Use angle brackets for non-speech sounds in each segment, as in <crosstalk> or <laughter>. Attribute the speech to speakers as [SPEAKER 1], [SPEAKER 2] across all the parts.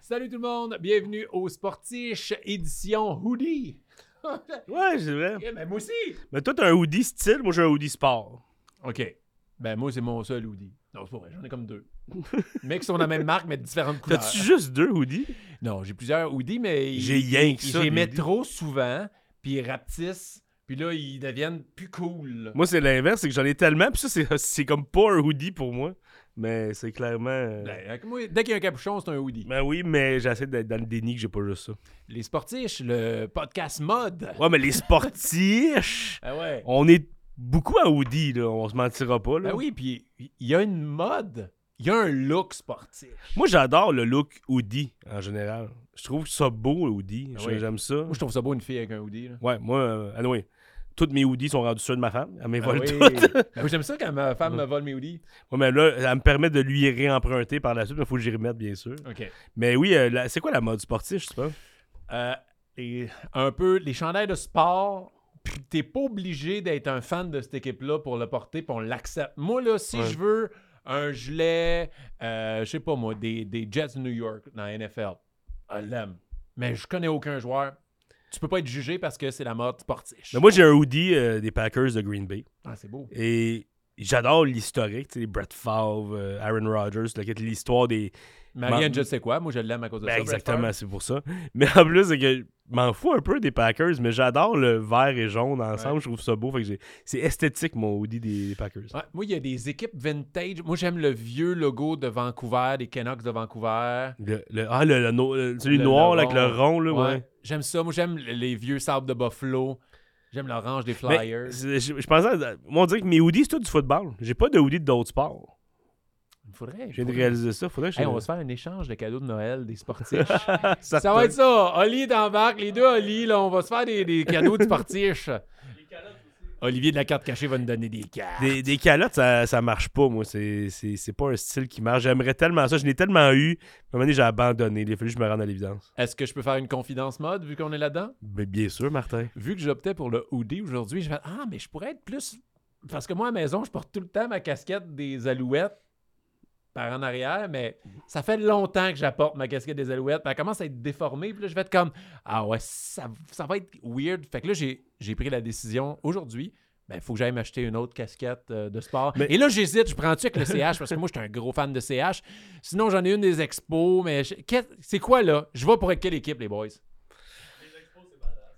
[SPEAKER 1] Salut tout le monde, bienvenue au Sportiche édition hoodie.
[SPEAKER 2] Ouais, c'est vrai.
[SPEAKER 1] Eh ben moi aussi.
[SPEAKER 2] Mais toi, t'as un hoodie style, moi j'ai un hoodie sport.
[SPEAKER 1] OK. Ben moi c'est mon seul hoodie. Non, c'est pas vrai, j'en ai comme deux. <laughs> mais qui sont de la même marque mais de différentes couleurs.
[SPEAKER 2] T'as-tu juste deux hoodies?
[SPEAKER 1] Non, j'ai plusieurs hoodies mais
[SPEAKER 2] J'ai rien que ça.
[SPEAKER 1] j'ai mets
[SPEAKER 2] des hoodies.
[SPEAKER 1] trop souvent puis ils rapetissent puis là ils deviennent plus cool.
[SPEAKER 2] Moi, c'est l'inverse, c'est que j'en ai tellement, puis ça, c'est- c'est comme pas un hoodie pour moi. Mais c'est clairement. euh,
[SPEAKER 1] Ben, moi, dès qu'il y a un capuchon, c'est un hoodie.
[SPEAKER 2] Ben oui, mais j'essaie d'être dans le déni que j'ai pas juste ça.
[SPEAKER 1] Les Sportiches, le podcast mode.
[SPEAKER 2] Ouais, mais les sportifs,
[SPEAKER 1] Ah ouais.
[SPEAKER 2] on est beaucoup à hoodie, là, on se mentira pas. Là.
[SPEAKER 1] Ben oui, puis il y a une mode, il y a un look sportif.
[SPEAKER 2] Moi, j'adore le look hoodie en général. Je trouve ça beau, le hoodie.
[SPEAKER 1] Ah
[SPEAKER 2] Je-
[SPEAKER 1] oui.
[SPEAKER 2] J'aime ça.
[SPEAKER 1] Moi, je trouve ça beau une fille avec un hoodie. Là.
[SPEAKER 2] Ouais, moi, euh, anyway, toutes mes hoodies sont rendus ceux de ma femme. Elle
[SPEAKER 1] Ah
[SPEAKER 2] m'évole
[SPEAKER 1] oui.
[SPEAKER 2] toutes. <laughs>
[SPEAKER 1] Ben oui, J'aime ça quand ma
[SPEAKER 2] Mm.
[SPEAKER 1] femme me vole mes hoodies.
[SPEAKER 2] Ouais, mais là, elle me permet de lui réemprunter par la suite, mais il faut que j'y remette, bien sûr.
[SPEAKER 1] OK.
[SPEAKER 2] Mais oui, euh, la- c'est quoi la mode sportive, je sais pas?
[SPEAKER 1] Euh, un peu les chandails de sport. Puis t'es pas obligé d'être un fan de cette équipe-là pour le porter, puis on l'accepte. Moi, là, si
[SPEAKER 2] Ouais.
[SPEAKER 1] je veux un gilet, euh, je sais pas moi, des, des Jets de New York dans la NFL, je l'aime. Mais je connais aucun joueur. Tu peux pas être jugé parce que c'est la mode sportive.
[SPEAKER 2] Mais moi, j'ai un hoodie euh, des Packers de Green Bay.
[SPEAKER 1] Ah, c'est beau.
[SPEAKER 2] Et j'adore l'historique, tu sais, Brett Favre, euh, Aaron Rodgers, le- l'histoire des...
[SPEAKER 1] Marianne,
[SPEAKER 2] Ma-
[SPEAKER 1] je sais quoi. Moi, je l'aime à cause de
[SPEAKER 2] Ben,
[SPEAKER 1] ça.
[SPEAKER 2] exactement, c'est pour ça. Mais en plus, c'est que je m'en fous un peu des Packers, mais j'adore le vert et jaune ensemble.
[SPEAKER 1] Ouais. Ah.
[SPEAKER 2] Je trouve ça beau. Fait que j'ai- c'est esthétique, mon hoodie des, des Packers.
[SPEAKER 1] Ouais, moi, il y a des équipes vintage. Moi, j'aime le vieux logo de Vancouver, des Canucks de Vancouver.
[SPEAKER 2] Le, le- ah, le, le no- le- celui
[SPEAKER 1] Le-
[SPEAKER 2] noir
[SPEAKER 1] le
[SPEAKER 2] là, avec le
[SPEAKER 1] rond.
[SPEAKER 2] rond, là, ouais.
[SPEAKER 1] Ouais, J'aime ça. Moi, j'aime les vieux sables de Buffalo. J'aime l'orange des
[SPEAKER 2] Mais
[SPEAKER 1] Flyers.
[SPEAKER 2] c'est- je, je pensais, à- moi on dirait que mes hoodies c'est tout du football. J'ai pas de hoodie d'autres sports.
[SPEAKER 1] Il faudrait. il
[SPEAKER 2] Je viens de
[SPEAKER 1] faudrait.
[SPEAKER 2] réaliser ça. Faudrait que je.
[SPEAKER 1] Hey, on
[SPEAKER 2] <laughs>
[SPEAKER 1] va se faire un échange de cadeaux de Noël des sportifs.
[SPEAKER 2] ça
[SPEAKER 1] ça va être ça. Oli d'embarque. Les deux Oli, là, on va se faire des, des cadeaux de sportifs. Olivier de la carte cachée va nous donner des cartes.
[SPEAKER 2] Des, des calottes, ça, ça marche pas, moi. C'est, c'est, c'est pas un style qui marche. J'aimerais tellement ça. Je l'ai tellement eu. À un moment donné, j'ai abandonné. Il a fallu que je me rende à l'évidence.
[SPEAKER 1] Est-ce que je peux faire une confidence mode vu qu'on est là-dedans?
[SPEAKER 2] Ben, bien sûr, Martin.
[SPEAKER 1] vu que j'optais pour le hoodie aujourd'hui, je fais Ah, mais je pourrais être plus. Parce que moi, à la maison, je porte tout le temps ma casquette des alouettes par en arrière, mais ça fait longtemps que j'apporte ma casquette des alouettes. puis Elle commence à être déformée, puis là, je vais être comme Ah ouais, ça, ça va être weird. Fait que là, j'ai j'ai pris la décision aujourd'hui. Ben, il faut que j'aille m'acheter une autre casquette euh, de sport.
[SPEAKER 2] Mais-
[SPEAKER 1] Et là, j'hésite. Je prends-tu avec le CH parce que moi, je suis un gros fan de CH. Sinon, j'en ai une des expos, mais je- qu'est- c'est quoi là? Je vais pour quelle équipe, les boys?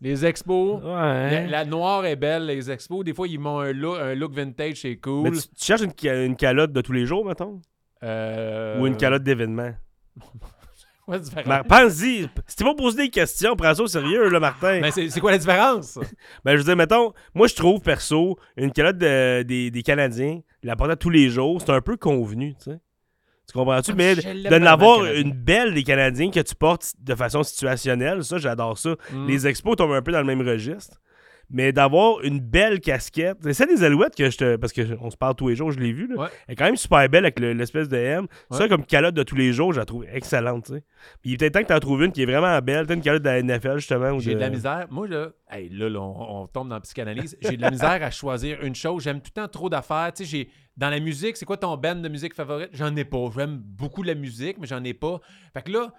[SPEAKER 1] Les expos, la,
[SPEAKER 2] Ouais.
[SPEAKER 1] la noire est belle, les expos. Des fois, ils m'ont un look, un look vintage, c'est
[SPEAKER 2] Mais
[SPEAKER 1] cool.
[SPEAKER 2] tu, tu cherches une, ca- une calotte de tous les jours, mettons
[SPEAKER 1] Euh,
[SPEAKER 2] Ou
[SPEAKER 1] <laughs>
[SPEAKER 2] une calotte d'événement
[SPEAKER 1] quoi la différence?
[SPEAKER 2] Mar- Pense-y. Si tu vas poser des questions, prends ça au sérieux, là, Martin.
[SPEAKER 1] Mais c'est c'est quoi la différence?
[SPEAKER 2] Ben, je veux dire, mettons, moi, je trouve, perso, une calotte de- des, des Canadiens, la porter à tous les jours, c'est un peu convenu, tu sais. Tu comprends-tu?
[SPEAKER 1] Ah,
[SPEAKER 2] Mais
[SPEAKER 1] je l'aime
[SPEAKER 2] de
[SPEAKER 1] vraiment,
[SPEAKER 2] n'avoir
[SPEAKER 1] le Canadien.
[SPEAKER 2] une belle des Canadiens que tu portes de façon situationnelle, ça, j'adore ça.
[SPEAKER 1] Hmm.
[SPEAKER 2] Les expos tombent un peu dans le même registre. Mais d'avoir une belle casquette, c'est celle des Alouettes que je te. Parce qu'on se parle tous les jours, je l'ai vue, là.
[SPEAKER 1] Ouais.
[SPEAKER 2] Elle est quand même super belle avec le- l'espèce de M. Ça,
[SPEAKER 1] Ouais.
[SPEAKER 2] comme calotte de tous les jours, je la trouve excellente, tu sais. Puis il est peut-être temps que t'en trouves une qui est vraiment belle. T'as une calotte de la NFL, justement. ou
[SPEAKER 1] J'ai de la misère. Moi, là, hey, là, là, on, on tombe dans la psychanalyse. J'ai de la misère à choisir une chose. J'aime tout le temps trop d'affaires. Tu sais, j'ai- dans la musique, c'est quoi ton band de musique favorite? J'en ai pas. J'aime beaucoup la musique, mais j'en ai pas. Fait que là,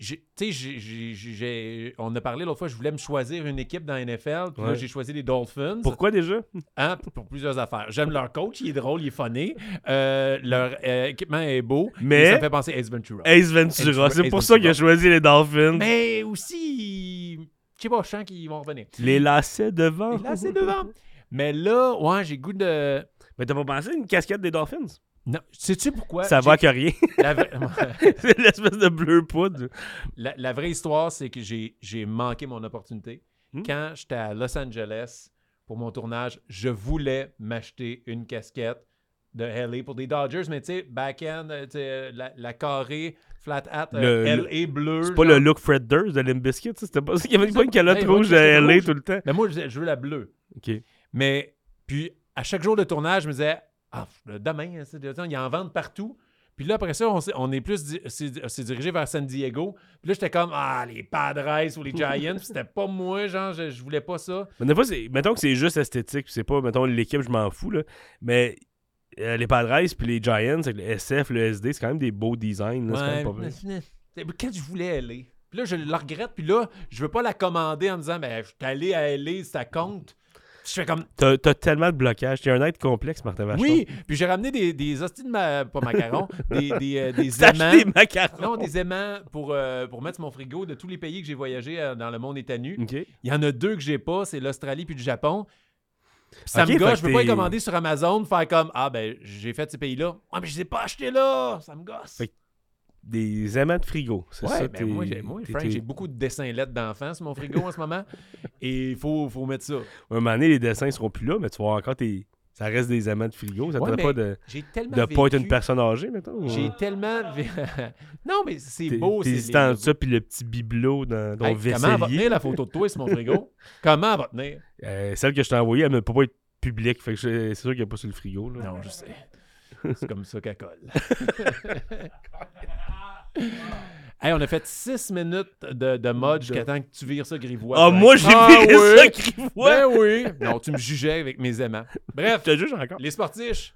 [SPEAKER 1] j'ai- tu sais, j'ai- j'ai- j'ai- on a parlé l'autre fois, je voulais me choisir une équipe dans la NFL. Puis là,
[SPEAKER 2] Ouais.
[SPEAKER 1] j'ai choisi les Dolphins.
[SPEAKER 2] Pourquoi déjà?
[SPEAKER 1] Hein, pour- pour plusieurs affaires. J'aime leur coach, il est drôle, il est funny. Euh, leur euh, équipement est beau.
[SPEAKER 2] Mais-
[SPEAKER 1] Et ça me fait penser à Ace Ventura.
[SPEAKER 2] Ace
[SPEAKER 1] Ventura,
[SPEAKER 2] Ventura. C'est
[SPEAKER 1] Ace
[SPEAKER 2] pour ça qu'il a choisi les Dolphins.
[SPEAKER 1] Mais aussi, je sais pas, je sens qu'ils vont revenir.
[SPEAKER 2] Les lacets devant.
[SPEAKER 1] Et là, c'est devant.
[SPEAKER 2] ah.
[SPEAKER 1] Mais là, ouais, j'ai goût de.
[SPEAKER 2] Mais t'as pas pensé à une casquette des Dolphins?
[SPEAKER 1] Non, sais-tu pourquoi?
[SPEAKER 2] ça
[SPEAKER 1] J'ai-
[SPEAKER 2] va que rien. <laughs>
[SPEAKER 1] La, vraie- <laughs>
[SPEAKER 2] c'est l'espèce de bleu poudre.
[SPEAKER 1] la- la vraie histoire, c'est que j'ai j'ai manqué mon opportunité.
[SPEAKER 2] Hmm.
[SPEAKER 1] Quand j'étais à Los Angeles pour mon tournage, je voulais m'acheter une casquette de LA pour des Dodgers, mais tu sais, back-end, euh, tu sais, la, la carrée, flat hat, euh,
[SPEAKER 2] Le-
[SPEAKER 1] LA bleu.
[SPEAKER 2] C'est pas
[SPEAKER 1] genre.
[SPEAKER 2] le look Fred Durst de Limp Bizkit, ça, C'était pas... Il y avait pas une calotte
[SPEAKER 1] Hey, moi,
[SPEAKER 2] rouge de
[SPEAKER 1] j'étais
[SPEAKER 2] LA
[SPEAKER 1] rouge.
[SPEAKER 2] tout le temps.
[SPEAKER 1] Mais moi, je, je veux la bleue.
[SPEAKER 2] OK.
[SPEAKER 1] Mais puis, à chaque jour de tournage, je me disais, ah, le demain, hein, c'est- il y en vente partout. Puis là, après ça, on, s'est- on est plus di- c'est c'est dirigé vers San Diego. Puis là, j'étais comme, ah, les Padres ou
[SPEAKER 2] <laughs>
[SPEAKER 1] les Giants. Puis c'était pas moi, genre, je, je voulais pas ça.
[SPEAKER 2] Mais des fois, c'est- mettons que c'est juste esthétique, puis c'est pas, mettons, l'équipe, je m'en fous, là. Mais euh, les Padres puis les Giants, avec le SF, le SD, c'est quand même des beaux designs. là, c'est quand
[SPEAKER 1] Ouais,
[SPEAKER 2] même pas vrai.
[SPEAKER 1] mais- Quand je voulais aller. Puis là, je la regrette. Puis là, je veux pas la commander en me disant, mais je suis allé à LA, ça compte. Je fais comme,
[SPEAKER 2] T'as t'as tellement de blocages. T'es un être complexe, Martin Vachon.
[SPEAKER 1] oui. Puis j'ai ramené des, des hosties de ma... pas
[SPEAKER 2] <laughs>
[SPEAKER 1] macarons, des, des, euh, des
[SPEAKER 2] T'as
[SPEAKER 1] aimants.
[SPEAKER 2] acheté des macarons.
[SPEAKER 1] Non, des aimants pour, euh, pour mettre sur mon frigo de tous les pays que j'ai voyagé euh, dans le monde est à nu.
[SPEAKER 2] OK.
[SPEAKER 1] Il y en a deux que j'ai pas, c'est l'Australie puis le Japon. Puis ça
[SPEAKER 2] Ok,
[SPEAKER 1] me
[SPEAKER 2] fait
[SPEAKER 1] gosse,
[SPEAKER 2] que
[SPEAKER 1] je peux pas les
[SPEAKER 2] t'es-
[SPEAKER 1] commander sur Amazon, faire comme Ah ben j'ai fait ces pays-là. Ah mais je les ai pas achetés là! Ça me gosse.
[SPEAKER 2] Fait que Des aimants de frigo. C'est
[SPEAKER 1] Ouais,
[SPEAKER 2] ça.
[SPEAKER 1] ben
[SPEAKER 2] t'es-
[SPEAKER 1] moi, j'ai- moi,
[SPEAKER 2] t'es-
[SPEAKER 1] Frank,
[SPEAKER 2] t'es-
[SPEAKER 1] j'ai beaucoup de dessins lettres d'enfants sur mon frigo en ce
[SPEAKER 2] <laughs>
[SPEAKER 1] moment. Et il faut, faut mettre ça.
[SPEAKER 2] Un moment donné, les dessins seront plus là, mais tu vas encore tes. Ça reste des aimants de frigo. Ça ne
[SPEAKER 1] Ouais,
[SPEAKER 2] te
[SPEAKER 1] mais
[SPEAKER 2] pas de,
[SPEAKER 1] J'ai tellement
[SPEAKER 2] de pas être
[SPEAKER 1] vécu-
[SPEAKER 2] une personne âgée, mettons. ou-
[SPEAKER 1] J'ai tellement. vé- <laughs> non, mais c'est
[SPEAKER 2] T'es-
[SPEAKER 1] beau.
[SPEAKER 2] T'es
[SPEAKER 1] c'est
[SPEAKER 2] hésitant
[SPEAKER 1] les-
[SPEAKER 2] entre ça, puis le petit bibelot dans ton
[SPEAKER 1] Hey, comment elle va
[SPEAKER 2] vaisselier.
[SPEAKER 1] tenir la photo de toi sur mon
[SPEAKER 2] <laughs>
[SPEAKER 1] frigo? Comment elle va tenir?
[SPEAKER 2] Euh, celle que je t'ai envoyée, elle ne peut pas être publique. Fait que je- c'est sûr qu'elle n'est pas sur le frigo. Là.
[SPEAKER 1] Non, je sais. C'est comme ça qu'elle <laughs> colle. hey, on a fait six minutes de, de mode jusqu'à temps que tu vires ça grivois.
[SPEAKER 2] Ah,
[SPEAKER 1] Frank.
[SPEAKER 2] moi, j'ai
[SPEAKER 1] Ah
[SPEAKER 2] viré
[SPEAKER 1] oui,
[SPEAKER 2] ça,
[SPEAKER 1] <laughs>
[SPEAKER 2] Grivois!
[SPEAKER 1] Ben oui! Non, tu me jugeais avec mes aimants. Bref,
[SPEAKER 2] Je te juge encore.
[SPEAKER 1] les sportiches,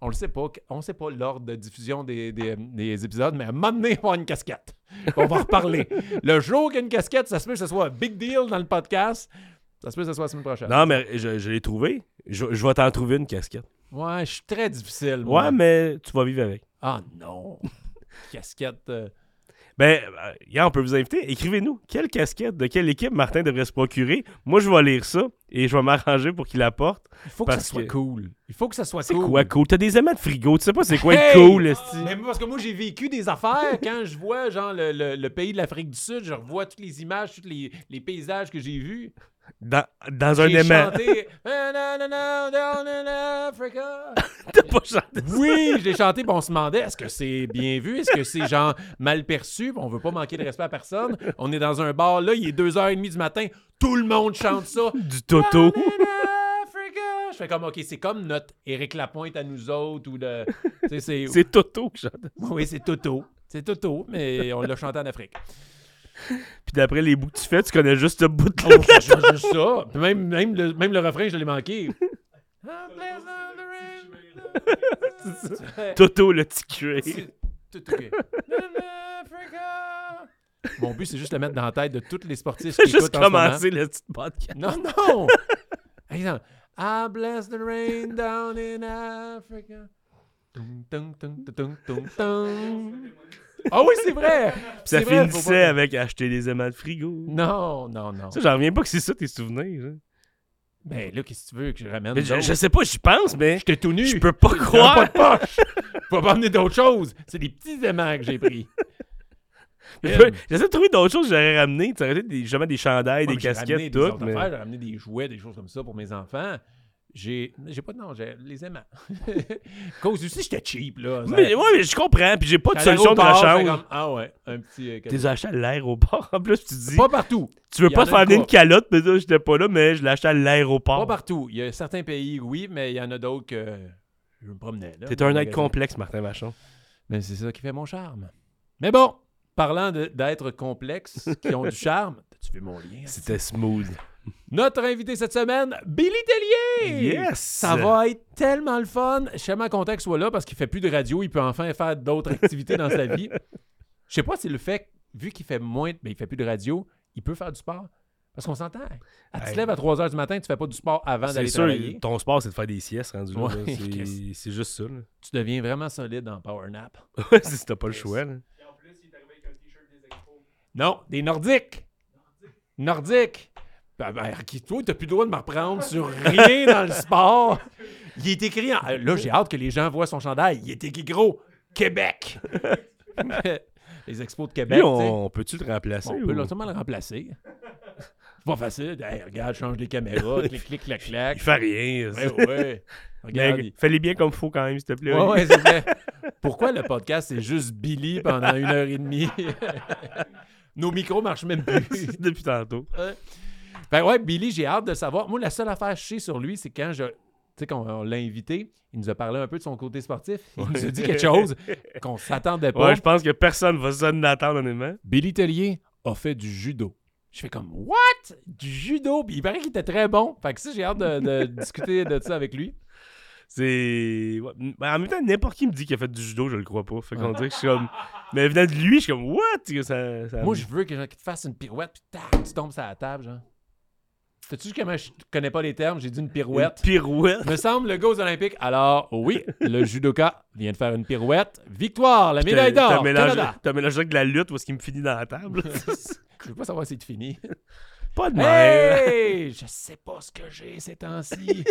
[SPEAKER 1] on le sait pas, on sait pas l'ordre de diffusion des, des- des épisodes, mais à un moment donné, on va avoir une casquette. On va en
[SPEAKER 2] <laughs>
[SPEAKER 1] reparler. le jour qu'il y a une casquette, ça se peut que ce soit un big deal dans le podcast. Ça se peut que ce soit la semaine prochaine.
[SPEAKER 2] Non, mais je, je l'ai trouvé. Je, je vais t'en trouver une casquette.
[SPEAKER 1] Ouais, je suis très difficile.
[SPEAKER 2] Ouais,
[SPEAKER 1] moi.
[SPEAKER 2] mais tu vas vivre avec.
[SPEAKER 1] Ah non! <laughs> Casquette. euh,
[SPEAKER 2] Ben, euh, gars, on peut vous inviter. Écrivez-nous. Quelle casquette de quelle équipe Martin devrait se procurer? Moi, je vais lire ça et je vais m'arranger pour qu'il la porte.
[SPEAKER 1] Il faut que
[SPEAKER 2] Parce
[SPEAKER 1] ça soit
[SPEAKER 2] que-
[SPEAKER 1] cool. Il faut que ça soit
[SPEAKER 2] C'est
[SPEAKER 1] cool.
[SPEAKER 2] quoi cool? T'as des aimants de frigo. Tu sais pas c'est quoi
[SPEAKER 1] Hey!
[SPEAKER 2] être cool, esti?
[SPEAKER 1] Mais moi, parce que moi, j'ai vécu des affaires. Quand je vois, genre, le, le- le pays de l'Afrique du Sud, je revois toutes les images, tous les, les paysages que j'ai vus.
[SPEAKER 2] Dans, dans un
[SPEAKER 1] J'ai
[SPEAKER 2] aimant.
[SPEAKER 1] chanté Na, na, na, na, down in Africa.
[SPEAKER 2] <laughs> T'as pas chanté.
[SPEAKER 1] Oui, j'ai chanté, puis on se demandait est-ce que c'est bien vu, est-ce que c'est genre mal perçu, Puis on veut pas manquer de respect à personne. On est dans un bar là, il est 2h30 du matin, tout le monde chante ça.
[SPEAKER 2] Du toto.
[SPEAKER 1] Down in Africa. Je fais comme, OK, c'est comme notre Éric Lapointe à nous autres ou le. tu sais, c'est.
[SPEAKER 2] C'est Toto que chante.
[SPEAKER 1] <laughs> Oui, c'est Toto. C'est Toto, mais on l'a chanté en Afrique.
[SPEAKER 2] Puis d'après les bouts que tu fais, tu connais juste ce bout de
[SPEAKER 1] On change juste ça. Puis même, même, le, même le refrain, je l'ai manqué. C'est ça.
[SPEAKER 2] <laughs> Toto le petit <laughs> curé.
[SPEAKER 1] Toto. ok. Down in Africa. Mon but, c'est juste de le mettre dans la tête de toutes les sportifs
[SPEAKER 2] T'as
[SPEAKER 1] qui
[SPEAKER 2] juste
[SPEAKER 1] écoutent en ce moment.
[SPEAKER 2] commencé le petit podcast. <laughs>
[SPEAKER 1] Non, non! Hey, non. I Ah, bless the rain down in Africa. Tung, tung, tung, tung, tung, tung, tung. Ah oui, c'est vrai!
[SPEAKER 2] Puis ça
[SPEAKER 1] C'est vrai, faut
[SPEAKER 2] finissait
[SPEAKER 1] pas-
[SPEAKER 2] avec acheter des aimants de frigo.
[SPEAKER 1] Non, non, non.
[SPEAKER 2] Ça, j'en reviens pas que c'est ça tes souvenirs. hein.
[SPEAKER 1] Ben là, qu'est-ce que tu veux que je ramène?
[SPEAKER 2] Mais je,
[SPEAKER 1] d'autres?
[SPEAKER 2] je sais pas, j'y pense, mais
[SPEAKER 1] J'étais tout nu.
[SPEAKER 2] je peux pas
[SPEAKER 1] J'avais pas
[SPEAKER 2] croire.
[SPEAKER 1] de poche. Je peux pas emmener d'autres choses. C'est des petits aimants que j'ai pris.
[SPEAKER 2] Je peux- J'essaie de trouver d'autres choses que j'aurais ramené. Tu aurais des, jamais des chandails,
[SPEAKER 1] Moi,
[SPEAKER 2] des
[SPEAKER 1] j'ai ramené
[SPEAKER 2] casquettes,
[SPEAKER 1] des
[SPEAKER 2] tout.
[SPEAKER 1] autres
[SPEAKER 2] Mais...
[SPEAKER 1] affaires, J'ai ramené des jouets, des choses comme ça pour mes enfants. J'ai j'ai pas de nom, j'ai les aimants. <laughs> Cause aussi, j'étais cheap, là. Ça-
[SPEAKER 2] Mais, ouais, mais je comprends. Puis j'ai pas de
[SPEAKER 1] J'étais
[SPEAKER 2] solution de
[SPEAKER 1] allé au bar,
[SPEAKER 2] rechange.
[SPEAKER 1] j'étais comme, ah ouais, un petit. euh, cadeau.
[SPEAKER 2] T'es acheté à l'aéroport. <laughs> En plus, tu dis,
[SPEAKER 1] Pas partout.
[SPEAKER 2] tu veux
[SPEAKER 1] y
[SPEAKER 2] pas
[SPEAKER 1] en
[SPEAKER 2] te
[SPEAKER 1] a
[SPEAKER 2] faire
[SPEAKER 1] une
[SPEAKER 2] amener une
[SPEAKER 1] couple.
[SPEAKER 2] calotte, mais là, j'étais pas là, mais je l'ai acheté à
[SPEAKER 1] Pas
[SPEAKER 2] l'aéroport.
[SPEAKER 1] partout. Il y a certains pays, oui, mais il y en a d'autres que je me promenais. là,
[SPEAKER 2] T'es
[SPEAKER 1] dans les
[SPEAKER 2] un être
[SPEAKER 1] magasins.
[SPEAKER 2] complexe, Martin Vachon.
[SPEAKER 1] Mais c'est ça qui fait mon charme. Mais bon, parlant de- d'êtres complexes qui
[SPEAKER 2] <laughs>
[SPEAKER 1] ont du charme, tu vu mon lien?
[SPEAKER 2] C'était smooth.
[SPEAKER 1] Notre invité cette semaine, Billy Tellier!
[SPEAKER 2] Yes!
[SPEAKER 1] Ça va être tellement le fun. Je suis tellement content qu'il soit là parce qu'il fait plus de radio. Il peut enfin faire
[SPEAKER 2] <laughs>
[SPEAKER 1] d'autres activités dans sa vie. Je sais pas si le fait, que, vu qu'il fait moins, mais il fait plus de radio, il peut faire du sport. Parce qu'on s'entend. Ah, Tu
[SPEAKER 2] Hey.
[SPEAKER 1] te lèves à 3 h du matin, tu fais pas du sport avant
[SPEAKER 2] C'est
[SPEAKER 1] d'aller
[SPEAKER 2] sûr,
[SPEAKER 1] travailler.
[SPEAKER 2] ton sport, c'est de faire des siestes rendu là,
[SPEAKER 1] Ouais,
[SPEAKER 2] là. C'est-
[SPEAKER 1] qu'est-ce-
[SPEAKER 2] C'est juste ça. là. <laughs>
[SPEAKER 1] Tu deviens vraiment solide en power nap.
[SPEAKER 2] Ouais, si t'as pas le choix. là.
[SPEAKER 1] Non, des Nordiques. Nordiques. Ben, ben, qui- toi, t'as plus le droit de me reprendre sur rien dans le sport. Il est écrit. en- euh, Là, j'ai hâte que les gens voient son chandail. Il est écrit gros Québec. <laughs> les expos de Québec.
[SPEAKER 2] Lui,
[SPEAKER 1] Ben, tu sais.
[SPEAKER 2] on, on peut-tu le remplacer?
[SPEAKER 1] on
[SPEAKER 2] ou-
[SPEAKER 1] peut lentement le remplacer. C'est pas facile. Hey, regarde, change les <laughs> caméras, clic, clic, clac,
[SPEAKER 2] Il
[SPEAKER 1] clac.
[SPEAKER 2] fait rien. ça.
[SPEAKER 1] Ouais, <laughs> ouais. Regarde,
[SPEAKER 2] Mais
[SPEAKER 1] il-
[SPEAKER 2] fais-les bien comme faut quand même, s'il te plaît.
[SPEAKER 1] Ouais, ouais, c'est vrai. <laughs> Pourquoi le podcast, c'est juste Billy pendant une heure et demie? <laughs> Nos micros marchent même plus.
[SPEAKER 2] <laughs> Depuis tantôt.
[SPEAKER 1] <laughs> Ben ouais, Billy, j'ai hâte de savoir. Moi, la seule affaire chier sur lui, c'est quand je. Tu sais, qu'on on l'a invité, il nous a parlé un peu de son côté sportif. Il nous a dit quelque chose qu'on s'attendait pas.
[SPEAKER 2] Ouais, je pense que personne va s'en attendre, honnêtement.
[SPEAKER 1] Billy Tellier a fait du judo. Je fais comme What? Du judo? Puis il paraît qu'il était très bon. Fait que ça, j'ai hâte de, de discuter de ça avec lui.
[SPEAKER 2] C'est. ouais. Ben, En même temps, n'importe qui me dit qu'il a fait du judo, je le crois pas. Fait qu'on dirait que je suis comme. Mais venant de lui, je suis comme, what? Que ça, ça-
[SPEAKER 1] Moi, je veux que, genre, qu'il te fasse une pirouette, puis tac, tu tombes sur la table, genre. T'as-tu vu comment je connais pas les termes? J'ai dit une
[SPEAKER 2] une
[SPEAKER 1] pirouette.
[SPEAKER 2] pirouette.
[SPEAKER 1] Me semble, le gars aux Olympiques. Alors, oui, le judoka vient de faire une pirouette. Victoire, la médaille
[SPEAKER 2] T'as-
[SPEAKER 1] d'or,
[SPEAKER 2] T'as mélangé, <laughs>
[SPEAKER 1] Canada.
[SPEAKER 2] t'as mélangé avec de la lutte parce qu'il me finit dans la
[SPEAKER 1] <laughs>
[SPEAKER 2] table.
[SPEAKER 1] Je veux pas savoir si tu finis.
[SPEAKER 2] pas de mal.
[SPEAKER 1] Hey! Je sais pas ce que j'ai ces temps-ci.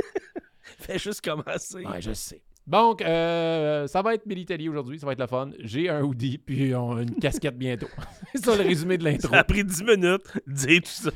[SPEAKER 2] Fais juste commencer.
[SPEAKER 1] Ouais, je sais. Donc, euh, ça va être Militelli aujourd'hui, ça va être le fun. J'ai un hoodie, puis on a une casquette bientôt. <laughs> C'est ça le résumé de l'intro.
[SPEAKER 2] Ça a pris 10 minutes, dire tout ça.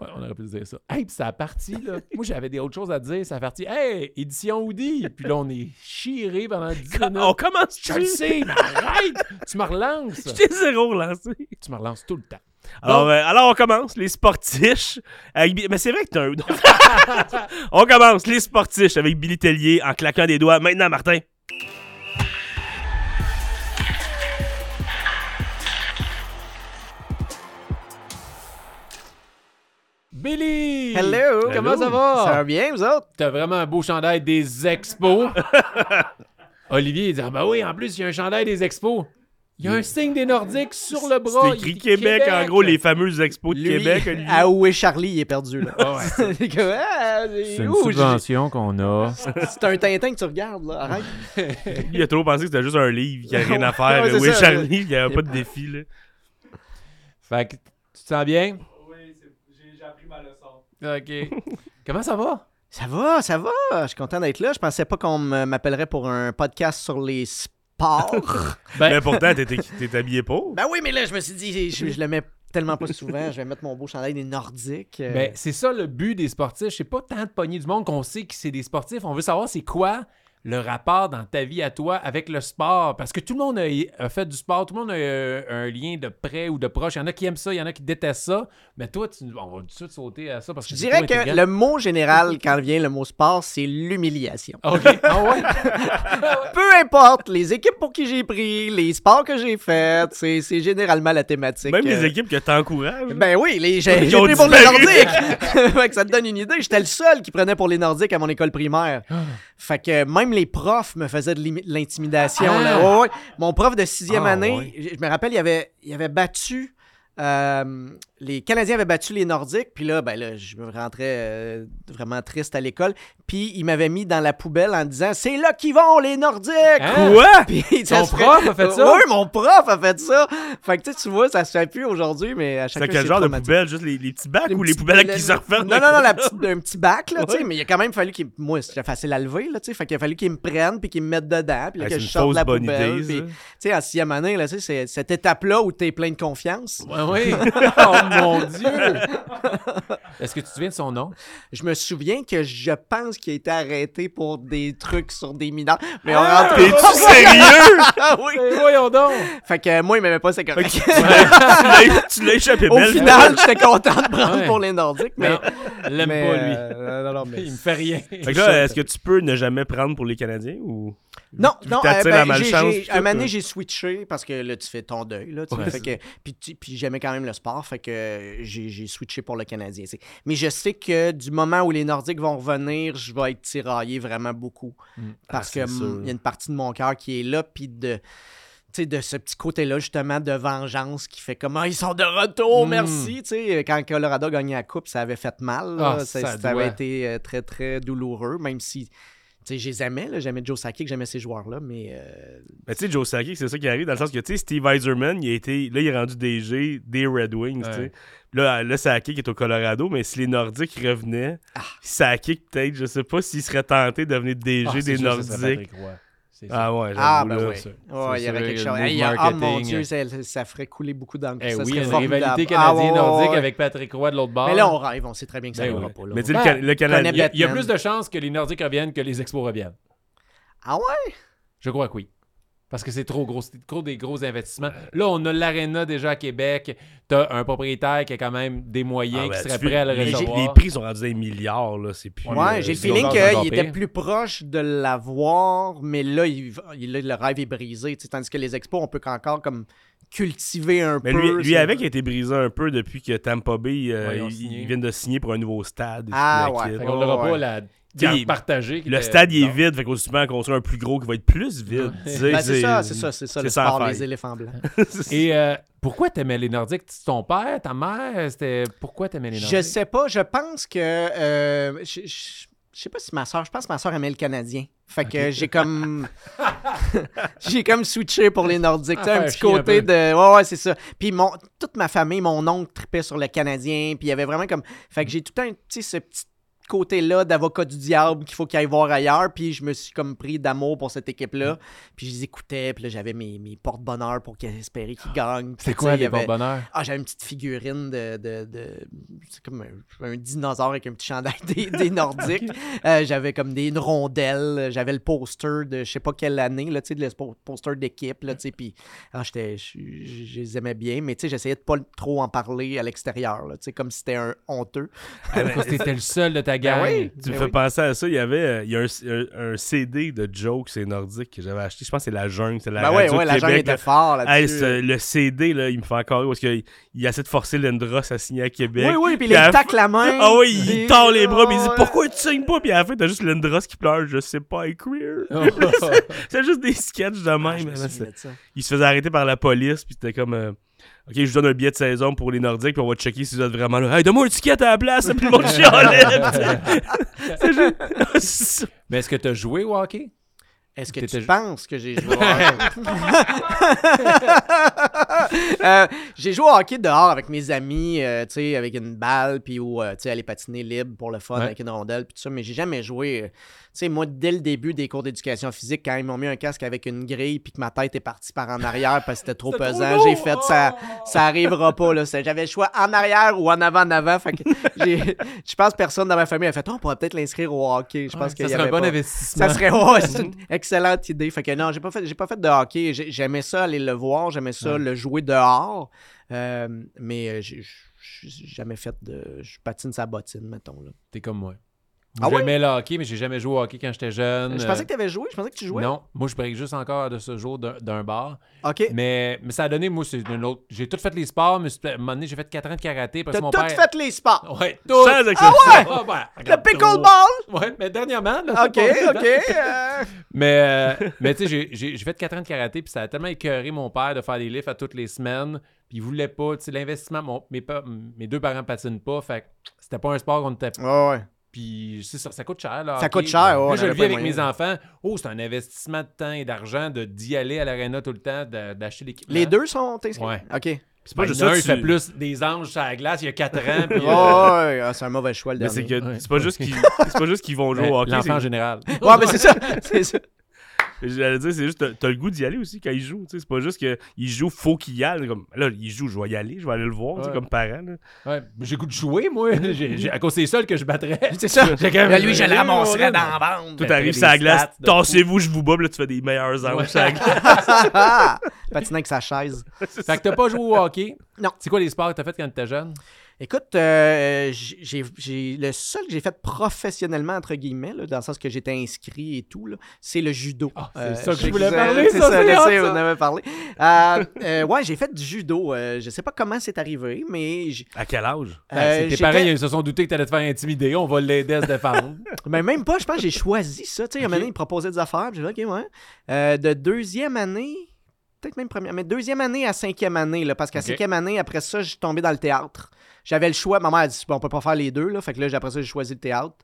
[SPEAKER 1] Ouais, on aurait pu dire ça. Hey, puis ça a parti, là.
[SPEAKER 2] <laughs>
[SPEAKER 1] Moi, j'avais des autres choses à dire. Ça a parti. Hey, édition hoodie. Puis là, on est chiré pendant 10
[SPEAKER 2] On
[SPEAKER 1] minutes.
[SPEAKER 2] commence
[SPEAKER 1] Je le
[SPEAKER 2] tu sais.
[SPEAKER 1] sais, mais arrête! Tu me relances.
[SPEAKER 2] J'étais zéro relancé.
[SPEAKER 1] Tu me relances tout le temps.
[SPEAKER 2] Alors,
[SPEAKER 3] Oh.
[SPEAKER 2] euh, alors, on commence, les sportiches. Avec... Bi- Mais c'est vrai que t'as un. Non. <laughs> on commence, les sportiches, avec Billy Tellier en claquant des doigts. Maintenant, Martin.
[SPEAKER 1] Billy!
[SPEAKER 3] Hello!
[SPEAKER 1] Comment ça
[SPEAKER 3] Ça va
[SPEAKER 1] va?
[SPEAKER 3] bien, vous autres?
[SPEAKER 1] T'as vraiment un beau chandail des
[SPEAKER 2] <laughs>
[SPEAKER 1] expos. Olivier, il dit Ah, ben oui, en plus, il y a un chandail des expos. Il y a un signe des Nordiques sur le bras.
[SPEAKER 2] C'est écrit Québec, en gros, les fameuses expos de
[SPEAKER 3] Lui, <laughs>
[SPEAKER 2] Québec. Olivier.
[SPEAKER 3] à où est Charlie, il est perdu, là.
[SPEAKER 1] Ah ouais.
[SPEAKER 3] <laughs> C'est comme, ah, c'est-
[SPEAKER 1] C'est une
[SPEAKER 3] ouh, j'ai-
[SPEAKER 1] subvention qu'on a.
[SPEAKER 3] c'est un Tintin que tu regardes, là. Arrête.
[SPEAKER 2] Il a trop pensé que c'était juste un livre, qu'il n'y a rien à faire.
[SPEAKER 3] Ouais,
[SPEAKER 2] là.
[SPEAKER 3] c'est
[SPEAKER 2] oui,
[SPEAKER 3] ça.
[SPEAKER 2] Charlie, il n'y avait pas de défi. Là.
[SPEAKER 1] Fait que, tu te sens bien?
[SPEAKER 4] Oui, c'est- j'ai j'ai appris ma leçon.
[SPEAKER 1] OK. <laughs> Comment ça va?
[SPEAKER 3] Ça va, ça va. Je suis content d'être là. Je pensais pas qu'on me- m'appellerait pour un podcast sur les sports.
[SPEAKER 1] Ben-
[SPEAKER 2] Mais pourtant, t'étais- t'es habillé pauvre.
[SPEAKER 3] ben oui, mais là, je me suis dit, je, je le mets tellement pas souvent. Je vais mettre mon beau chandail des Nordiques. euh,
[SPEAKER 1] Ben, c'est ça le but des sportifs. C'est pas tant de pogner du monde qu'on sait que c'est des sportifs. On veut savoir c'est quoi le rapport dans ta vie à toi avec le sport. Parce que tout le monde a, a fait du sport, tout le monde a euh, un lien de près ou de proche. Il y en a qui aiment ça, il y en a qui détestent ça. Mais toi, tu- on va tout de suite sauter à ça parce que
[SPEAKER 3] je
[SPEAKER 1] c'est
[SPEAKER 3] dirais
[SPEAKER 1] trop
[SPEAKER 3] que
[SPEAKER 1] intriguant.
[SPEAKER 3] le mot général, quand vient le mot sport, c'est l'humiliation.
[SPEAKER 1] OK. Ah <laughs> ouais?
[SPEAKER 3] Peu importe les équipes pour qui j'ai pris, les sports que j'ai faits, c'est c'est généralement la thématique.
[SPEAKER 2] Même les
[SPEAKER 3] euh,
[SPEAKER 2] équipes que t'encourages.
[SPEAKER 3] Ben oui, les, j'ai,
[SPEAKER 2] Ils
[SPEAKER 3] j'ai
[SPEAKER 2] ont
[SPEAKER 3] pris pour
[SPEAKER 1] ben
[SPEAKER 3] les
[SPEAKER 2] disparu.
[SPEAKER 3] Nordiques. <laughs> Fait que ça te donne une idée. J'étais le seul qui prenait pour les Nordiques à mon école primaire.
[SPEAKER 1] Ah.
[SPEAKER 3] Fait que même les profs me faisaient de l'imi- de l'intimidation.
[SPEAKER 1] Ah.
[SPEAKER 3] là. Ouais, ouais. Mon prof de sixième
[SPEAKER 2] Ah,
[SPEAKER 3] année,
[SPEAKER 2] ouais.
[SPEAKER 3] je- je me rappelle, il avait, il avait battu. euh, les Canadiens avaient battu les Nordiques, puis là, ben là, je me rentrais euh, vraiment triste à l'école. Puis il m'avait mis dans la poubelle en disant C'est là qu'ils vont, les Nordiques!
[SPEAKER 1] Hein?
[SPEAKER 2] Quoi?
[SPEAKER 3] <laughs> Puis
[SPEAKER 1] Ton
[SPEAKER 3] ça se fait-
[SPEAKER 1] prof a fait ça?
[SPEAKER 3] Oui, mon prof a fait ça. Fait que tu sais, tu vois, ça se fait plus aujourd'hui, mais à chaque
[SPEAKER 2] C'est quel genre de poubelle? Juste les, les petits bacs ou les poubelles qui se referment?
[SPEAKER 3] Non, non, non, la petite, un petit bac, là, tu sais,
[SPEAKER 2] Ouais.
[SPEAKER 3] mais il a quand même fallu qu'il. Moi, c'était facile à lever, là, tu sais. Fait qu'il a fallu qu'il me prenne puis qu'il me mette dedans, puis là,
[SPEAKER 2] Hey,
[SPEAKER 3] que
[SPEAKER 2] c'est
[SPEAKER 3] je
[SPEAKER 2] une
[SPEAKER 3] sorte de
[SPEAKER 2] fausse
[SPEAKER 3] la
[SPEAKER 2] bonne
[SPEAKER 3] poubelle.
[SPEAKER 2] idée,
[SPEAKER 3] puis,
[SPEAKER 2] ça.
[SPEAKER 3] tu sais, en sixième année, là, tu sais, c'est cette étape-là où t'es plein de confiance.
[SPEAKER 1] Ouais, ouais. Oh mon <laughs> Dieu! Est-ce que tu te souviens de son nom?
[SPEAKER 3] Je me souviens que je pense qu'il a été arrêté pour des trucs sur des mineurs. Mais on
[SPEAKER 1] Ah!
[SPEAKER 3] rentre.
[SPEAKER 2] T'es-tu sérieux?
[SPEAKER 3] <laughs> Ah oui!
[SPEAKER 1] Eh, voyons donc!
[SPEAKER 3] Fait que moi, il m'aimait pas, c'est
[SPEAKER 2] <laughs>
[SPEAKER 3] correct.
[SPEAKER 2] Tu l'as- tu l'as échappé
[SPEAKER 3] Au
[SPEAKER 2] belle.
[SPEAKER 3] final, j'étais content de prendre
[SPEAKER 1] Ouais.
[SPEAKER 3] pour les Nordiques, mais.
[SPEAKER 1] Non, je l'aime
[SPEAKER 3] mais,
[SPEAKER 1] pas, lui.
[SPEAKER 3] euh, non, non, mais-
[SPEAKER 1] Il me fait rien.
[SPEAKER 2] Fait que là, est-ce que tu peux ne jamais prendre pour les Canadiens ou.
[SPEAKER 3] Non,
[SPEAKER 2] Vu
[SPEAKER 3] non,
[SPEAKER 2] que t'attires
[SPEAKER 3] euh, ben,
[SPEAKER 2] la
[SPEAKER 3] j'ai-
[SPEAKER 2] malchance,
[SPEAKER 3] j'ai-
[SPEAKER 2] puis
[SPEAKER 3] un
[SPEAKER 2] tout,
[SPEAKER 3] moment donné,
[SPEAKER 2] euh.
[SPEAKER 3] j'ai switché parce que là, tu fais ton deuil. Là, tu sais,
[SPEAKER 1] Ouais,
[SPEAKER 3] fait que, puis, tu- puis j'aimais quand même le sport, fait que j'ai j'ai switché pour le Canadien. tu sais. Mais je sais que du moment où les Nordiques vont revenir, je vais être tiraillé vraiment beaucoup.
[SPEAKER 1] Mm.
[SPEAKER 3] Parce
[SPEAKER 2] Ah,
[SPEAKER 3] que
[SPEAKER 2] c'est
[SPEAKER 3] mm,
[SPEAKER 2] sûr.
[SPEAKER 3] il y a une partie de mon cœur qui est là, puis de. tu sais, de ce petit côté-là, justement, de vengeance qui fait comme Ah, ils sont de retour,
[SPEAKER 1] Mm.
[SPEAKER 3] merci. Tu sais, quand Colorado gagnait la Coupe, ça avait fait mal. là.
[SPEAKER 1] Ah,
[SPEAKER 3] ça,
[SPEAKER 1] ça
[SPEAKER 3] ça avait
[SPEAKER 1] doit.
[SPEAKER 3] été euh, très, très douloureux, même si tu sais, je les aimais, là, j'aimais Joe Sakic, j'aimais ces joueurs-là, mais euh,
[SPEAKER 2] Ben, tu sais, Joe Sakic, c'est ça qui arrive dans le sens que, tu sais, Steve Eiserman, il a été, là, il est rendu DG des Red Wings, tu
[SPEAKER 1] Ouais.
[SPEAKER 2] sais. Là, là, Sakic est au Colorado, mais si les Nordiques revenaient,
[SPEAKER 3] Ah.
[SPEAKER 2] Sakic, peut-être, je sais pas s'il serait tenté de devenir DG
[SPEAKER 1] Ah, c'est
[SPEAKER 2] des
[SPEAKER 1] sûr, ça, c'est
[SPEAKER 2] Nordiques.
[SPEAKER 1] Patrick Roy. C'est sûr.
[SPEAKER 2] Ah ouais, j'avoue,
[SPEAKER 3] Ah, ben
[SPEAKER 2] là.
[SPEAKER 3] oui.
[SPEAKER 1] C'est-
[SPEAKER 3] ouais,
[SPEAKER 1] c'est
[SPEAKER 3] il y avait
[SPEAKER 1] sûr,
[SPEAKER 3] quelque
[SPEAKER 1] le
[SPEAKER 3] chose.
[SPEAKER 1] move
[SPEAKER 3] Hey, il y a- ah mon
[SPEAKER 1] marketing. euh,
[SPEAKER 3] Dieu, ça, ça ferait couler beaucoup d'encre.
[SPEAKER 1] Eh
[SPEAKER 3] ça
[SPEAKER 1] oui,
[SPEAKER 3] serait
[SPEAKER 1] une
[SPEAKER 3] formidable.
[SPEAKER 1] rivalité
[SPEAKER 3] Ah, ouais,
[SPEAKER 1] canadien-nordique
[SPEAKER 3] ouais, ouais.
[SPEAKER 1] avec Patrick Roy de l'autre bord.
[SPEAKER 3] Mais là, on rêve, on sait très bien que ça
[SPEAKER 1] Ben
[SPEAKER 3] n'arrivera
[SPEAKER 1] oui.
[SPEAKER 3] pas. là.
[SPEAKER 2] Mais tu sais, le,
[SPEAKER 1] Ben,
[SPEAKER 2] Can- le Canadien.
[SPEAKER 1] il, y a, il y a
[SPEAKER 3] Batman.
[SPEAKER 1] plus de chances que les Nordiques reviennent que les Expos reviennent.
[SPEAKER 3] Ah ouais?
[SPEAKER 1] Je crois que oui. Parce que c'est trop gros, c'est trop des gros investissements. Là, on a l'aréna déjà à Québec. T'as un propriétaire qui a quand même des moyens
[SPEAKER 2] Ah, ben,
[SPEAKER 1] qui serait
[SPEAKER 2] tu
[SPEAKER 1] prêt à le
[SPEAKER 2] les,
[SPEAKER 1] recevoir.
[SPEAKER 2] les prix sont rendus à des milliards, là. C'est plus.
[SPEAKER 1] Ouais,
[SPEAKER 3] Ouais,
[SPEAKER 2] euh,
[SPEAKER 3] j'ai le
[SPEAKER 1] c'est
[SPEAKER 3] feeling
[SPEAKER 1] encore-
[SPEAKER 3] qu'il
[SPEAKER 1] encore
[SPEAKER 3] était
[SPEAKER 1] pire.
[SPEAKER 3] plus proche de l'avoir, mais là, il, va- il- là, le rêve est brisé. tu sais, Tandis que les expos, on peut encore comme cultiver un
[SPEAKER 2] Mais
[SPEAKER 3] peu.
[SPEAKER 2] lui, lui
[SPEAKER 3] c'est-
[SPEAKER 2] avec a été brisé un peu depuis que Tampa Bay, euh,
[SPEAKER 1] Ouais, ils ont
[SPEAKER 2] ils,
[SPEAKER 1] signé.
[SPEAKER 2] ils viennent de signer pour un nouveau stade. et
[SPEAKER 3] Ah,
[SPEAKER 2] tout, la
[SPEAKER 3] ouais.
[SPEAKER 2] kit.
[SPEAKER 1] Fait qu'on n'aura
[SPEAKER 3] Ouais,
[SPEAKER 1] pas
[SPEAKER 3] ouais.
[SPEAKER 1] la qui a
[SPEAKER 2] Il-
[SPEAKER 1] partagé. qui
[SPEAKER 2] Le
[SPEAKER 1] était-
[SPEAKER 2] stade, il est
[SPEAKER 1] non.
[SPEAKER 2] vide, fait qu'au on construit un plus gros qui va être plus vide.
[SPEAKER 1] Ouais.
[SPEAKER 2] tu sais,
[SPEAKER 3] Ben, c'est ça, c'est ça, c'est ça,
[SPEAKER 2] c'est
[SPEAKER 3] le
[SPEAKER 2] sans
[SPEAKER 3] sport,
[SPEAKER 2] faille.
[SPEAKER 3] les éléphants blancs.
[SPEAKER 2] <laughs>
[SPEAKER 1] Et euh, pourquoi t'aimais les Nordiques? C'est Ton père, ta mère, c'était... Pourquoi t'aimais les Nordiques?
[SPEAKER 3] Je sais pas, je pense que. euh, je, je- je sais pas si ma soeur, je pense que ma soeur aimait le Canadien. Fait que
[SPEAKER 1] <laughs>
[SPEAKER 3] j'ai comme. j'ai comme switché pour les Nordiques. tu sais,
[SPEAKER 1] Ah,
[SPEAKER 3] un
[SPEAKER 1] faire
[SPEAKER 3] petit
[SPEAKER 1] chier un
[SPEAKER 3] côté
[SPEAKER 1] peu.
[SPEAKER 3] de. Ouais, ouais, c'est ça. Puis mon, toute ma famille, mon oncle tripait sur le Canadien. Puis il y avait vraiment comme. Fait que j'ai tout un petit. Ce petit côté-là d'avocat du diable qu'il faut qu'il aille voir ailleurs, puis je me suis comme pris d'amour pour cette
[SPEAKER 1] Mm.
[SPEAKER 3] équipe-là, puis je les écoutais, puis là j'avais mes, mes porte-bonheur pour qu'ils espéraient qu'ils gagnent.
[SPEAKER 1] C'est
[SPEAKER 3] Puis,
[SPEAKER 1] quoi
[SPEAKER 3] tu sais, il y
[SPEAKER 1] les
[SPEAKER 3] avait- <laughs>
[SPEAKER 1] bonheurs?
[SPEAKER 3] ah, j'avais une petite figurine de. de, de- c'est comme un, un dinosaure avec un petit chandail des, des Nordiques.
[SPEAKER 2] <laughs>
[SPEAKER 3] Euh, j'avais comme des une rondelle. J'avais le poster de je sais pas quelle année, là, tu sais, le spo- poster d'équipe, là, tu sais. Puis, ah, j'étais, je je les aimais bien, mais tu sais, j'essayais de pas le- trop en parler à l'extérieur, là, tu sais, comme si c'était un honteux.
[SPEAKER 1] Parce que t'étais le seul de ta gang.
[SPEAKER 3] oui.
[SPEAKER 2] Tu me
[SPEAKER 3] Ah, Ben
[SPEAKER 2] fais
[SPEAKER 3] oui.
[SPEAKER 2] penser à ça. Il y avait euh, il y a un, un- un CD de jokes et nordiques que j'avais acheté. Je pense que c'est la jungle. C'est la
[SPEAKER 3] Ben ouais,
[SPEAKER 2] radio
[SPEAKER 3] ouais, la jungle
[SPEAKER 2] Québec,
[SPEAKER 3] était
[SPEAKER 2] là.
[SPEAKER 3] fort là-dessus.
[SPEAKER 2] Hey, ce- le CD, là, il me fait encore rire parce qu'il il essaie de forcer Lindros à signer à Québec.
[SPEAKER 3] oui, oui, puis
[SPEAKER 2] Puis
[SPEAKER 3] il
[SPEAKER 2] à la
[SPEAKER 3] tac la main.
[SPEAKER 2] Ah oui, il
[SPEAKER 3] Puis-
[SPEAKER 2] tord les bras, mais il dit
[SPEAKER 3] Ah ouais.
[SPEAKER 2] pourquoi tu signes pas? Puis à la fin, t'as juste Lindros qui pleure, je sais pas écrire.
[SPEAKER 1] Oh.
[SPEAKER 3] <laughs>
[SPEAKER 2] c'est juste des sketchs de
[SPEAKER 3] Ah, Je
[SPEAKER 2] même.
[SPEAKER 3] me
[SPEAKER 2] là,
[SPEAKER 3] souviens
[SPEAKER 2] c'est-
[SPEAKER 3] de ça.
[SPEAKER 2] il se faisait arrêter par la police, puis c'était comme. euh, Ok, je vous donne un billet de saison pour les Nordiques, puis on va checker si vous êtes vraiment là. Hey, donne-moi un ticket à la place, puis
[SPEAKER 3] <laughs>
[SPEAKER 2] le monde chialait. C'est
[SPEAKER 1] <laughs>
[SPEAKER 2] juste- C'est-
[SPEAKER 1] Mais est-ce que t'as joué au hockey?
[SPEAKER 3] Est-ce que
[SPEAKER 1] T'étais
[SPEAKER 3] tu
[SPEAKER 1] ju-
[SPEAKER 3] penses que j'ai <laughs> joué au hockey? Euh, j'ai joué au hockey dehors avec mes amis, euh, tu sais, avec une balle, puis où, euh, tu sais, aller patiner libre pour le fun
[SPEAKER 1] Ouais.
[SPEAKER 3] avec une rondelle, puis tout ça, mais j'ai jamais joué. euh, tu sais, moi, dès le début des cours d'éducation physique, quand ils m'ont mis un casque avec une grille, puis que ma tête est partie par en arrière parce que c'était trop
[SPEAKER 1] C'était trop
[SPEAKER 3] pesant,
[SPEAKER 1] lourd!
[SPEAKER 3] j'ai fait ça.
[SPEAKER 1] Oh!
[SPEAKER 3] Ça arrivera pas, là. C'est- J'avais le choix en arrière ou en avant, en avant. Fait que j'ai- je pense que personne dans ma famille a fait, Oh, on pourrait peut-être l'inscrire au hockey. Je pense
[SPEAKER 1] Ouais,
[SPEAKER 3] qu'il
[SPEAKER 1] ça
[SPEAKER 3] y
[SPEAKER 1] serait un
[SPEAKER 3] avait
[SPEAKER 1] bon
[SPEAKER 3] pas.
[SPEAKER 1] investissement.
[SPEAKER 3] Ça serait ouais, c'est une excellente idée. Fait que non, j'ai pas fait, j'ai pas fait de hockey. J'ai- J'aimais ça aller le voir, j'aimais ça
[SPEAKER 1] Ouais.
[SPEAKER 3] le jouer dehors, Euh, mais euh, j'ai j'ai jamais fait de, je patine sa bottine, mettons là.
[SPEAKER 1] T'es comme moi.
[SPEAKER 3] Ah
[SPEAKER 1] Moi,
[SPEAKER 3] ouais?
[SPEAKER 1] J'aimais le hockey, mais j'ai jamais joué au hockey quand j'étais jeune.
[SPEAKER 3] Euh, Je pensais que tu avais joué, je pensais que tu jouais.
[SPEAKER 1] Euh, Non, moi je brigue juste encore de ce jour d'un- d'un bar.
[SPEAKER 3] Ok.
[SPEAKER 1] Mais, mais ça a donné, moi, c'est une autre. J'ai tout fait les sports, mais c'est- à un moment donné, j'ai fait 4 ans de karaté. Parce
[SPEAKER 3] T'as
[SPEAKER 1] que mon
[SPEAKER 3] tout
[SPEAKER 1] père...
[SPEAKER 3] fait les sports.
[SPEAKER 1] Ouais, tout.
[SPEAKER 2] Sans exception.
[SPEAKER 3] Ah ouais.
[SPEAKER 1] Ah, ben,
[SPEAKER 3] Le
[SPEAKER 1] regarde,
[SPEAKER 3] pickleball.
[SPEAKER 1] tout. Ouais, mais dernièrement. là,
[SPEAKER 3] Ok,
[SPEAKER 1] c'est pas- <laughs>
[SPEAKER 3] ok. euh,
[SPEAKER 1] Mais, euh, mais tu sais, j'ai- j'ai j'ai fait 4 ans de karaté, puis ça a tellement écœuré mon père de faire des lifts à toutes les semaines. Puis il voulait pas, tu sais, l'investissement, mon- mes, pa- mes deux parents patinent pas, fait que c'était pas un sport qu'on était.
[SPEAKER 3] ouais, ouais.
[SPEAKER 1] Puis c'est ça, ça coûte cher. Là,
[SPEAKER 3] Ça
[SPEAKER 1] hockey.
[SPEAKER 3] coûte cher, ouais,
[SPEAKER 1] Moi,
[SPEAKER 3] on
[SPEAKER 1] je le
[SPEAKER 3] avait
[SPEAKER 1] vis
[SPEAKER 3] pas les
[SPEAKER 1] avec mes
[SPEAKER 3] moyens.
[SPEAKER 1] enfants. Oh, c'est un investissement de temps et d'argent de- d'y aller à l'aréna tout le temps, de- d'acheter l'équipement.
[SPEAKER 3] Les deux sont inscrits.
[SPEAKER 1] Ouais.
[SPEAKER 3] Ok. Ouais,
[SPEAKER 2] C'est
[SPEAKER 1] Ben,
[SPEAKER 2] pas juste
[SPEAKER 1] il y en a
[SPEAKER 2] ça.
[SPEAKER 1] un,
[SPEAKER 2] tu-
[SPEAKER 1] il fait plus des anges sur la glace il y a 4 ans. puis, euh,
[SPEAKER 3] <laughs> ouais, ah, c'est un mauvais choix le
[SPEAKER 2] Mais c'est
[SPEAKER 3] dernier.
[SPEAKER 2] que
[SPEAKER 1] Ouais.
[SPEAKER 2] c'est pas juste qu'ils
[SPEAKER 1] <laughs>
[SPEAKER 2] c'est pas juste qu'ils vont jouer
[SPEAKER 1] mais
[SPEAKER 2] au hockey.
[SPEAKER 1] L'enfant en
[SPEAKER 2] c'est-
[SPEAKER 1] général.
[SPEAKER 3] Ouais, mais c'est ça, <laughs> c'est ça.
[SPEAKER 2] J'allais dire c'est juste t'as- t'as le goût d'y aller aussi quand ils jouent. tu sais. C'est pas juste qu'ils jouent, faut qu'ils y aillent. Comme, là ils jouent, je vais y aller, je vais aller le voir tu sais,
[SPEAKER 1] Ouais.
[SPEAKER 2] comme parent. là.
[SPEAKER 1] Ouais, j'ai goût de jouer, moi. <laughs> J'ai- j'ai- à cause des seuls que je battrais.
[SPEAKER 3] C'est ça.
[SPEAKER 1] J'ai quand même-
[SPEAKER 3] Lui, je
[SPEAKER 1] j'ai-
[SPEAKER 3] l'ai ramasserais
[SPEAKER 1] j'ai-
[SPEAKER 3] dans la bande.
[SPEAKER 2] Tout
[SPEAKER 1] Ben,
[SPEAKER 2] arrive
[SPEAKER 1] t'as
[SPEAKER 2] sur la
[SPEAKER 1] des
[SPEAKER 2] glace,
[SPEAKER 1] stats de
[SPEAKER 2] tassez-vous, je vous bob, là tu fais des meilleurs armes
[SPEAKER 1] Ouais.
[SPEAKER 2] sur la glace.
[SPEAKER 3] <laughs> Patinant avec sa chaise.
[SPEAKER 1] Fait que t'as pas joué au hockey.
[SPEAKER 3] Non.
[SPEAKER 1] C'est quoi les sports que t'as fait quand t'étais jeune?
[SPEAKER 3] Écoute, euh, j- j'ai, j'ai- le seul que j'ai fait professionnellement, entre guillemets, là, dans le sens que j'étais inscrit et tout, là, c'est le judo. Euh,
[SPEAKER 1] Ah, c'est ça que je voulais
[SPEAKER 3] j'ai-
[SPEAKER 1] parler,
[SPEAKER 3] c'est
[SPEAKER 1] ça, c'est
[SPEAKER 3] je
[SPEAKER 1] hot,
[SPEAKER 3] sais,
[SPEAKER 1] ça.
[SPEAKER 3] on en avait parlé. Euh, euh, ouais, j'ai fait du judo. Euh, je sais pas comment c'est arrivé, mais... j-
[SPEAKER 2] À quel âge?
[SPEAKER 1] Ben,
[SPEAKER 3] euh,
[SPEAKER 1] c'est- tes
[SPEAKER 3] j'étais-
[SPEAKER 1] parents, ils se sont doutés que t'allais te faire intimider. On va l'aider à se défendre.
[SPEAKER 3] Ben, même pas, je pense que j'ai choisi ça. Tu sais, un moment donné, ils me proposaient des affaires, puis j'ai dit, OK, ouais. Euh, de deuxième année, peut-être même première, mais deuxième année à cinquième année, là, parce qu'à
[SPEAKER 1] OK.
[SPEAKER 3] cinquième année, après ça, je suis tombé dans le théâtre. J'avais le choix. Ma mère a dit, bon, on peut pas faire les deux, là. Fait que là, j'ai- après ça, j'ai choisi le théâtre.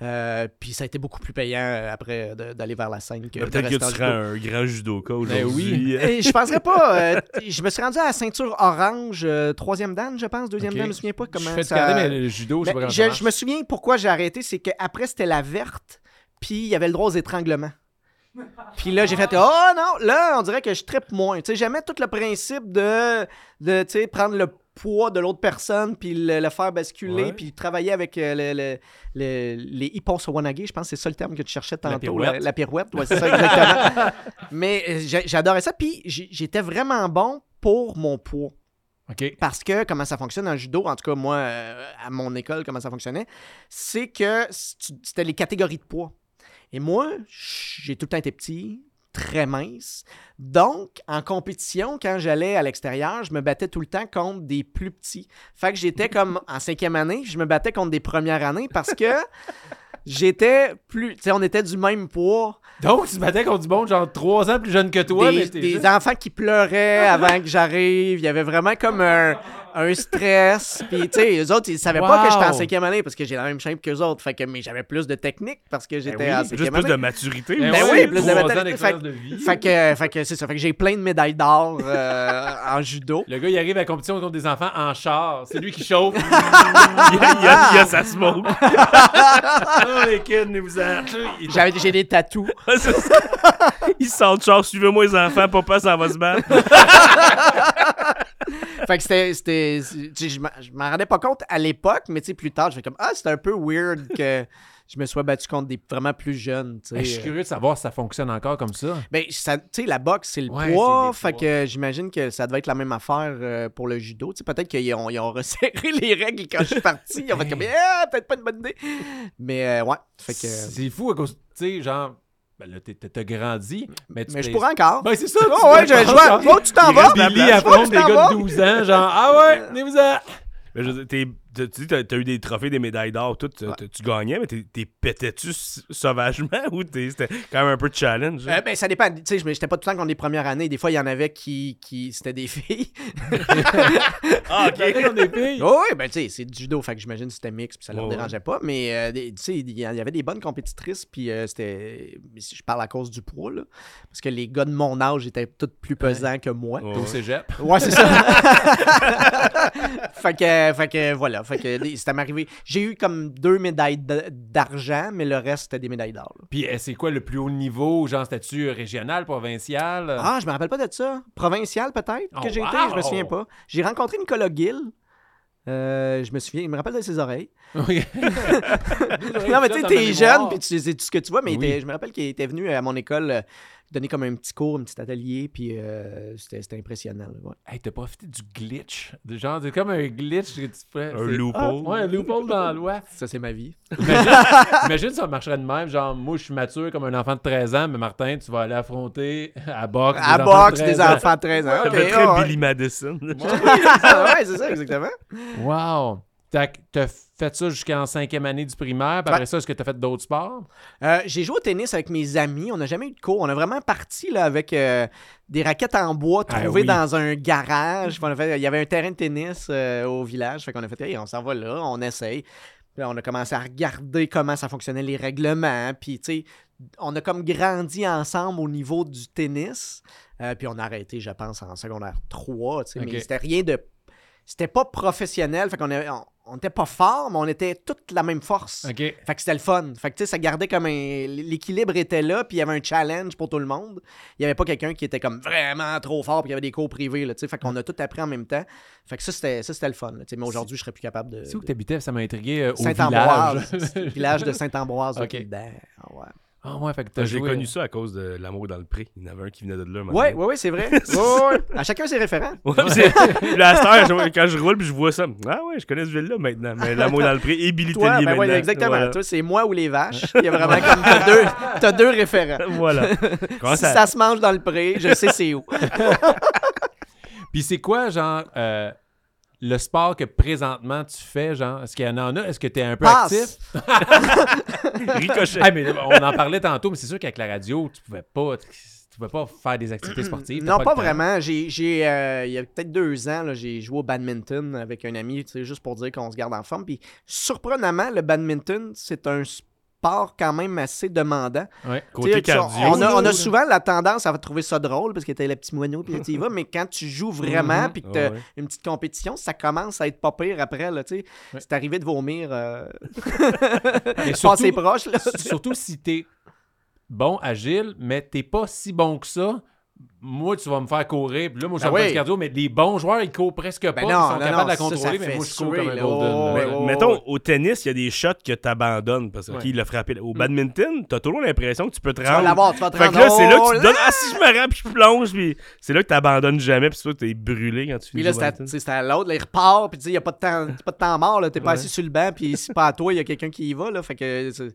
[SPEAKER 3] Euh, puis ça a été beaucoup plus payant euh, après de- d'aller vers la scène que de
[SPEAKER 2] Peut-être que
[SPEAKER 3] rester en
[SPEAKER 2] tu
[SPEAKER 3] judo.
[SPEAKER 2] seras un grand judoka
[SPEAKER 1] Ben oui.
[SPEAKER 2] aujourd'hui.
[SPEAKER 3] Et je penserais pas. euh, <laughs> je me suis rendu à la ceinture orange, euh, troisième dan, je pense, deuxième
[SPEAKER 1] Ok.
[SPEAKER 3] dan, je me souviens <laughs> pas comment
[SPEAKER 1] je fais du
[SPEAKER 3] ça.
[SPEAKER 1] karaté, mais le judo, je sais pas
[SPEAKER 3] Ben,
[SPEAKER 1] comment
[SPEAKER 3] je,
[SPEAKER 1] ça
[SPEAKER 3] je
[SPEAKER 1] marche.
[SPEAKER 3] me souviens pourquoi j'ai arrêté, c'est qu'après, c'était la verte, puis il y avait le droit aux étranglements. Puis là, j'ai fait
[SPEAKER 1] Ah.
[SPEAKER 3] Oh non, là, on dirait que je trippe moins. Tu sais, j'aimais tout le principe de, de tu sais, prendre le poids de l'autre personne, puis le, le faire basculer,
[SPEAKER 1] Ouais.
[SPEAKER 3] puis travailler avec euh, le- le- le- les hippons wanage, je pense que c'est ça le terme que tu cherchais
[SPEAKER 1] La
[SPEAKER 3] tantôt.
[SPEAKER 1] pirouette.
[SPEAKER 3] la pirouette, ouais, c'est
[SPEAKER 1] <laughs>
[SPEAKER 3] ça, exactement. Mais euh, j'a- j'adorais ça, puis j'- j'étais vraiment bon pour mon poids.
[SPEAKER 1] OK.
[SPEAKER 3] Parce que comment ça fonctionne en judo, en tout cas moi, euh, à mon école, comment ça fonctionnait, c'est que c- c'était les catégories de poids. Et moi, j'ai tout le temps été petit, très mince. Donc, en compétition, quand j'allais à l'extérieur, je me battais tout le temps contre des plus petits. Fait que j'étais comme en cinquième année, je me battais contre des premières années parce que J'étais plus. Tu sais, on était du même poids.
[SPEAKER 1] Donc, tu te battais contre du monde, genre trois ans plus jeune que toi, mais
[SPEAKER 3] des
[SPEAKER 1] t'es
[SPEAKER 3] des
[SPEAKER 1] juste-
[SPEAKER 3] enfants
[SPEAKER 1] <laughs>
[SPEAKER 3] qui pleuraient avant que j'arrive. Il y avait vraiment comme un, un stress. Puis, tu sais, eux autres, ils savaient pas que j'étais en
[SPEAKER 1] Wow.
[SPEAKER 3] cinquième année parce que j'ai la même shape qu'eux autres. Fait que, mais j'avais plus de technique parce que j'étais
[SPEAKER 1] Ben oui,
[SPEAKER 3] en
[SPEAKER 2] Juste
[SPEAKER 3] cinquième
[SPEAKER 2] plus
[SPEAKER 3] année.
[SPEAKER 2] de maturité.
[SPEAKER 1] Ben
[SPEAKER 2] aussi.
[SPEAKER 3] Ben oui, plus de
[SPEAKER 1] trois ans
[SPEAKER 3] mentalité,
[SPEAKER 1] d'expérience
[SPEAKER 3] fait-
[SPEAKER 1] de vie.
[SPEAKER 3] Fait que, fait que c'est ça. Fait que j'ai plein de médailles d'or euh, en judo.
[SPEAKER 1] Le gars, il arrive à la compétition contre des enfants en char. C'est lui qui
[SPEAKER 3] <laughs>
[SPEAKER 1] chauffe.
[SPEAKER 2] Il y a, il y a- il y a sa smoke. oh, les kids, nous vous en-
[SPEAKER 1] Il-
[SPEAKER 3] J'avais- J'ai des tatous.
[SPEAKER 2] C'est ça. Ils sortent genre, suivez-moi les enfants, papa, ça va se battre.
[SPEAKER 3] Fait que c'était. c'était- tu sais, Je m'en- je m'en rendais pas compte à l'époque, mais tu sais, plus tard, je fais comme Ah, c'était un peu weird que je me sois battu contre des vraiment plus jeunes. tu sais.
[SPEAKER 1] Ben, Je suis curieux de savoir si ça fonctionne encore comme ça.
[SPEAKER 3] Ben, ça- tu sais, la boxe, c'est le
[SPEAKER 1] Ouais,
[SPEAKER 3] poids.
[SPEAKER 1] c'est
[SPEAKER 3] Fait
[SPEAKER 1] des poids.
[SPEAKER 3] que j'imagine que ça devait être la même affaire euh, pour le judo. Tu sais, peut-être qu'ils ont, ils ont <laughs> resserré les règles quand je suis parti. Ils ont fait comme, Ah, peut-être pas une bonne idée. Mais euh, ouais, fait que.
[SPEAKER 1] C'est fou à cause, tu sais, genre, ben là, t'es- t'es- t'as grandi, mais tu
[SPEAKER 3] Mais je
[SPEAKER 1] t'es-
[SPEAKER 3] pourrais encore.
[SPEAKER 1] Ben, c'est ça. tu
[SPEAKER 3] oh, ouais, je
[SPEAKER 1] pourrais
[SPEAKER 3] je
[SPEAKER 1] encore,
[SPEAKER 3] vois.
[SPEAKER 1] genre,
[SPEAKER 3] Oh, tu t'en
[SPEAKER 2] Il
[SPEAKER 3] vas.
[SPEAKER 2] reste la
[SPEAKER 1] Billy
[SPEAKER 2] place.
[SPEAKER 1] affronte des
[SPEAKER 3] Ouais, je
[SPEAKER 1] gars
[SPEAKER 3] t'en
[SPEAKER 1] de 12 ans, genre, ah ouais, venez-vous-en.
[SPEAKER 2] Mais je veux dire, t'es- t'as- tu dis, t'as t'as eu des trophées, des médailles d'or, tout. t'as- t'as- Tu gagnais, mais t'es t'es pétais-tu s- sauvagement ou t'es- c'était quand même un peu de challenge?
[SPEAKER 3] Euh, ben, ça dépend. Tu sais, je- j'étais pas tout le temps contre les premières années. Des fois, il y en avait qui. qui c'était des <laughs> filles.
[SPEAKER 2] ah, ok.
[SPEAKER 1] Avec des filles.
[SPEAKER 3] Oh, oui, ben, tu sais, c'est du judo. Fait que j'imagine que c'était mix, puis ça leur
[SPEAKER 2] Ouais, ouais.
[SPEAKER 3] dérangeait pas. Mais, euh, des- tu sais, il y en- il y avait des bonnes compétitrices, puis euh, c'était. Je parle à cause du poids, là. Parce que les gars de mon âge étaient tous plus pesants que moi.
[SPEAKER 2] Ouais,
[SPEAKER 1] T'es au
[SPEAKER 2] ouais.
[SPEAKER 1] cégep.
[SPEAKER 3] Ouais,
[SPEAKER 2] <laughs>
[SPEAKER 3] c'est ça. fait, que, fait que voilà, fait que des- c'était m'arrivé. J'ai eu comme deux médailles d- d'argent, mais le reste c'était des médailles d'or. là.
[SPEAKER 1] Puis euh, c'est quoi le plus haut niveau, genre statut euh, régional, provincial?
[SPEAKER 3] Ah, je me rappelle pas de ça. Provincial peut-être que
[SPEAKER 1] Oh,
[SPEAKER 3] j'ai été,
[SPEAKER 1] wow!
[SPEAKER 3] je me souviens pas. J'ai rencontré Nicolas Gill. Euh, je me souviens, il me rappelle de ses oreilles.
[SPEAKER 1] <laughs> Oui.
[SPEAKER 3] <laughs> non, mais tu sais,
[SPEAKER 1] Dans ma
[SPEAKER 3] t'es
[SPEAKER 1] mémoire.
[SPEAKER 3] jeune, puis tu sais tout ce que tu vois, mais il
[SPEAKER 1] Oui.
[SPEAKER 3] était- je me rappelle qu'il était venu à mon école euh, donner comme un petit cours, un petit atelier, puis euh, c'était c'était impressionnant. là, ouais.
[SPEAKER 1] Hey, t'as profité du glitch. De genre, c'est comme un glitch que tu fais. c'est-
[SPEAKER 2] Un
[SPEAKER 1] Ah,
[SPEAKER 2] loophole.
[SPEAKER 1] Ouais, un loophole dans la
[SPEAKER 3] <laughs>
[SPEAKER 1] loi.
[SPEAKER 3] Ça, c'est ma vie.
[SPEAKER 1] Imagine, imagine ça marcherait de même. Genre, moi, je suis mature comme un enfant de 13 ans, mais Martin, tu vas aller affronter à boxe.
[SPEAKER 3] À
[SPEAKER 1] des enfants de
[SPEAKER 3] boxe, des
[SPEAKER 1] 13 ans.
[SPEAKER 3] enfants de 13 ans.
[SPEAKER 2] Ça
[SPEAKER 3] Ok,
[SPEAKER 2] fait
[SPEAKER 3] ouais,
[SPEAKER 2] très
[SPEAKER 3] ouais.
[SPEAKER 2] Billy Madison.
[SPEAKER 3] <laughs> ouais, c'est ça, exactement.
[SPEAKER 1] Wow! T'as t'as fait ça jusqu'en cinquième année du primaire, puis après ça, est-ce que t'as fait d'autres sports?
[SPEAKER 3] Euh, j'ai joué au tennis avec mes amis. On n'a jamais eu de cours. On a vraiment parti là, avec euh, des raquettes en bois
[SPEAKER 1] Ah
[SPEAKER 3] trouvées
[SPEAKER 1] oui.
[SPEAKER 3] dans un garage. On a fait- il y avait un terrain de tennis euh, au village. Fait qu'on a fait, Hey, on s'en va là, on essaye. Puis là, on a commencé à regarder comment ça fonctionnait les règlements. Puis, tu sais, on a comme grandi ensemble au niveau du tennis. Euh, puis, on a arrêté, je pense, en secondaire 3. tu sais,
[SPEAKER 1] Ok.
[SPEAKER 3] Mais c'était rien de. C'était pas professionnel. Fait qu'on avait- on, on était pas fort, mais on était toute la même force.
[SPEAKER 1] OK.
[SPEAKER 3] Fait que c'était le fun. Fait que tu sais, ça gardait comme un. L'équilibre était là, puis il y avait un challenge pour tout le monde. Il n'y avait pas quelqu'un qui était comme vraiment trop fort, puis il y avait des cours privés, là, tu sais. Fait qu'on a tout appris en même temps. Fait que ça, c'était, ça, c'était le fun, là, tu sais. Mais aujourd'hui, je serais plus capable de.
[SPEAKER 1] C'est où
[SPEAKER 3] de-
[SPEAKER 1] que t'habitais? Ça m'a intrigué euh, au
[SPEAKER 3] Saint-Ambroise.
[SPEAKER 1] village.
[SPEAKER 3] <laughs> C'est le village de Saint-Ambroise, au
[SPEAKER 1] Ok.
[SPEAKER 3] Québec. Ah ouais.
[SPEAKER 1] <laughs> Ah ouais, fait que t'as
[SPEAKER 2] J'ai
[SPEAKER 1] joué-
[SPEAKER 2] connu ça à cause de l'amour dans le pré. Il y en avait un qui venait de là. un moment
[SPEAKER 3] Ouais,
[SPEAKER 2] donné.
[SPEAKER 3] ouais, ouais,
[SPEAKER 1] <laughs>
[SPEAKER 3] c'est vrai. Ouais, ouais, ouais. À chacun ses référents.
[SPEAKER 2] Ouais, puis c'est-
[SPEAKER 3] <laughs>
[SPEAKER 2] puis là, à cette heure, je- quand je roule, puis je vois ça. Ah ouais, je connais ce ville-là maintenant. Mais l'amour dans le pré et Billy
[SPEAKER 3] Toi,
[SPEAKER 2] Tellier
[SPEAKER 3] ben ouais,
[SPEAKER 2] maintenant.
[SPEAKER 3] exactement.
[SPEAKER 2] Voilà.
[SPEAKER 3] Toi, c'est moi ou
[SPEAKER 1] <laughs>
[SPEAKER 3] les vaches. Il y a vraiment comme. T'as deux, t'as deux référents.
[SPEAKER 2] <laughs> Voilà.
[SPEAKER 3] <laughs>
[SPEAKER 2] Comment
[SPEAKER 3] si
[SPEAKER 2] ça-
[SPEAKER 3] ça se mange dans le pré, je sais c'est où.
[SPEAKER 1] Puis c'est quoi, genre, euh, le sport que présentement tu fais, genre? Est-ce qu'il y en a? Est-ce que t'es un peu actif?
[SPEAKER 3] <laughs> Passe. <laughs>
[SPEAKER 2] Ricochet.
[SPEAKER 1] Hey, mais on en parlait tantôt, mais c'est sûr qu'avec la radio, tu pouvais pas, tu pouvais pas faire des activités sportives. t'as
[SPEAKER 3] Non, pas,
[SPEAKER 1] le temps.
[SPEAKER 3] vraiment. J'ai, j'ai, euh, il y a peut-être deux ans, là, j'ai joué au badminton avec un ami, tu sais, juste pour dire qu'on se garde en forme. Puis surprenamment, le badminton, c'est un sport quand même assez demandant. <laughs>
[SPEAKER 1] Ouais.
[SPEAKER 3] Tu sais,
[SPEAKER 2] Côté
[SPEAKER 3] tu-
[SPEAKER 2] cardio.
[SPEAKER 3] on, a, on
[SPEAKER 2] là.
[SPEAKER 3] a souvent la tendance à trouver ça drôle parce que t'es le petit moineau puis là, tu
[SPEAKER 2] <laughs>
[SPEAKER 3] y vas, mais quand tu joues vraiment
[SPEAKER 1] Mhm.
[SPEAKER 3] puis que
[SPEAKER 2] Ah
[SPEAKER 3] t'as
[SPEAKER 2] ouais.
[SPEAKER 3] une petite compétition, ça commence à être pas pire après. Là, tu sais.
[SPEAKER 1] Ouais.
[SPEAKER 3] C'est arrivé de vomir euh,
[SPEAKER 1] Mais
[SPEAKER 3] <laughs> passer
[SPEAKER 1] surtout,
[SPEAKER 3] proche. Là.
[SPEAKER 1] surtout si t'es bon, agile, mais t'es pas si bon que ça. Moi, tu vas me faire courir. Puis là, moi, je suis en train
[SPEAKER 3] Ben
[SPEAKER 1] de
[SPEAKER 3] oui. Ben
[SPEAKER 1] cardio, mais les bons joueurs, ils courent presque pas.
[SPEAKER 3] non,
[SPEAKER 1] ils sont
[SPEAKER 3] non,
[SPEAKER 1] capables
[SPEAKER 3] non,
[SPEAKER 1] de la
[SPEAKER 3] ça, ça
[SPEAKER 1] contrôler, mais
[SPEAKER 3] fait
[SPEAKER 1] moi, je cours
[SPEAKER 3] suer,
[SPEAKER 1] comme un
[SPEAKER 3] là.
[SPEAKER 1] golden.
[SPEAKER 3] Oh,
[SPEAKER 1] Mais-
[SPEAKER 3] ouais, ouais.
[SPEAKER 2] Mettons, au tennis, il y a des shots que t'abandonnes parce qu'il
[SPEAKER 1] Ouais.
[SPEAKER 2] l'a frappé. Au badminton, t'as toujours l'impression que tu peux te
[SPEAKER 3] Mm. Tu vas
[SPEAKER 2] rendre.
[SPEAKER 3] l'avoir, tu vas te
[SPEAKER 2] Fait que
[SPEAKER 3] rendre-
[SPEAKER 2] là, c'est là
[SPEAKER 3] Oh,
[SPEAKER 2] que tu te donnes. Ah, si je me rends, puis je plonge, puis c'est là que t'abandonnes jamais, puis c'est là que t'es brûlé quand tu
[SPEAKER 3] Puis
[SPEAKER 2] finis.
[SPEAKER 3] là,
[SPEAKER 2] le
[SPEAKER 3] c'est à,
[SPEAKER 2] badminton.
[SPEAKER 3] tu sais, c'est à l'autre, là, il repart, puis tu sais, il n'y a pas de temps, pas de temps mort, là, t'es pas assis sur le banc, puis si pas à toi, il y a quelqu'un qui y va, là, fait que c'est-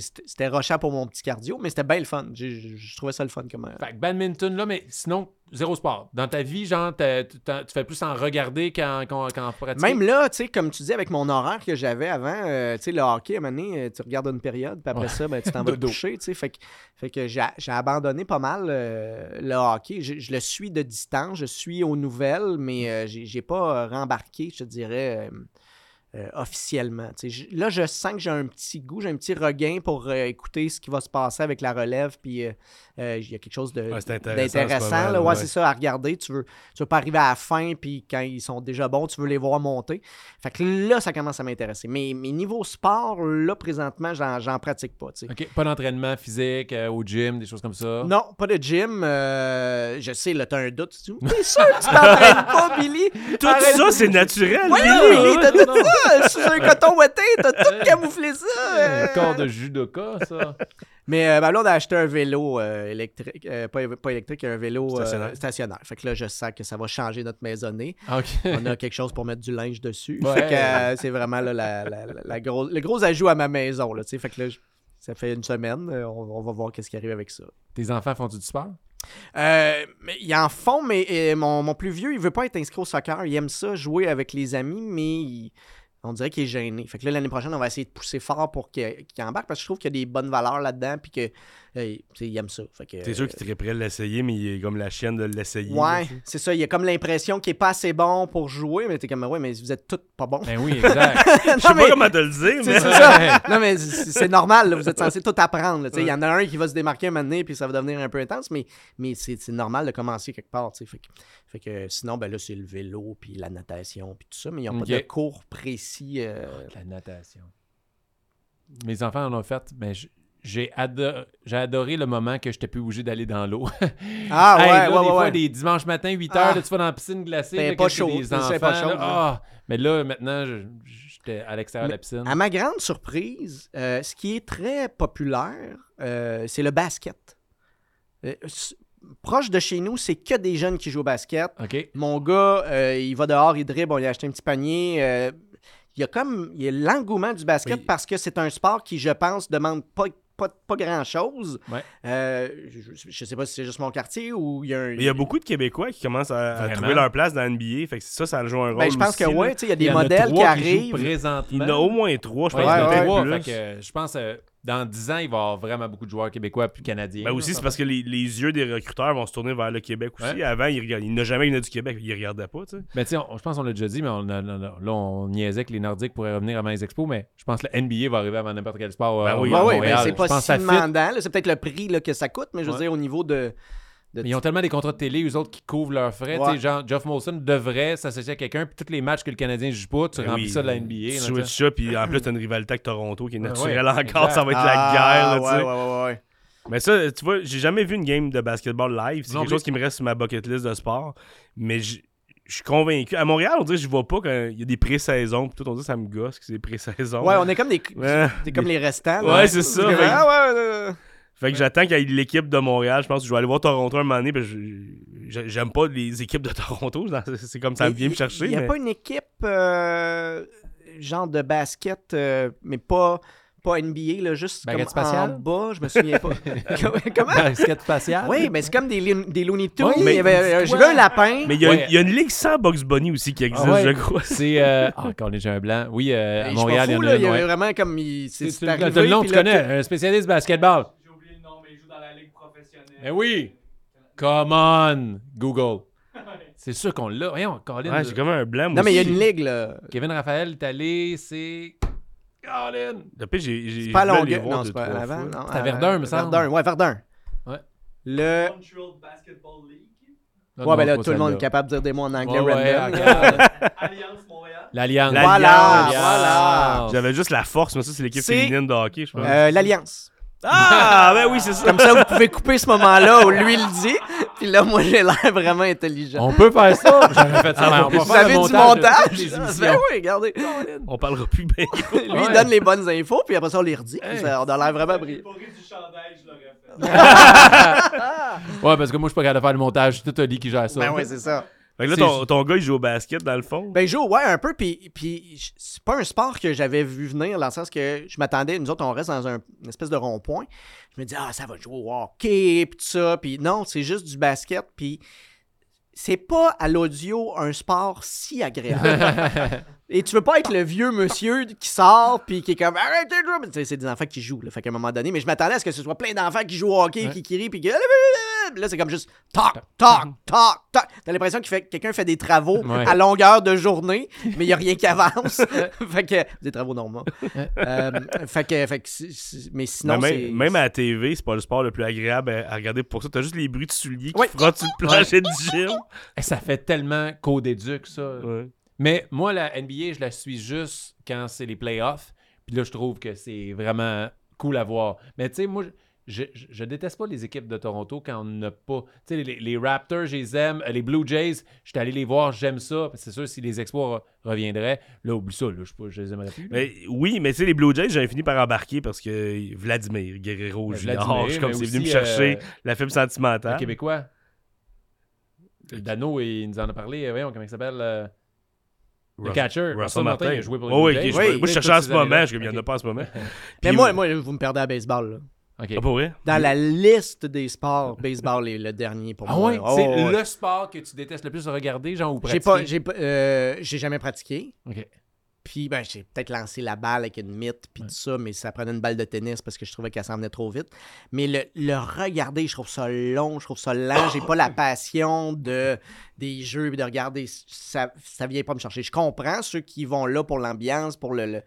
[SPEAKER 3] c'est- c'était rochant pour mon petit cardio, mais c'était bien le fun, J'ai- je je trouvais ça le fun comme... euh,
[SPEAKER 1] Fait que badminton, film-là, mais sinon, zéro sport. Dans ta vie, genre, t'as- tu t'en- tu fais plus en regarder qu'en qu'en- qu'en pratiquer.
[SPEAKER 3] Même là, tu sais, comme tu dis, avec mon horaire que j'avais avant, euh, tu sais, le hockey, à un moment donné, euh, tu regardes une période, puis après
[SPEAKER 1] Ouais.
[SPEAKER 3] ça, ben,
[SPEAKER 1] <laughs>
[SPEAKER 3] tu t'en vas te
[SPEAKER 1] Dodo.
[SPEAKER 3] coucher, tu sais. Fait que, fait que j'ai j'ai abandonné pas mal euh, le hockey. Je, je le suis de distance, je suis aux nouvelles, mais euh, j'ai j'ai pas euh, rembarqué, je te dirais, euh, euh, officiellement. Tu sais, je- là, je sens que j'ai un petit goût, j'ai un petit regain pour euh, écouter ce qui va se passer avec la relève, puis euh, euh, il y a quelque chose de-
[SPEAKER 2] Ouais, c'est intéressant,
[SPEAKER 3] d'intéressant.
[SPEAKER 2] c'est pas mal,
[SPEAKER 3] là. ouais,
[SPEAKER 2] ouais.
[SPEAKER 3] c'est ça, à regarder. Tu veux, tu veux pas arriver à la fin, puis quand ils sont déjà bons, tu veux les voir monter. Fait que là, ça commence à m'intéresser. Mais, mais niveau sport, là, présentement, j'en, j'en pratique pas. tu sais.
[SPEAKER 1] OK, pas d'entraînement physique, euh, au gym, des choses comme ça.
[SPEAKER 3] Non, pas de gym. euh, je sais, là, t'as un doute. Tu dis, oui, sûr, que tu
[SPEAKER 1] <laughs>
[SPEAKER 3] t'entraînes pas, Billy.
[SPEAKER 2] Tout
[SPEAKER 3] Arrête-
[SPEAKER 2] ça, c'est naturel.
[SPEAKER 3] Ouais,
[SPEAKER 2] Billy,
[SPEAKER 3] Billy,
[SPEAKER 2] hein?
[SPEAKER 3] t'as tout ça. Sous un coton ouaté,
[SPEAKER 1] <laughs>
[SPEAKER 3] t'as tout camouflé ça. euh.
[SPEAKER 1] Un corps de judoka,
[SPEAKER 3] <laughs>
[SPEAKER 1] ça.
[SPEAKER 3] Mais euh, ben là, on a acheté un vélo euh, électrique, euh, pas, pas électrique, un vélo euh,
[SPEAKER 2] Stationnaire.
[SPEAKER 3] stationnaire. Fait que là, je sens que ça va changer notre maisonnée.
[SPEAKER 1] Ah, OK.
[SPEAKER 3] On a quelque chose pour mettre du linge dessus.
[SPEAKER 1] Ouais.
[SPEAKER 3] Fait que, euh, c'est vraiment là, la, la- la- la grosse- le gros ajout à ma maison. Là, tu sais. fait que là, je- ça fait une semaine. euh, On, on va voir qu'est-ce qui arrive avec ça.
[SPEAKER 1] Tes enfants font du sport?
[SPEAKER 3] Euh, mais ils en font, mais euh, mon, mon plus vieux, il veut pas être inscrit au soccer. Il aime ça, jouer avec les amis, mais il- on dirait qu'il est gêné. Fait que là, l'année prochaine, on va essayer de pousser fort pour qu'il qu'il embarque parce que je trouve qu'il y a des bonnes valeurs là-dedans puis que euh, tu sais, il aime ça. Fait que,
[SPEAKER 2] T'es sûr qu'il serait prêt à l'essayer, mais il est comme la chienne de l'essayer.
[SPEAKER 3] Ouais, c'est ça. Il y a comme l'impression qu'il est pas assez bon pour jouer, mais t'es comme, ouais, mais vous êtes tous pas bons. <laughs>
[SPEAKER 1] Ben oui, exact.
[SPEAKER 2] <laughs> Je sais pas comment te
[SPEAKER 1] <laughs>
[SPEAKER 2] le dire,
[SPEAKER 3] C'est
[SPEAKER 2] mais.
[SPEAKER 3] c'est ça. Non, mais c'est c'est normal. là. Vous êtes censé tout apprendre. là. Tu sais, Il y en a un qui va se démarquer un moment donné, puis ça va devenir un peu intense, mais, mais c'est c'est normal de commencer quelque part. tu sais. Fait que, fait que sinon, ben là, c'est le vélo, puis la natation, puis tout ça, mais ils n'ont
[SPEAKER 1] Ok.
[SPEAKER 3] pas de cours précis. euh,
[SPEAKER 1] La natation. Mes enfants en ont fait, mais j- j'ai ado- j'ai adoré le moment que je n'étais plus obligé d'aller dans l'eau.
[SPEAKER 3] Ah,
[SPEAKER 1] <laughs> Hey,
[SPEAKER 3] ouais,
[SPEAKER 1] là,
[SPEAKER 3] ouais,
[SPEAKER 1] des
[SPEAKER 3] ouais,
[SPEAKER 1] fois,
[SPEAKER 3] ouais.
[SPEAKER 1] des dimanches matins, 8 heures,
[SPEAKER 3] Ah.
[SPEAKER 1] là, tu vas dans la piscine glacée.
[SPEAKER 3] Ben,
[SPEAKER 1] là,
[SPEAKER 3] pas
[SPEAKER 1] qu'est-ce que
[SPEAKER 3] chaud,
[SPEAKER 1] Les
[SPEAKER 3] c'est- c'est
[SPEAKER 1] enfants,
[SPEAKER 3] pas
[SPEAKER 1] là,
[SPEAKER 3] chaud, là.
[SPEAKER 1] ah! mais là, maintenant, je- j'étais à l'extérieur de la piscine.
[SPEAKER 3] À ma grande surprise, euh, ce qui est très populaire, euh, c'est le basket. Euh, s- proche de chez nous, c'est que des jeunes qui jouent au basket.
[SPEAKER 1] OK.
[SPEAKER 3] Mon gars, euh, il va dehors, il dribble, on lui a acheté un petit panier. euh, il y a comme il y a l'engouement du basket
[SPEAKER 2] Oui.
[SPEAKER 3] parce que c'est un sport qui, je pense, demande pas, pas, pas grand-chose.
[SPEAKER 1] Ouais.
[SPEAKER 3] Euh, je, je sais pas si c'est juste mon quartier ou il y a un...
[SPEAKER 2] Mais il y a beaucoup de Québécois qui commencent à, à
[SPEAKER 1] Vraiment?
[SPEAKER 2] trouver leur place dans la NBA. Fait que ça, ça joue un rôle.
[SPEAKER 3] Ben, je pense que
[SPEAKER 2] aussi,
[SPEAKER 3] oui,
[SPEAKER 2] là.
[SPEAKER 3] tu sais, il y a des
[SPEAKER 1] Il y en a
[SPEAKER 3] modèles qui
[SPEAKER 1] trois jouent
[SPEAKER 3] arrivent.
[SPEAKER 2] Il y
[SPEAKER 1] présentement.
[SPEAKER 2] en a au moins trois, je pense.
[SPEAKER 1] Ouais, il y en a
[SPEAKER 2] peut-être
[SPEAKER 1] trois,
[SPEAKER 2] plus.
[SPEAKER 1] fait que, euh, je pense euh, dans 10 ans, il va y avoir vraiment beaucoup de joueurs québécois puis canadiens.
[SPEAKER 2] Ben aussi, c'est parce que les, les yeux des recruteurs vont se tourner vers le Québec aussi.
[SPEAKER 1] Ouais.
[SPEAKER 2] Avant, ils regardaient. Il n'a jamais venu du Québec. Ils regardaient pas, tu sais.
[SPEAKER 1] Mais tu sais, on- je pense qu'on l'a déjà dit, mais on, a- on a- là, on niaisait que les Nordiques pourraient revenir avant les expos, mais je pense que le NBA va arriver avant n'importe quel sport.
[SPEAKER 2] Ben
[SPEAKER 1] euh,
[SPEAKER 2] oui.
[SPEAKER 1] à
[SPEAKER 3] Ben oui,
[SPEAKER 1] Montréal.
[SPEAKER 3] ben c'est
[SPEAKER 1] Je pense
[SPEAKER 3] pas
[SPEAKER 1] que ça
[SPEAKER 3] si
[SPEAKER 1] fit.
[SPEAKER 3] demandant. là. C'est peut-être le prix là, que ça coûte, mais je veux
[SPEAKER 1] Ouais.
[SPEAKER 3] dire, au niveau de. de-
[SPEAKER 1] Mais ils ont tellement des contrats de télé, eux autres, qui couvrent leurs frais.
[SPEAKER 3] Ouais.
[SPEAKER 1] Tu sais, genre, Geoff Molson devrait s'associer à quelqu'un, puis tous les matchs que le Canadien joue pas, tu
[SPEAKER 2] Ben
[SPEAKER 1] remplis
[SPEAKER 2] oui,
[SPEAKER 1] ça de la
[SPEAKER 2] Tu
[SPEAKER 1] NBA. là,
[SPEAKER 2] switches
[SPEAKER 1] tu sais.
[SPEAKER 2] ça, puis en plus, t'as une rivalité avec Toronto qui est
[SPEAKER 1] Ouais,
[SPEAKER 2] naturelle
[SPEAKER 1] ouais,
[SPEAKER 2] encore.
[SPEAKER 1] exact.
[SPEAKER 2] Ça va être
[SPEAKER 3] Ah,
[SPEAKER 2] la guerre, là, tu
[SPEAKER 3] ouais,
[SPEAKER 2] sais.
[SPEAKER 3] ouais, ouais, ouais.
[SPEAKER 2] Mais ça, tu vois, j'ai jamais vu une game de basketball live. C'est
[SPEAKER 1] Non
[SPEAKER 2] quelque
[SPEAKER 1] plus.
[SPEAKER 2] chose qui me reste sur ma bucket list de sport. Mais je je suis convaincu. À Montréal, on dirait que je vois pas quand il y a des pré-saisons. puis Tout, on dit que ça me gosse que c'est des pré-saisons.
[SPEAKER 3] Ouais, on est comme des.
[SPEAKER 2] Ouais.
[SPEAKER 3] C'est comme les restants. là.
[SPEAKER 2] Ouais, c'est ça,
[SPEAKER 3] comme,
[SPEAKER 2] fait que-
[SPEAKER 3] Ah, ouais, ouais, ouais.
[SPEAKER 2] Fait que j'attends qu'il y ait l'équipe de Montréal. Je pense que je vais aller voir Toronto un moment donné. parce que je- je- J'aime pas les équipes de <laughs> Toronto. C'est comme ça
[SPEAKER 3] Mais
[SPEAKER 2] vient me
[SPEAKER 3] il- Il
[SPEAKER 2] chercher.
[SPEAKER 3] n'y a
[SPEAKER 2] mais-
[SPEAKER 3] pas une équipe euh, genre de basket, euh, mais pas, pas NBA, là, juste
[SPEAKER 1] Baguette
[SPEAKER 3] comme
[SPEAKER 1] spatiale?
[SPEAKER 3] en bas, je me
[SPEAKER 1] <laughs>
[SPEAKER 3] souviens pas. Com- Comment?
[SPEAKER 1] Basket spatial.
[SPEAKER 3] Oui, mais c'est comme des, lin- des Looney Tunes.
[SPEAKER 1] Oui,
[SPEAKER 3] il
[SPEAKER 2] mais-
[SPEAKER 3] y avait, euh, je
[SPEAKER 1] Ouais.
[SPEAKER 3] veux un lapin.
[SPEAKER 2] Mais il y, a,
[SPEAKER 1] Ouais.
[SPEAKER 2] il y a une ligue sans Box Bunny aussi qui existe,
[SPEAKER 1] Ah ouais.
[SPEAKER 2] je crois.
[SPEAKER 3] <laughs>
[SPEAKER 1] C'est. euh, Ah, quand j'ai un blanc. Oui, euh,
[SPEAKER 3] Ben, Je
[SPEAKER 1] à
[SPEAKER 3] suis pas
[SPEAKER 1] Montréal, il y
[SPEAKER 3] fou,
[SPEAKER 1] en
[SPEAKER 3] là,
[SPEAKER 1] a
[SPEAKER 3] il y
[SPEAKER 1] une.
[SPEAKER 3] avait
[SPEAKER 1] ouais.
[SPEAKER 3] vraiment comme. il-
[SPEAKER 1] Tu-
[SPEAKER 3] C'est
[SPEAKER 1] tu-
[SPEAKER 3] c'est
[SPEAKER 1] le-
[SPEAKER 3] arrivé.
[SPEAKER 1] le nom,
[SPEAKER 3] puis
[SPEAKER 1] tu
[SPEAKER 3] là,
[SPEAKER 1] connais,
[SPEAKER 3] que-
[SPEAKER 1] un spécialiste basketball.
[SPEAKER 4] J'ai oublié le nom, mais il joue dans la ligue professionnelle.
[SPEAKER 1] Eh oui! Come on,
[SPEAKER 4] <laughs>
[SPEAKER 1] Google. C'est sûr qu'on l'a. Voyons, Colin.
[SPEAKER 2] Ouais, j'ai comme un blanc. moi
[SPEAKER 3] Non, mais il y a
[SPEAKER 2] aussi.
[SPEAKER 3] une ligue, là.
[SPEAKER 1] Kevin Raphaël est allé, c'est. Colin!
[SPEAKER 2] Le pire, j'ai- j'ai.
[SPEAKER 3] Pas
[SPEAKER 2] je voulais
[SPEAKER 3] longue.
[SPEAKER 2] aller voir
[SPEAKER 3] Non, c'est
[SPEAKER 2] deux,
[SPEAKER 3] pas
[SPEAKER 2] trois
[SPEAKER 3] avant.
[SPEAKER 2] fois.
[SPEAKER 3] non,
[SPEAKER 1] C'était à
[SPEAKER 3] avant.
[SPEAKER 1] Verdun, me semble.
[SPEAKER 3] Verdun, ouais, Verdun.
[SPEAKER 1] Ouais.
[SPEAKER 3] Le.
[SPEAKER 4] Montreal Basketball League.
[SPEAKER 1] Non,
[SPEAKER 3] Ouais,
[SPEAKER 1] non,
[SPEAKER 3] ben là,
[SPEAKER 1] pas
[SPEAKER 3] tout le monde est
[SPEAKER 1] celle-là.
[SPEAKER 3] capable de dire des mots en anglais
[SPEAKER 1] Ouais, ouais,
[SPEAKER 3] random.
[SPEAKER 1] regarde.
[SPEAKER 3] <laughs>
[SPEAKER 4] Alliance Montréal.
[SPEAKER 1] L'Alliance.
[SPEAKER 2] L'Alliance.
[SPEAKER 3] Voilà,
[SPEAKER 1] L'Alliance.
[SPEAKER 2] J'avais juste la force, mais ça, c'est l'équipe
[SPEAKER 3] C'est-
[SPEAKER 2] féminine de hockey, je pense.
[SPEAKER 3] Euh, L'Alliance.
[SPEAKER 1] <laughs>
[SPEAKER 2] Ah, ben oui, c'est ça.
[SPEAKER 3] Comme ça, vous pouvez couper ce moment-là où lui le dit. Puis là, moi, j'ai l'air vraiment intelligent.
[SPEAKER 1] On peut faire
[SPEAKER 3] <laughs>
[SPEAKER 1] ça. J'avais fait ça. mais on va
[SPEAKER 3] Vous
[SPEAKER 1] faire
[SPEAKER 3] avez
[SPEAKER 1] le
[SPEAKER 3] du
[SPEAKER 1] de toutes
[SPEAKER 3] montage? <laughs>
[SPEAKER 1] les émissions.
[SPEAKER 3] Ben oui, regardez.
[SPEAKER 2] On parlera plus bien.
[SPEAKER 3] Lui, il
[SPEAKER 1] Ouais.
[SPEAKER 3] donne les bonnes infos, puis après ça, on les redit. puis
[SPEAKER 1] Hey.
[SPEAKER 3] ça- on a l'air vraiment
[SPEAKER 4] J'ai
[SPEAKER 3] brillant.
[SPEAKER 4] pas ri du chandail, je l'aurais fait.
[SPEAKER 1] Ouais, parce que moi, je suis pas capable de faire le montage. C'est tout Oli qui gère ça.
[SPEAKER 3] Ben oui, c'est ça.
[SPEAKER 2] Fait que là,
[SPEAKER 3] C'est-
[SPEAKER 2] ton, ton gars, il joue au basket, dans le fond.
[SPEAKER 3] Ben, joue, ouais, un peu. Puis, puis j- c'est pas un sport que j'avais vu venir, dans le sens que je m'attendais. Nous autres, on reste dans un, une espèce de rond-point. Je me dis, ah, ça va jouer au hockey, puis tout ça. Puis non, c'est juste du basket. Puis c'est pas à l'audio un sport
[SPEAKER 1] <laughs>
[SPEAKER 3] si agréable. Et tu veux pas être le vieux monsieur qui sort, puis qui est comme, arrêtez de jouer. Mais tu sais, C'est des enfants qui jouent, là. Fait qu'à un moment donné, mais je m'attendais à ce que ce soit plein d'enfants qui jouent au hockey,
[SPEAKER 1] Ouais.
[SPEAKER 3] qui, qui rient, puis qui. Là, c'est comme juste toc, toc, toc, toc. T'as l'impression que fait, quelqu'un fait des travaux
[SPEAKER 1] Ouais.
[SPEAKER 3] à longueur de journée, mais il n'y a rien
[SPEAKER 1] <laughs>
[SPEAKER 3] qui avance. fait que, des travaux normaux. Euh, fait que, fait que c'est- c'est- mais sinon,
[SPEAKER 2] Mais
[SPEAKER 3] c'est.
[SPEAKER 2] même, même à la TV, c'est pas le sport le plus agréable à à regarder pour ça. T'as juste les bruits de souliers qui
[SPEAKER 3] Ouais.
[SPEAKER 2] frottent sur le plancher du
[SPEAKER 1] <laughs>
[SPEAKER 2] gym.
[SPEAKER 1] Eh, Ça fait tellement qu'au déduc, ça.
[SPEAKER 2] Ouais.
[SPEAKER 1] Mais moi, la NBA, je la suis juste quand c'est les playoffs. Puis là, je trouve que c'est vraiment cool à voir. Mais tu sais, moi, je, je- je déteste pas les équipes de Toronto quand on n'a pas. Tu sais, les, les Raptors, je les aime. Euh, Les Blue Jays, je suis allé les voir, j'aime ça. C'est sûr, si les exploits re- reviendraient, là, oublie ça, là, je, sais pas, je les aimerais plus. là.
[SPEAKER 2] Mais oui, mais tu sais, les Blue Jays, j'avais fini par embarquer parce que Vladimir Guerrero
[SPEAKER 1] Euh,
[SPEAKER 2] Junior,
[SPEAKER 1] Vladimir,
[SPEAKER 2] je suis comme
[SPEAKER 1] mais
[SPEAKER 2] c'est venu me
[SPEAKER 1] aussi,
[SPEAKER 2] chercher
[SPEAKER 1] euh,
[SPEAKER 2] la fibre
[SPEAKER 1] le
[SPEAKER 2] sentimentale.
[SPEAKER 1] Québécois.
[SPEAKER 2] Euh,
[SPEAKER 1] Dano, il nous en a parlé. euh, Voyons, comment il s'appelle euh, Le
[SPEAKER 2] Russ-
[SPEAKER 1] catcher. Russell Martin, il a joué pour les
[SPEAKER 2] Oh, oui,
[SPEAKER 1] Blue
[SPEAKER 2] qui a
[SPEAKER 1] Jays.
[SPEAKER 2] joué-
[SPEAKER 3] Oui,
[SPEAKER 2] Moi, je cherchais
[SPEAKER 1] toutes
[SPEAKER 2] en ce
[SPEAKER 1] ces années-là.
[SPEAKER 2] moment. Je viens de
[SPEAKER 1] Ok.
[SPEAKER 2] pas en ce moment.
[SPEAKER 3] mais
[SPEAKER 2] Puis-
[SPEAKER 3] moi, moi, vous me perdez à baseball. là.
[SPEAKER 1] Ok.
[SPEAKER 2] Ah, pas vrai?
[SPEAKER 3] Dans la liste des sports, baseball est le dernier pour
[SPEAKER 1] Ah
[SPEAKER 3] moi.
[SPEAKER 1] ouais,
[SPEAKER 3] Oh,
[SPEAKER 1] c'est
[SPEAKER 3] ouais.
[SPEAKER 1] le sport que tu détestes le plus regarder, genre ou
[SPEAKER 3] J'ai
[SPEAKER 1] pratiquer.
[SPEAKER 3] pas, j'ai pas- euh, j'ai jamais pratiqué.
[SPEAKER 1] Ok.
[SPEAKER 3] Puis ben, j'ai peut-être lancé la balle avec une mythe, puis tout ça, mais ça prenait une balle de tennis parce que je trouvais qu'elle s'en venait trop vite. Mais le, le regarder, je trouve ça long, je trouve ça lent, j'ai pas la passion de, des jeux, puis de regarder, ça, ça vient pas me chercher. Je comprends ceux qui vont là pour l'ambiance, pour le... le-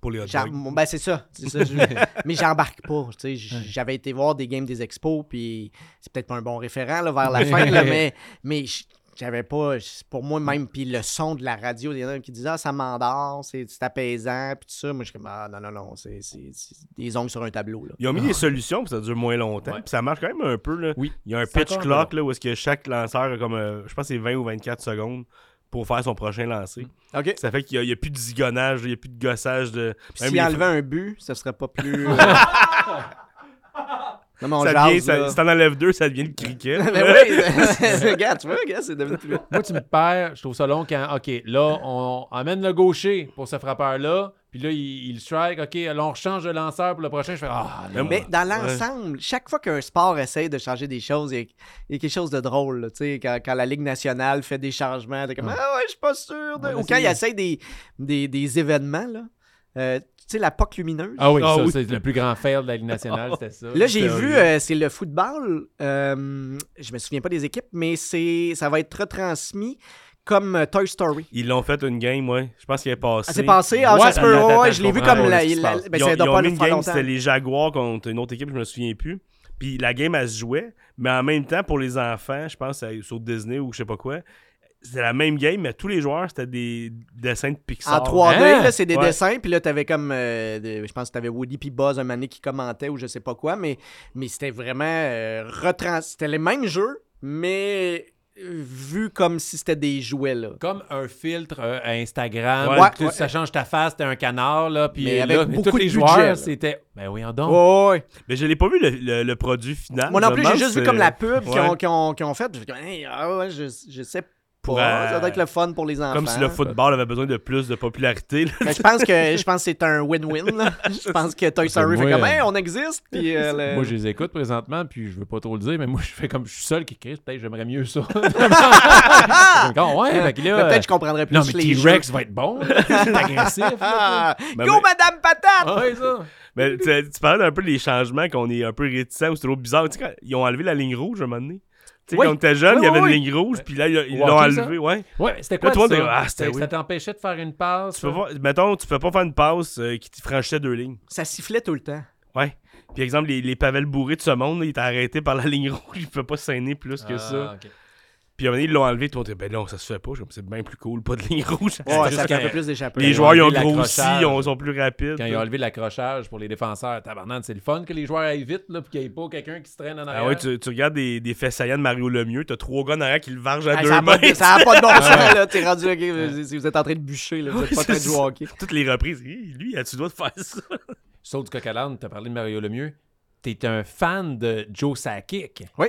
[SPEAKER 2] Pour les hot
[SPEAKER 3] j'en-
[SPEAKER 2] dogs.
[SPEAKER 3] ben c'est ça, c'est ça,
[SPEAKER 2] <laughs>
[SPEAKER 3] je- mais j'embarque pas. tu sais, j- J'avais été voir des games des expos, puis c'est peut-être pas un bon référent là, vers la fin,
[SPEAKER 2] <laughs>
[SPEAKER 3] là, mais, mais j- j'avais pas, j- pour moi même, puis le son de la radio, il y en a qui disaient « Ah, ça m'endort, c'est c'est apaisant », puis tout ça. Moi, je suis comme « Ah, non, non, non, c'est c'est- c'est des ongles sur un tableau, là.
[SPEAKER 2] Ils ont mis des solutions, puis ça dure moins longtemps.
[SPEAKER 1] Ouais.
[SPEAKER 2] Puis ça marche quand même un peu. Là.
[SPEAKER 1] Oui.
[SPEAKER 2] Il y a un
[SPEAKER 1] C'est
[SPEAKER 2] pitch
[SPEAKER 1] encore un peu
[SPEAKER 2] clock là, où est-ce que chaque lanceur a comme, euh, je pense, que c'est 20 ou 24 secondes pour faire son prochain lancer.
[SPEAKER 3] OK.
[SPEAKER 2] Ça fait qu'il n'y a, plus de zigonnage, il n'y a plus de gossage. De...
[SPEAKER 3] Puis
[SPEAKER 2] Même
[SPEAKER 3] s'il
[SPEAKER 2] les-
[SPEAKER 3] enlevait un but, ça serait
[SPEAKER 2] <laughs>
[SPEAKER 3] pas plus... euh, non, mais on
[SPEAKER 2] ça devient-
[SPEAKER 3] jase,
[SPEAKER 2] ça-
[SPEAKER 3] là.
[SPEAKER 2] si t'en enlèves deux, ça devient le cricket.
[SPEAKER 3] <laughs> Ben oui,
[SPEAKER 2] <laughs>
[SPEAKER 3] <laughs> regarde, tu vois, regarde, c'est devenu plus...
[SPEAKER 1] Moi, tu me perds, je trouve ça long quand, OK, là, on amène le gaucher pour ce frappeur-là, puis là, il, il strike, OK, là, on change de lanceur pour le prochain. Je fais, ah, non.
[SPEAKER 3] Mais dans l'ensemble, chaque fois qu'un sport essaie de changer des choses, il y a, il y a quelque chose de drôle. là, tu sais, quand, quand la Ligue nationale fait des changements, t'es comme
[SPEAKER 1] Ouais.
[SPEAKER 3] Ah ouais, je suis pas sûr. de-
[SPEAKER 1] On va
[SPEAKER 3] Ou quand il
[SPEAKER 1] essayer.
[SPEAKER 3] essaie des, des, des événements, là. Euh, tu sais, la POC lumineuse.
[SPEAKER 1] Ah oui,
[SPEAKER 2] Ah
[SPEAKER 1] ça,
[SPEAKER 2] oui.
[SPEAKER 1] c'est le plus grand fail de la Ligue
[SPEAKER 3] <laughs>
[SPEAKER 1] nationale, c'était ça.
[SPEAKER 3] Là, j'ai
[SPEAKER 2] c'est
[SPEAKER 3] vu,
[SPEAKER 2] horrible.
[SPEAKER 3] euh, c'est le football. euh, je me souviens pas des équipes, mais c'est ça va être retransmis comme euh, Toy Story.
[SPEAKER 2] Ils l'ont fait une game, ouais. Je pense qu'il est passé.
[SPEAKER 3] Ah, c'est passé. Ah,
[SPEAKER 1] Ouais,
[SPEAKER 3] ça se peut.
[SPEAKER 1] attends,
[SPEAKER 3] ouais,
[SPEAKER 1] attends,
[SPEAKER 3] je l'ai vu
[SPEAKER 1] comprends
[SPEAKER 3] comme
[SPEAKER 1] pas
[SPEAKER 3] la.
[SPEAKER 1] ce qui se
[SPEAKER 3] la-
[SPEAKER 1] passe.
[SPEAKER 3] ben,
[SPEAKER 2] ils ont,
[SPEAKER 3] ça
[SPEAKER 2] ils
[SPEAKER 3] doit
[SPEAKER 2] ont
[SPEAKER 3] pas
[SPEAKER 2] mis
[SPEAKER 3] le
[SPEAKER 2] une
[SPEAKER 3] faire
[SPEAKER 2] game,
[SPEAKER 3] longtemps.
[SPEAKER 2] c'était les Jaguars contre une autre équipe, je me souviens plus. Puis la game, elle se jouait. Mais en même temps, pour les enfants, je pense euh, sur Disney ou je sais pas quoi, c'était la même game, mais tous les joueurs, c'était des dessins de Pixar.
[SPEAKER 3] En 3D,
[SPEAKER 1] Hein?
[SPEAKER 3] là, c'est des
[SPEAKER 2] Ouais.
[SPEAKER 3] dessins, puis là, t'avais comme, euh, des- je pense que t'avais Woody puis Buzz un mané qui commentait ou je sais pas quoi, mais, mais c'était vraiment euh, retrans... C'était les mêmes jeux, mais euh, vu comme si c'était des jouets, là.
[SPEAKER 1] Comme un filtre euh, à Instagram,
[SPEAKER 2] Ouais.
[SPEAKER 1] puis
[SPEAKER 3] Ouais.
[SPEAKER 1] ça change ta face, t'es un canard, là, puis
[SPEAKER 3] Mais
[SPEAKER 1] là,
[SPEAKER 3] avec
[SPEAKER 1] mais
[SPEAKER 3] beaucoup
[SPEAKER 1] tous
[SPEAKER 3] de
[SPEAKER 1] les
[SPEAKER 3] budget, là.
[SPEAKER 1] joueurs, c'était, ben oui, en donc.
[SPEAKER 3] Ouais, ouais.
[SPEAKER 2] Mais je l'ai pas vu le, le- le produit final.
[SPEAKER 3] Moi
[SPEAKER 2] Ah. Je
[SPEAKER 3] non
[SPEAKER 2] me
[SPEAKER 3] plus, j'ai
[SPEAKER 2] demande
[SPEAKER 3] juste vu
[SPEAKER 2] si
[SPEAKER 3] comme la
[SPEAKER 2] c'est-
[SPEAKER 3] pub qu'ils
[SPEAKER 2] Ouais.
[SPEAKER 3] ont, qu'ils ont, qu'ils ont faite. puis j'ai comme, Hey, ah ouais, je, je sais pas.
[SPEAKER 2] Pour,
[SPEAKER 3] ça
[SPEAKER 2] euh,
[SPEAKER 3] doit être le fun pour les enfants.
[SPEAKER 2] Comme si le football avait besoin de plus de popularité. là.
[SPEAKER 3] Mais je pense que je pense que c'est un
[SPEAKER 2] <laughs>
[SPEAKER 3] win-win. là. Je pense que
[SPEAKER 2] Ben,
[SPEAKER 3] Toy Story fait
[SPEAKER 1] Moi,
[SPEAKER 3] comme
[SPEAKER 1] euh,
[SPEAKER 3] Hey, on existe. Puis, euh, le-
[SPEAKER 1] Moi, je les écoute présentement, puis je veux pas trop le dire, mais moi, <laughs> je fais comme je suis seul qui crie, peut-être j'aimerais mieux
[SPEAKER 3] <laughs>
[SPEAKER 1] ça.
[SPEAKER 2] <laughs>
[SPEAKER 1] Comme, ouais, fait que là,
[SPEAKER 3] Mais Ah! Ben, peut-être je comprendrais plus
[SPEAKER 1] Non, mais
[SPEAKER 3] les
[SPEAKER 1] T-Rex va être bon.
[SPEAKER 2] <laughs>
[SPEAKER 1] là. C'est agressif. là.
[SPEAKER 3] Ah,
[SPEAKER 2] Ben,
[SPEAKER 3] go,
[SPEAKER 2] mais-
[SPEAKER 3] Madame Patate!
[SPEAKER 1] Ah, ouais, ça.
[SPEAKER 2] Mais tu, tu parlais un peu des changements qu'on est un peu réticents ou c'est trop bizarre. Tu sais, quand ils ont enlevé la ligne rouge à un moment donné. Tu sais,
[SPEAKER 3] Oui.
[SPEAKER 2] quand on était jeune,
[SPEAKER 3] Oui,
[SPEAKER 2] il y avait
[SPEAKER 3] oui,
[SPEAKER 2] une
[SPEAKER 3] oui.
[SPEAKER 2] ligne rouge, puis là, ils ils
[SPEAKER 1] Au
[SPEAKER 2] l'ont
[SPEAKER 1] hockey, ça?
[SPEAKER 2] enlevé, ouais.
[SPEAKER 1] Ouais, mais c'était quoi
[SPEAKER 2] Là, toi, t'es-
[SPEAKER 1] ça?
[SPEAKER 2] ah, c'était-
[SPEAKER 1] Ça- ça t'empêchait de faire une passe.
[SPEAKER 2] Tu peux
[SPEAKER 1] ça?
[SPEAKER 2] pas, mettons, tu peux pas faire une passe euh, qui te franchissait deux lignes.
[SPEAKER 3] Ça sifflait tout le temps.
[SPEAKER 2] Ouais. Puis, exemple, les, les Pavel bourrés de ce monde, là, il étaient arrêté par la <laughs> ligne rouge, il peut pas saigner plus que
[SPEAKER 1] Ah,
[SPEAKER 2] ça.
[SPEAKER 1] ok.
[SPEAKER 2] Puis, à un moment donné, ils l'ont enlevé, toi, t'es ben non, ça se fait pas, Je me dis, c'est bien plus cool, pas de ligne rouge.
[SPEAKER 3] Ouais,
[SPEAKER 1] juste
[SPEAKER 3] ça fait un
[SPEAKER 1] que
[SPEAKER 3] peu plus d'échappée.
[SPEAKER 2] les
[SPEAKER 1] ils ont
[SPEAKER 2] joueurs, ils ont
[SPEAKER 1] enlevé
[SPEAKER 2] grossi,
[SPEAKER 1] l'accrochage.
[SPEAKER 2] ils ont- sont plus rapides.
[SPEAKER 1] Quand ils ont enlevé l'accrochage pour les défenseurs, tabarnak, c'est le fun que les joueurs aillent vite, là, puis qu'il n'y ait pas quelqu'un qui se traîne en arrière.
[SPEAKER 2] Ah ouais, tu, tu regardes des, des faits saillants de Mario Lemieux, t'as trois gars en arrière qui le vargent à
[SPEAKER 3] Ah,
[SPEAKER 2] deux
[SPEAKER 3] ça a
[SPEAKER 2] mains. Ah.
[SPEAKER 3] pas de- ça a pas de bon sens, là. T'es rendu, ok, vous- vous êtes en train de bûcher, là. Vous êtes
[SPEAKER 2] Ouais,
[SPEAKER 3] pas en train de
[SPEAKER 2] c'est
[SPEAKER 3] jouer au
[SPEAKER 2] ça.
[SPEAKER 3] hockey.
[SPEAKER 2] Toutes les reprises, Hi, lui, as-tu le droit de faire ça?
[SPEAKER 1] Saut du coq à l'âne, t'as parlé de Mario Lemieux. T'es un fan de Joe Sakic.
[SPEAKER 3] Oui.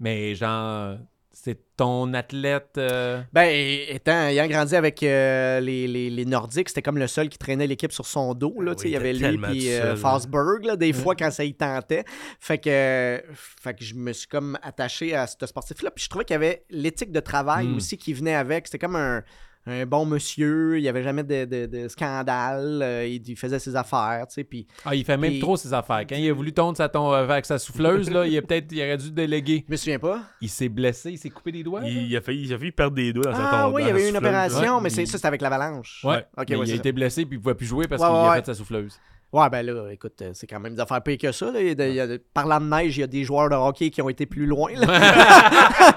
[SPEAKER 1] Mais genre, C'est ton athlète. euh,
[SPEAKER 3] Ben, et- étant, ayant grandi avec euh, les, les- les Nordiques, c'était comme le seul qui traînait l'équipe sur son dos. Là,
[SPEAKER 2] Ben Oui,
[SPEAKER 3] tu sais, il y
[SPEAKER 2] il
[SPEAKER 3] avait
[SPEAKER 2] était
[SPEAKER 3] lui
[SPEAKER 2] tellement
[SPEAKER 3] puis
[SPEAKER 2] tout
[SPEAKER 3] euh,
[SPEAKER 2] seul, hein. là.
[SPEAKER 3] Forsberg, là, des fois, quand ça y tentait. Fait que, euh, fait que je me suis comme attaché à ce sportif-là. Puis je trouvais qu'il y avait l'éthique de travail
[SPEAKER 2] Hmm.
[SPEAKER 1] Mm.
[SPEAKER 3] aussi qui venait avec. C'était comme un, un bon monsieur. Il n'y avait jamais de, de- de scandale. euh, il, il faisait ses affaires, tu sais. Puis
[SPEAKER 1] Ah, il fait même
[SPEAKER 3] Puis-
[SPEAKER 1] trop ses affaires. Quand il a voulu tondre sa ton- euh, avec sa souffleuse, là, il, a peut-être, il aurait dû déléguer.
[SPEAKER 3] je me souviens pas.
[SPEAKER 1] Il s'est blessé, il s'est coupé des doigts. là?
[SPEAKER 2] Il, il a failli, il a failli perdre des doigts dans sa
[SPEAKER 3] Ah
[SPEAKER 2] tombe-
[SPEAKER 3] oui, il
[SPEAKER 2] dans
[SPEAKER 3] y
[SPEAKER 2] sa
[SPEAKER 3] avait une
[SPEAKER 2] souffleuse.
[SPEAKER 3] opération,
[SPEAKER 1] ouais.
[SPEAKER 3] mais c'est ça, c'était avec l'avalanche.
[SPEAKER 1] Ouais.
[SPEAKER 3] Ok,
[SPEAKER 1] Mais
[SPEAKER 3] ouais,
[SPEAKER 1] il
[SPEAKER 3] c'est
[SPEAKER 1] a
[SPEAKER 3] ça.
[SPEAKER 1] été blessé puis il pouvait plus jouer parce
[SPEAKER 3] Ouais,
[SPEAKER 1] qu'il
[SPEAKER 3] ouais,
[SPEAKER 1] a
[SPEAKER 3] ouais.
[SPEAKER 1] fait sa souffleuse.
[SPEAKER 3] Ouais, ben là, écoute, euh, c'est quand même des affaires pires que ça. Là. Il y a de- il y a de- parlant de neige, il y a des joueurs de hockey qui ont été plus loin. là.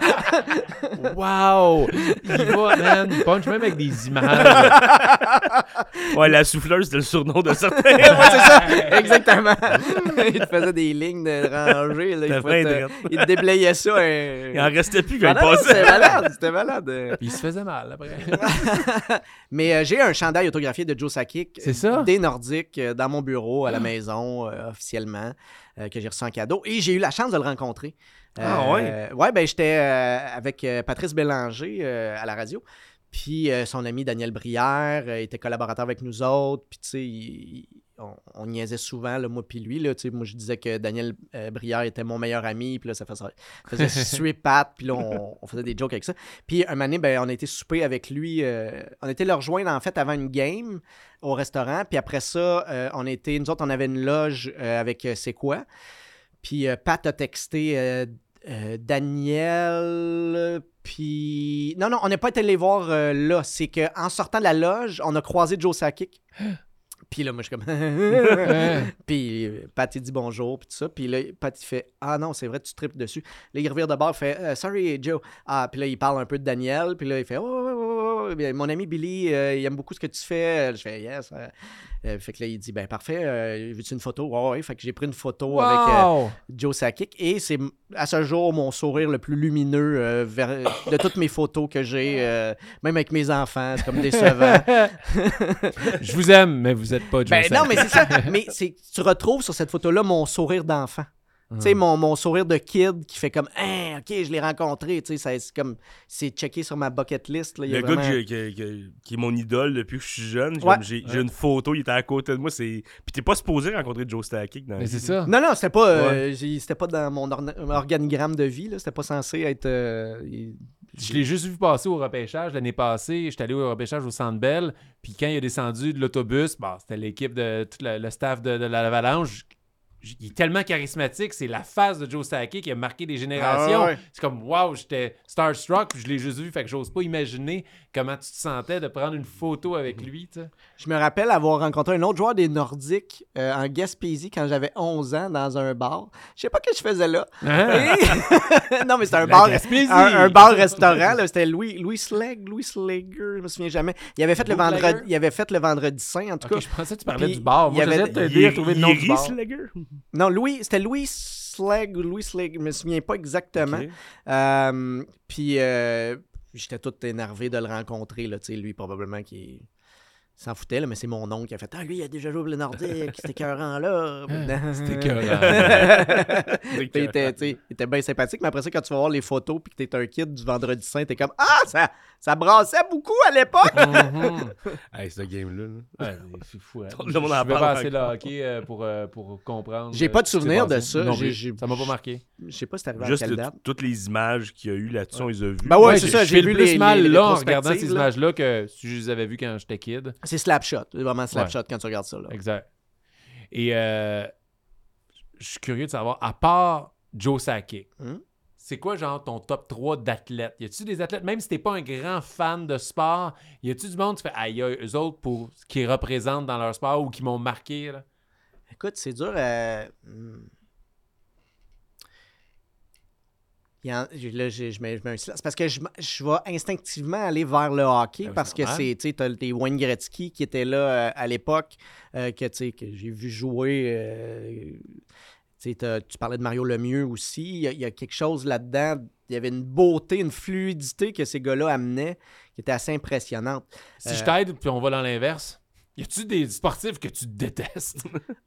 [SPEAKER 3] <laughs>
[SPEAKER 1] wow! Il va, man, il punch même avec des images.
[SPEAKER 2] Ouais, la souffleuse, c'était le surnom de certains.
[SPEAKER 3] <laughs> Ouais, c'est ça, <laughs> exactement. il te faisait des lignes de rangée. Là. Il,
[SPEAKER 2] T'as
[SPEAKER 3] pouvait
[SPEAKER 2] bien
[SPEAKER 3] te-
[SPEAKER 2] drette.
[SPEAKER 3] il te déblayait ça.
[SPEAKER 2] il en
[SPEAKER 3] hein.
[SPEAKER 2] restait plus quand
[SPEAKER 3] Ah
[SPEAKER 2] il
[SPEAKER 3] non, non,
[SPEAKER 2] passait.
[SPEAKER 3] C'était malade, c'était malade. euh.
[SPEAKER 1] Puis il se faisait mal après.
[SPEAKER 3] Mais euh, j'ai un chandail autographié de Joe Sakic euh,
[SPEAKER 1] C'est ça?
[SPEAKER 3] des Nordiques euh, dans mon bureau à la maison euh, officiellement euh, que j'ai reçu en cadeau et j'ai eu la chance de le rencontrer.
[SPEAKER 2] Ah ouais?
[SPEAKER 3] Ouais, ben j'étais euh, avec euh, Patrice Bélanger euh, à la radio. Puis euh, son ami Daniel Brière euh, était collaborateur avec nous autres. Puis tu sais, il- il- on, on niaisait souvent, là, moi puis lui. Là, Tu sais, moi, je disais que Daniel euh, Brière était mon meilleur ami. Puis là, ça faisait,
[SPEAKER 2] <laughs>
[SPEAKER 3] faisait suer Pat. Puis là, on, on faisait des jokes avec ça. Puis un moment donné, ben, on a été souper avec lui. euh, on était le rejoindre, en fait, avant une game au restaurant. Puis après ça, euh, on était, nous autres, on avait une loge euh, avec euh, C'est quoi. Puis euh, Pat a texté euh, euh, Daniel. Puis. Non, non, on n'est pas été les voir euh, là. C'est qu'en sortant de la loge, on a croisé Joe Sakic. Puis là, moi, je
[SPEAKER 1] <laughs>
[SPEAKER 3] suis comme.
[SPEAKER 1] Hein?
[SPEAKER 3] Puis euh, Pat, il dit bonjour, puis tout ça. Puis là, Pat, il fait Ah non, c'est vrai, tu tripes dessus. Là, il revient de bord, il fait Euh, Sorry, Joe. Ah, puis là, il parle un peu de Daniel, puis là, il fait Oh, ouais, ouais, ouais, ouais, ouais. Mon ami Billy, euh, il aime beaucoup ce que tu fais. Je fais Yes. euh. Euh, fait que là, il dit Ben parfait, euh, veux-tu une photo Ouais, ouais. Fait que j'ai pris une photo avec. euh,
[SPEAKER 1] Wow!
[SPEAKER 3] Joe Sakic. Et c'est à ce jour mon sourire le plus lumineux euh, vers- de toutes mes photos que j'ai, euh, même avec mes enfants. C'est comme décevant.
[SPEAKER 1] euh, <laughs> Je vous aime, mais vous êtes pas Joe
[SPEAKER 3] ben
[SPEAKER 1] Sakic.
[SPEAKER 3] non, mais
[SPEAKER 2] <laughs>
[SPEAKER 3] c'est ça. Mais c'est- tu retrouves sur cette photo-là mon sourire d'enfant. Tu
[SPEAKER 2] Hmm.
[SPEAKER 3] sais, mon, mon sourire de kid qui fait comme, Hein, ok, je l'ai rencontré. Tu sais, ça- c'est comme, c'est checké sur ma bucket list. Là, il y a
[SPEAKER 2] Le gars que
[SPEAKER 3] vraiment-
[SPEAKER 2] j'ai- que- que- qui est mon idole depuis que je suis jeune, j'ai-
[SPEAKER 3] Ouais.
[SPEAKER 2] j'ai j'ai une photo, il était à côté de moi. c'est- Puis t'es pas supposé rencontrer Joe Stakic dans la
[SPEAKER 1] Mais
[SPEAKER 2] vie.
[SPEAKER 1] c'est ça.
[SPEAKER 3] Non, non, c'était pas, euh, j'ai- c'était pas dans mon orna- organigramme de vie. là. C'était pas censé être. euh, il-
[SPEAKER 1] Je l'ai juste vu passer au repêchage l'année passée. J'étais allé au repêchage au Centre Bell. Puis quand il est descendu de l'autobus, bon, c'était l'équipe de tout le, le staff de, de l'Avalanche. J- Il est tellement charismatique. C'est la face de Joe Sakic qui a marqué des générations.
[SPEAKER 3] Ah ouais.
[SPEAKER 1] C'est comme, wow, j'étais starstruck. Puis je l'ai juste vu. Fait que j'ose pas imaginer comment tu te sentais de prendre une photo avec lui. tu sais.
[SPEAKER 3] Je me rappelle avoir rencontré un autre joueur des Nordiques euh, en Gaspésie quand j'avais 11 ans dans un bar. Je sais pas ce que je faisais là. Ah.
[SPEAKER 1] Hein?
[SPEAKER 3] Et- non, mais c'était un
[SPEAKER 1] La
[SPEAKER 3] bar,
[SPEAKER 1] Gaspésie!
[SPEAKER 3] un, un bar-restaurant. là. C'était Louis, Louis Sleg, Louis Slager, je me souviens jamais. Il avait fait, le
[SPEAKER 1] Bootlegger?
[SPEAKER 3] vendredi, il avait fait le vendredi saint, en tout
[SPEAKER 1] <laughs> Ok,
[SPEAKER 3] cas.
[SPEAKER 1] je pensais que tu parlais
[SPEAKER 3] Puis,
[SPEAKER 1] du bar.
[SPEAKER 3] il y
[SPEAKER 1] Moi, j'essayais
[SPEAKER 3] avait-
[SPEAKER 1] de t'aider à
[SPEAKER 2] Yeri-
[SPEAKER 1] trouver le nom du
[SPEAKER 2] Yeri
[SPEAKER 1] bar.
[SPEAKER 2] Slager?
[SPEAKER 3] Non, Louis, c'était Louis Sleg ou Louis Sleg, je me souviens pas exactement.
[SPEAKER 2] Ok.
[SPEAKER 3] Euh, puis euh, j'étais tout énervé de le rencontrer, là, tu sais, lui probablement qui s'en foutait, là, mais c'est mon oncle qui a fait Ah, lui, il a déjà joué pour le Nordique, c'était écœurant là.
[SPEAKER 1] Ah, <laughs>
[SPEAKER 3] <laughs>
[SPEAKER 1] C'était <laughs>
[SPEAKER 3] écœurant.
[SPEAKER 2] C'est
[SPEAKER 3] il était, tu sais, il était bien sympathique, mais après ça, quand tu vas voir les photos puis que t'es un kid du Vendredi Saint, t'es comme Ah, ça, ça brassait beaucoup à l'époque!
[SPEAKER 1] Mhm.
[SPEAKER 2] euh, Hey, ce game-là. là.
[SPEAKER 3] <laughs>
[SPEAKER 1] Ouais, mais c'est fou. Hein.
[SPEAKER 2] Tout
[SPEAKER 1] Je
[SPEAKER 2] le
[SPEAKER 1] je
[SPEAKER 2] monde
[SPEAKER 1] vais
[SPEAKER 2] en parle
[SPEAKER 1] pas assez le
[SPEAKER 2] encore.
[SPEAKER 1] hockey euh, pour, euh, pour comprendre.
[SPEAKER 3] J'ai
[SPEAKER 1] euh,
[SPEAKER 3] pas de
[SPEAKER 1] ce qui s'est
[SPEAKER 3] souvenir de
[SPEAKER 1] passé.
[SPEAKER 3] ça.
[SPEAKER 1] Non
[SPEAKER 3] J'ai-
[SPEAKER 1] plus.
[SPEAKER 3] j'ai-
[SPEAKER 1] Ça m'a pas marqué.
[SPEAKER 3] Je sais pas si c'était arrivé
[SPEAKER 2] Juste
[SPEAKER 3] à
[SPEAKER 2] le-
[SPEAKER 3] quelle date.
[SPEAKER 2] toutes les images qu'il y a eu là-dessus, on les a vues.
[SPEAKER 3] Ben ouais,
[SPEAKER 1] Ouais,
[SPEAKER 3] c'est
[SPEAKER 1] je-
[SPEAKER 3] ça,
[SPEAKER 1] je
[SPEAKER 3] j'ai
[SPEAKER 1] fais
[SPEAKER 3] vu
[SPEAKER 1] le plus
[SPEAKER 3] les-
[SPEAKER 1] mal
[SPEAKER 3] les
[SPEAKER 1] là en regardant ces
[SPEAKER 3] rétrospectives, là.
[SPEAKER 1] images-là que si je les avais vues quand j'étais kid.
[SPEAKER 3] C'est Slapshot, c'est vraiment Slapshot quand tu regardes ça. Là.
[SPEAKER 1] Exact. Et euh, je suis curieux de savoir, à part Joe Sakic,
[SPEAKER 3] Hum.
[SPEAKER 1] c'est quoi genre ton top 3 d'athlètes? Y a-tu des athlètes, même si t'es pas un grand fan de sport, y a-tu du monde qui fait aïe aïe, eux autres pour ce qu'ils représentent dans leur sport ou qui m'ont marqué? Là?
[SPEAKER 3] Écoute, c'est dur. euh, hmm. Il y en- j'ai- là, j'ai- je mets, je mets un silence. Parce que je, m- je vais instinctivement aller vers le hockey
[SPEAKER 1] Ah oui,
[SPEAKER 3] parce
[SPEAKER 1] c'est
[SPEAKER 3] que
[SPEAKER 1] normal.
[SPEAKER 3] c'est, tu sais, t'as des Wayne Gretzky qui était là euh, à l'époque, euh, que, tu sais, que j'ai vu jouer. euh, tu sais, t'as- tu parlais de Mario Lemieux aussi. Il y, a, il y a quelque chose là-dedans. Il y avait une beauté, une fluidité que ces gars-là amenaient qui était assez impressionnante.
[SPEAKER 1] Si
[SPEAKER 3] Euh,
[SPEAKER 1] je t'aide, puis on va dans l'inverse. Y a-tu des sportifs que tu détestes?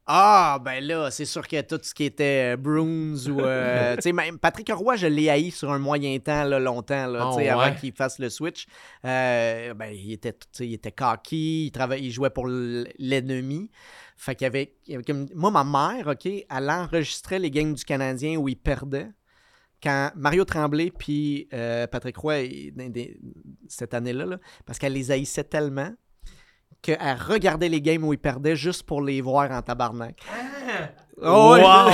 [SPEAKER 3] Ah, ben là, c'est sûr que tout ce qui était euh, Bruins ou. euh, tu sais, même Patrick Roy, je l'ai haï sur un moyen temps, là, longtemps, là,
[SPEAKER 1] Ah,
[SPEAKER 3] tu sais,
[SPEAKER 1] ouais.
[SPEAKER 3] avant qu'il fasse le switch. Euh, ben, il était, tu sais, il était cocky, il, travaillait, il jouait pour l- l'ennemi. Fait qu'il y avait. il y avait comme- Moi, ma mère, OK, elle enregistrait les games du Canadien où il perdait. Quand Mario Tremblay puis euh, Patrick Roy, ils- des- des- cette année-là, là, parce qu'elle les haïssait tellement qu'elle regardait les games où ils perdaient juste pour les voir en tabarnak. Oh, ouais.
[SPEAKER 1] wow!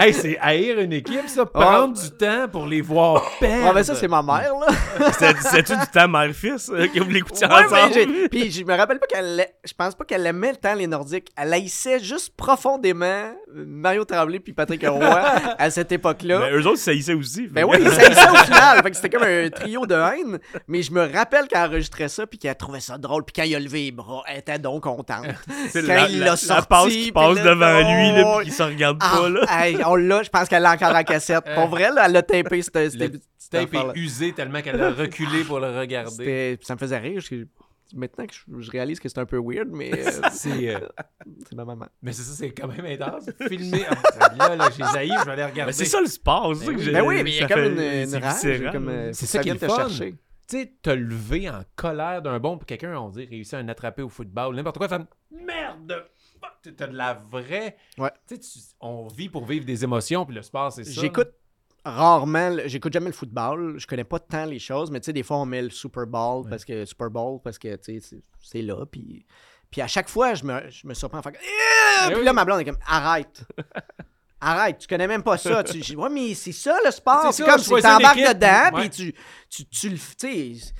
[SPEAKER 1] hey, c'est haïr une équipe, ça. Prendre du temps pour <laughs> les voir perdre.
[SPEAKER 3] <laughs> Ah, ben ça, c'est ma mère, là.
[SPEAKER 2] C'était- C'était-tu du temps mère-fils euh, que vous l'écoutiez
[SPEAKER 3] Ouais, mais
[SPEAKER 2] ensemble?
[SPEAKER 3] j'ai- Puis je me rappelle pas qu'elle. l'a- Je pense pas qu'elle aimait tant les Nordiques. Elle haïssait juste profondément Mario Tremblay puis Patrick Roy à cette époque-là.
[SPEAKER 2] Mais eux autres, ça haïssaient aussi.
[SPEAKER 3] Ben
[SPEAKER 2] fait <laughs>
[SPEAKER 3] oui,
[SPEAKER 2] que-
[SPEAKER 3] ils s'haïssaient au final. Fait que c'était comme un trio de haine. Mais je me rappelle qu'elle enregistrait ça puis qu'elle trouvait ça drôle. Puis quand il a levé les bras, elle était donc contente.
[SPEAKER 2] <laughs> C'est
[SPEAKER 3] Quand
[SPEAKER 2] la,
[SPEAKER 3] il
[SPEAKER 2] la-
[SPEAKER 3] l'a
[SPEAKER 2] la
[SPEAKER 3] sorti,
[SPEAKER 2] passe
[SPEAKER 3] puis
[SPEAKER 2] qui passe
[SPEAKER 3] là,
[SPEAKER 2] devant
[SPEAKER 3] oh,
[SPEAKER 2] lui, là,
[SPEAKER 3] ouais.
[SPEAKER 2] puis qui se regarde
[SPEAKER 3] Ah,
[SPEAKER 2] pas,
[SPEAKER 3] <laughs>
[SPEAKER 2] là.
[SPEAKER 3] hey, on l'a, je pense qu'elle l'a encore en cassette. Pour vrai, là, elle l'a tapé, c'était.
[SPEAKER 1] Le tape est usé tellement qu'elle a reculé pour le regarder.
[SPEAKER 3] Ça me faisait rire. parce que Maintenant que je, je réalise que c'est un peu weird, mais euh,
[SPEAKER 2] <laughs>
[SPEAKER 1] C'est, <laughs> euh,
[SPEAKER 3] c'est ma maman.
[SPEAKER 1] mais c'est ça, c'est quand même intense. Filmer. Ah, là, là, j'ai haï, je vais aller regarder.
[SPEAKER 2] Mais Ben, c'est ça le sport, c'est ça
[SPEAKER 1] Ben
[SPEAKER 2] que
[SPEAKER 1] oui.
[SPEAKER 2] j'ai-
[SPEAKER 3] Ben oui, mais il y a
[SPEAKER 2] ça
[SPEAKER 3] comme
[SPEAKER 2] fait- hein.
[SPEAKER 3] une, une
[SPEAKER 2] c'est
[SPEAKER 3] rage.
[SPEAKER 2] viscéral.
[SPEAKER 3] comme, euh,
[SPEAKER 1] C'est ça qui
[SPEAKER 3] vient
[SPEAKER 1] est
[SPEAKER 3] te
[SPEAKER 1] le fun.
[SPEAKER 3] chercher.
[SPEAKER 1] tu sais, te lever en colère d'un bon pour quelqu'un, on dit, réussir à un attraper au football, n'importe quoi, faire merde, fuck, t'as- t'as de la vraie.
[SPEAKER 3] Ouais.
[SPEAKER 1] Tu sais, tu- on vit pour vivre des émotions, puis le sport, c'est ça.
[SPEAKER 3] J'écoute rarement, le- j'écoute jamais le football. Je connais pas tant les choses, mais tu sais, des fois, on met le Super Bowl parce que Super Bowl parce que tu sais, c'est- c'est là. Puis, puis à chaque fois, je me, je me surprends en faire. Eh!
[SPEAKER 1] Eh
[SPEAKER 3] Puis
[SPEAKER 1] oui.
[SPEAKER 3] là, ma blonde est comme
[SPEAKER 1] <laughs>
[SPEAKER 3] arrête. Arrête, tu connais même pas ça. Tu, j'ai- ouais, mais c'est ça le sport.
[SPEAKER 1] C'est
[SPEAKER 3] C'est
[SPEAKER 1] ça,
[SPEAKER 3] comme si
[SPEAKER 1] choisir une
[SPEAKER 3] t'embarques
[SPEAKER 1] équipe,
[SPEAKER 3] dedans,
[SPEAKER 1] ouais.
[SPEAKER 3] puis tu, tu, tu le. Tu sais,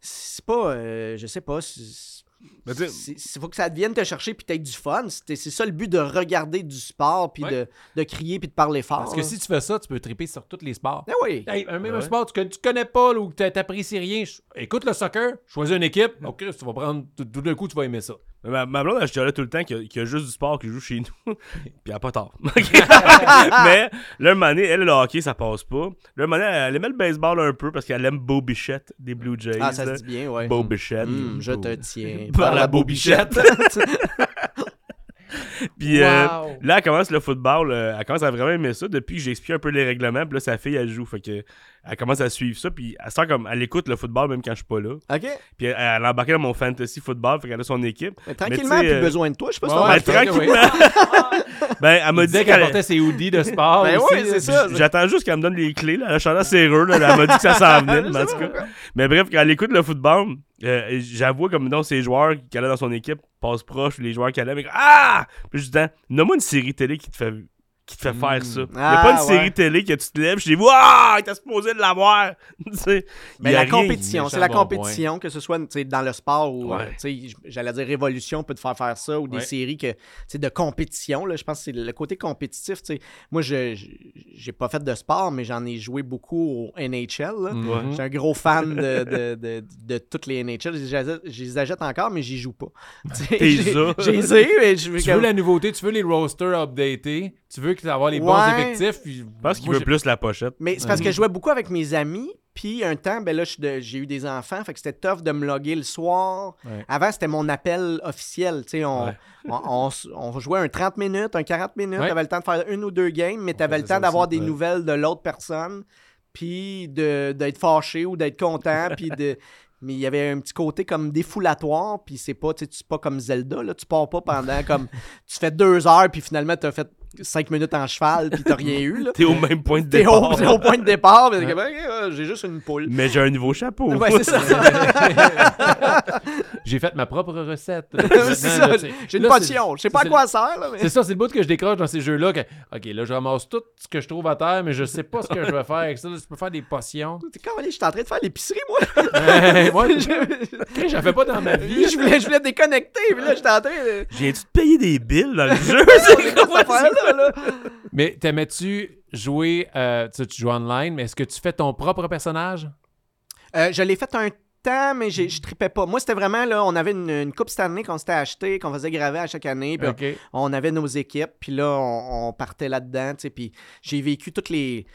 [SPEAKER 3] c'est pas. euh, je sais pas. c'est-
[SPEAKER 2] Ben, tu sais-
[SPEAKER 3] Il faut que ça devienne te chercher puis t'aies du fun. C'est c'est ça le but de regarder du sport puis
[SPEAKER 1] Ouais.
[SPEAKER 3] de, de crier puis de parler fort.
[SPEAKER 1] Parce que
[SPEAKER 3] là.
[SPEAKER 1] si tu fais ça, tu peux triper sur tous les sports.
[SPEAKER 3] Ah oui.
[SPEAKER 1] Hey, un même
[SPEAKER 2] Ben Ouais.
[SPEAKER 1] sport tu, con- tu connais pas là, ou que t'a- t'apprécies rien, ch- écoute le soccer, choisis une équipe, ok, tu vas prendre, tout tout d'un coup, tu vas aimer ça.
[SPEAKER 2] Ma, ma blonde, elle là tout le temps qu'il y, a- qu'il y a juste du sport qui joue chez nous. <laughs> Puis elle a pas tort. Ok.
[SPEAKER 3] <laughs>
[SPEAKER 2] Mais là, un moment donné, elle, le hockey, ça passe pas. Là, un moment donné, elle aimait le baseball un peu parce qu'elle aime Beau Bichette des Blue Jays.
[SPEAKER 3] Ah, ça se
[SPEAKER 2] là.
[SPEAKER 3] dit bien, ouais.
[SPEAKER 2] Beau Bichette.
[SPEAKER 3] Hum, je te
[SPEAKER 2] <laughs>
[SPEAKER 3] tiens.
[SPEAKER 2] Par la bobichette. Puis euh,
[SPEAKER 1] Wow.
[SPEAKER 2] là, elle commence le football. euh, elle commence à vraiment aimer ça depuis que j'ai expliqué un peu les règlements. Puis là, sa fille, elle joue. Fait que elle commence à suivre ça. Puis elle sort comme. Elle écoute le football même quand je suis pas là.
[SPEAKER 3] <laughs> OK.
[SPEAKER 2] Puis elle, elle a embarqué dans mon fantasy football. Fait qu'elle a son équipe.
[SPEAKER 3] Mais
[SPEAKER 2] tu
[SPEAKER 3] tranquillement,
[SPEAKER 2] sais,
[SPEAKER 3] plus
[SPEAKER 2] euh,
[SPEAKER 3] besoin de toi. Je sais pas si
[SPEAKER 1] ouais,
[SPEAKER 3] t'en
[SPEAKER 1] ouais,
[SPEAKER 2] Ben,
[SPEAKER 3] marches.
[SPEAKER 1] je pense que oui.
[SPEAKER 2] tranquillement. ben,
[SPEAKER 3] <laughs>
[SPEAKER 2] elle m'a
[SPEAKER 1] <laughs> Dès
[SPEAKER 2] dit
[SPEAKER 1] qu'elle
[SPEAKER 2] qu'elle.
[SPEAKER 1] portait ses hoodies de sport.
[SPEAKER 3] Ben
[SPEAKER 1] aussi,
[SPEAKER 3] ouais,
[SPEAKER 1] là,
[SPEAKER 3] c'est ça.
[SPEAKER 2] J- J'attends juste qu'elle me donne les clés. Là. Elle a chanté la serrure. Là. Elle m'a dit que ça s'en venait. mais, en tout cas. mais bref, quand elle écoute le football, euh, j'avoue comme non, ces joueurs qu'elle a dans son équipe passent proche, les joueurs qu'elle aime. et- Ah! Puis je dis, Attends, nomme-moi une série télé qui te fait, qui te fait faire ça. Il a
[SPEAKER 3] Ah,
[SPEAKER 2] pas une
[SPEAKER 3] ouais.
[SPEAKER 2] série télé que tu te lèves chez vous. Ah! T'es supposé de l'avoir. <laughs> Tu sais,
[SPEAKER 3] Mais
[SPEAKER 2] y a
[SPEAKER 3] la
[SPEAKER 2] rien.
[SPEAKER 3] compétition, c'est la
[SPEAKER 1] Méchant bon
[SPEAKER 3] compétition, que ce soit tu sais, dans le sport ou,
[SPEAKER 2] Ouais.
[SPEAKER 3] euh, tu sais, j- j'allais dire révolution, peut te faire faire ça, ou des
[SPEAKER 1] Ouais.
[SPEAKER 3] séries que, tu sais, de compétition, là, je pense que c'est le côté compétitif. tu sais. Moi, je je- j'ai pas fait de sport, mais j'en ai joué beaucoup au NHL. là. Je suis un gros fan de, de, de- de toutes les NHL. Je les achète- je les achète encore, mais j'y joue pas. <laughs> Tu sais,
[SPEAKER 2] T'es
[SPEAKER 3] j'ai-
[SPEAKER 2] ça.
[SPEAKER 3] J'ai les ai, mais je veux
[SPEAKER 1] Tu veux la nouveauté, tu veux les rosters updatés, tu veux que avoir les bons
[SPEAKER 3] Ouais.
[SPEAKER 1] effectifs. puis-
[SPEAKER 2] Je pense qu'il
[SPEAKER 1] moi,
[SPEAKER 2] veut
[SPEAKER 1] j'ai-
[SPEAKER 2] plus la pochette.
[SPEAKER 3] Mais c'est parce que je jouais beaucoup avec mes amis. Puis un temps, ben là, je suis de- j'ai eu des enfants, fait que c'était tough de me loguer le soir.
[SPEAKER 1] Ouais.
[SPEAKER 3] Avant, c'était mon appel officiel. Tu sais, on,
[SPEAKER 1] Ouais.
[SPEAKER 3] on, on s- on jouait un 30 minutes, un 40 minutes.
[SPEAKER 1] Ouais.
[SPEAKER 3] T'avais le temps de faire une ou deux games, mais t'avais le
[SPEAKER 1] faisait ça
[SPEAKER 3] temps d'avoir
[SPEAKER 1] aussi,
[SPEAKER 3] des
[SPEAKER 1] ouais.
[SPEAKER 3] nouvelles de l'autre personne, puis de- d'être fâché ou d'être content, <laughs> puis de... Mais il y avait un petit côté comme défoulatoire, puis c'est pas, tu sais, tu- c'est pas comme Zelda, là, tu pars pas pendant
[SPEAKER 1] <laughs>
[SPEAKER 3] comme... Tu fais deux heures, puis finalement, t'as fait cinq minutes en cheval, puis t'as rien eu, là.
[SPEAKER 2] T'es au même point de
[SPEAKER 3] T'es au,
[SPEAKER 2] départ.
[SPEAKER 3] t'es au point de départ, mais t'es comme, Ok, euh, j'ai juste une poule.
[SPEAKER 2] Mais j'ai un nouveau chapeau. <laughs>
[SPEAKER 3] Ouais, c'est ça.
[SPEAKER 1] <laughs> J'ai fait ma propre recette.
[SPEAKER 3] <laughs> C'est
[SPEAKER 1] Maintenant,
[SPEAKER 3] ça.
[SPEAKER 1] là, tu sais.
[SPEAKER 3] J'ai une
[SPEAKER 1] Là, c'est-
[SPEAKER 3] potion. Je sais pas à
[SPEAKER 1] c'est-
[SPEAKER 3] quoi elle sert, là, mais-
[SPEAKER 1] C'est ça, c'est le bout que je décroche dans ces jeux-là. que, OK, là, je ramasse tout ce que je trouve à terre, mais je sais pas ce que je vais faire avec ça. là. je peux faire des
[SPEAKER 3] <laughs>
[SPEAKER 1] potions.
[SPEAKER 3] T'es quand je suis en train de faire l'épicerie, moi. <laughs>
[SPEAKER 1] Euh, ouais,
[SPEAKER 3] je,
[SPEAKER 1] je <laughs> j'en fais pas dans ma
[SPEAKER 3] <laughs>
[SPEAKER 1] vie.
[SPEAKER 3] je voulais, je voulais déconnecter, puis là, j'étais en train de.
[SPEAKER 2] J'ai-tu payé des billes
[SPEAKER 3] <laughs>
[SPEAKER 2] dans le jeu?
[SPEAKER 3] C'est quoi cette affaire-là, là?
[SPEAKER 1] Mais t'aimais-tu jouer, euh, tu sais, tu joues online, mais est-ce que tu fais ton propre personnage?
[SPEAKER 3] Euh, je l'ai fait un temps, mais j'ai- je tripais pas. Moi, c'était vraiment, là, on avait une, une coupe cette année qu'on s'était achetée, qu'on faisait graver à chaque année, puis
[SPEAKER 1] OK.
[SPEAKER 3] <laughs> on avait nos équipes, puis là, on, on partait là-dedans, tu sais, puis j'ai vécu toutes les,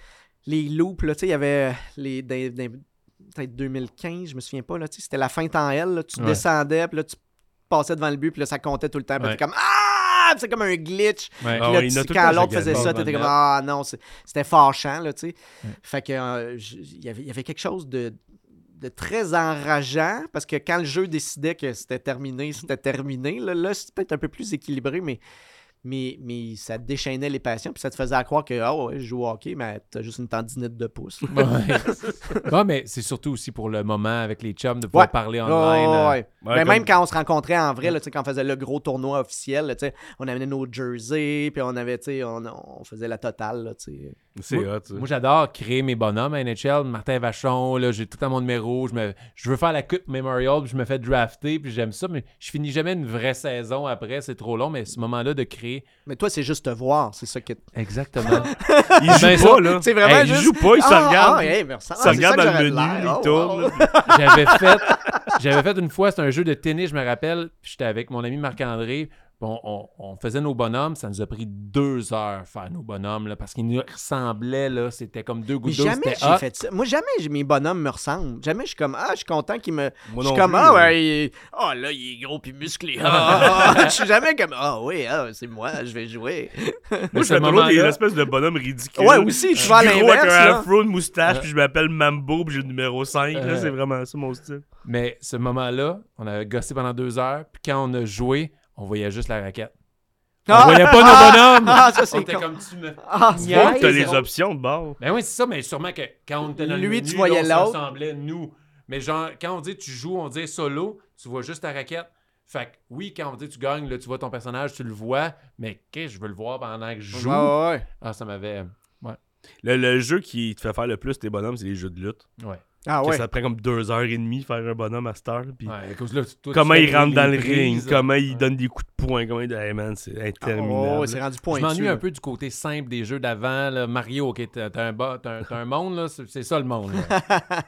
[SPEAKER 3] les loops, là, tu sais, il y avait euh, les... dans- dans- peut-être 2015, je me souviens pas, là, tu sais, c'était la fin temps L, là, tu
[SPEAKER 1] Ouais.
[SPEAKER 3] descendais, puis là, tu passait devant le but, puis là, ça comptait tout le temps. Puis
[SPEAKER 1] Ouais.
[SPEAKER 3] t'es comme Ah! Puis C'est comme un glitch.
[SPEAKER 1] Ouais.
[SPEAKER 2] Ah
[SPEAKER 3] Puis là,
[SPEAKER 2] ouais, il y en a
[SPEAKER 3] tu-
[SPEAKER 2] tout le
[SPEAKER 3] quand
[SPEAKER 2] temps,
[SPEAKER 3] l'autre
[SPEAKER 2] ça
[SPEAKER 3] faisait
[SPEAKER 2] gagne.
[SPEAKER 3] ça, t'étais comme Ah non, c'est- c'était fâchant, là, tu sais. Fait que euh, j- il y avait- il y avait quelque chose de, de très enrageant parce que quand le jeu décidait que c'était terminé, c'était terminé. Là, là c'était peut-être un peu plus équilibré, mais, mais, mais ça déchaînait les passions. Puis ça te faisait à croire que Ah ouais, je joue au hockey, mais t'as juste une tendinite de pouce.
[SPEAKER 2] <laughs>
[SPEAKER 3] là.
[SPEAKER 1] Ouais. Non, mais c'est surtout aussi pour le moment avec les chums de pouvoir
[SPEAKER 3] Ouais.
[SPEAKER 1] parler
[SPEAKER 3] Ouais,
[SPEAKER 1] online.
[SPEAKER 3] ouais,
[SPEAKER 1] euh,
[SPEAKER 3] ouais.
[SPEAKER 2] Ouais,
[SPEAKER 3] Mais
[SPEAKER 2] comme-
[SPEAKER 3] même quand on se rencontrait en vrai, là, tu sais, quand on faisait le gros tournoi officiel, là, tu sais, on amenait nos jerseys, puis on avait, tu sais, on, on faisait la totale. là, tu sais.
[SPEAKER 2] C'est hot, ça.
[SPEAKER 1] Moi, j'adore créer mes bonhommes à NHL. Martin Vachon, là, j'ai tout à mon numéro. Je, me, je veux faire la Coupe Memorial, puis je me fais drafter, puis j'aime ça. Mais je finis jamais une vraie saison après, c'est trop long. Mais ce moment-là de créer.
[SPEAKER 3] Mais toi, c'est juste te voir, c'est ça qui.
[SPEAKER 1] <laughs> Exactement.
[SPEAKER 2] Il joue
[SPEAKER 1] Ben, ça-
[SPEAKER 2] pas, là.
[SPEAKER 3] C'est vraiment
[SPEAKER 2] Hey,
[SPEAKER 3] juste-
[SPEAKER 2] Il joue pas, il se
[SPEAKER 3] Ah,
[SPEAKER 2] regarde.
[SPEAKER 3] ah, hey, mais
[SPEAKER 2] Ça
[SPEAKER 3] ça, ah, c'est ça
[SPEAKER 2] regarde
[SPEAKER 3] que
[SPEAKER 2] dans le
[SPEAKER 3] j'aurais
[SPEAKER 2] menu,
[SPEAKER 3] de l'air.
[SPEAKER 2] il
[SPEAKER 3] Oh,
[SPEAKER 2] tourne.
[SPEAKER 3] oh.
[SPEAKER 2] là.
[SPEAKER 1] J'avais fait, j'avais fait une fois, c'était un jeu de tennis, je me rappelle. puis J'étais avec mon ami Marc-André. puis On, on- on faisait nos bonhommes. Ça nous a pris deux heures faire nos bonhommes là, parce qu'ils nous ressemblaient. Là, c'était comme deux
[SPEAKER 3] Mais
[SPEAKER 1] gouttes d'eau.
[SPEAKER 3] jamais
[SPEAKER 1] c'était
[SPEAKER 3] j'ai
[SPEAKER 1] hot.
[SPEAKER 3] fait ça. Moi, jamais j'ai- mes bonhommes me ressemblent. Jamais je suis comme, ah, je suis content qu'ils me.
[SPEAKER 2] Moi
[SPEAKER 3] je
[SPEAKER 2] non
[SPEAKER 3] suis comme,
[SPEAKER 2] plus,
[SPEAKER 3] ah,
[SPEAKER 2] là.
[SPEAKER 3] ouais, il est- ah, là, il est gros puis musclé. Ah, ah,
[SPEAKER 2] <laughs>
[SPEAKER 3] ah. je suis jamais comme, ah, oui, ah, c'est moi, je vais jouer.
[SPEAKER 1] Mais
[SPEAKER 2] Moi,
[SPEAKER 1] ce
[SPEAKER 2] je fais toujours des
[SPEAKER 1] moment-là-
[SPEAKER 2] espèces de bonhommes ridicules.
[SPEAKER 3] Ouais, aussi, je
[SPEAKER 2] suis
[SPEAKER 3] vais à
[SPEAKER 2] gros avec
[SPEAKER 3] l'inverse,
[SPEAKER 2] un
[SPEAKER 3] là.
[SPEAKER 2] afro, une moustache,
[SPEAKER 1] Ouais.
[SPEAKER 2] puis je m'appelle Mambo, puis j'ai le numéro 5. là,
[SPEAKER 1] Euh.
[SPEAKER 2] C'est vraiment ça mon style.
[SPEAKER 1] Mais ce moment-là, on a gossé pendant deux heures, puis quand on a joué, on voyait juste la raquette. On
[SPEAKER 3] Ah,
[SPEAKER 1] voyait pas
[SPEAKER 3] ah,
[SPEAKER 1] nos bonhommes!
[SPEAKER 3] Ah, ça,
[SPEAKER 1] On
[SPEAKER 3] c'est
[SPEAKER 1] était
[SPEAKER 3] con.
[SPEAKER 1] comme tu me...
[SPEAKER 3] Ah, c'est-
[SPEAKER 1] Yeah.
[SPEAKER 2] Faut que t'as
[SPEAKER 1] c'est
[SPEAKER 2] les
[SPEAKER 1] drôle.
[SPEAKER 2] options de bord.
[SPEAKER 1] Ben oui, c'est ça, mais sûrement que quand on était dans le
[SPEAKER 3] Lui, tu
[SPEAKER 1] menu,
[SPEAKER 3] voyais
[SPEAKER 1] là, on
[SPEAKER 3] l'autre.
[SPEAKER 1] s'assemblait, nous. Mais genre, quand on dit tu joues, on dit solo, tu vois juste la raquette. Fait que oui, quand on dit tu gagnes, là, tu vois ton personnage, tu le vois, mais qu'est-ce que je veux le voir pendant que je joue?
[SPEAKER 3] Ouais, ouais, ouais.
[SPEAKER 1] Ah, ça m'avait...
[SPEAKER 2] Le, le jeu qui te fait faire le plus tes bonhommes, c'est les jeux de lutte.
[SPEAKER 1] Ouais.
[SPEAKER 3] Ah,
[SPEAKER 2] Que
[SPEAKER 3] ouais.
[SPEAKER 2] Ça te prend comme deux heures et demie faire un bonhomme à cette heure. Puis
[SPEAKER 1] Ouais, à cause là, tu- toi, tu
[SPEAKER 2] comment
[SPEAKER 1] fais
[SPEAKER 2] il rentre
[SPEAKER 1] les
[SPEAKER 2] dans le ring,
[SPEAKER 1] prises.
[SPEAKER 2] comment il
[SPEAKER 1] Ouais.
[SPEAKER 2] donne des coups de poing, comment il. Hey man, c'est
[SPEAKER 3] Ah, oh,
[SPEAKER 2] interminable.
[SPEAKER 3] c'est rendu
[SPEAKER 1] Je
[SPEAKER 3] pointu.
[SPEAKER 1] m'ennuie un
[SPEAKER 3] là.
[SPEAKER 1] peu du côté simple des jeux d'avant. là. Mario, ok, t'as t'as un, bas- t'as un, t'as un monde, là, c'est c'est ça le monde. <laughs> là.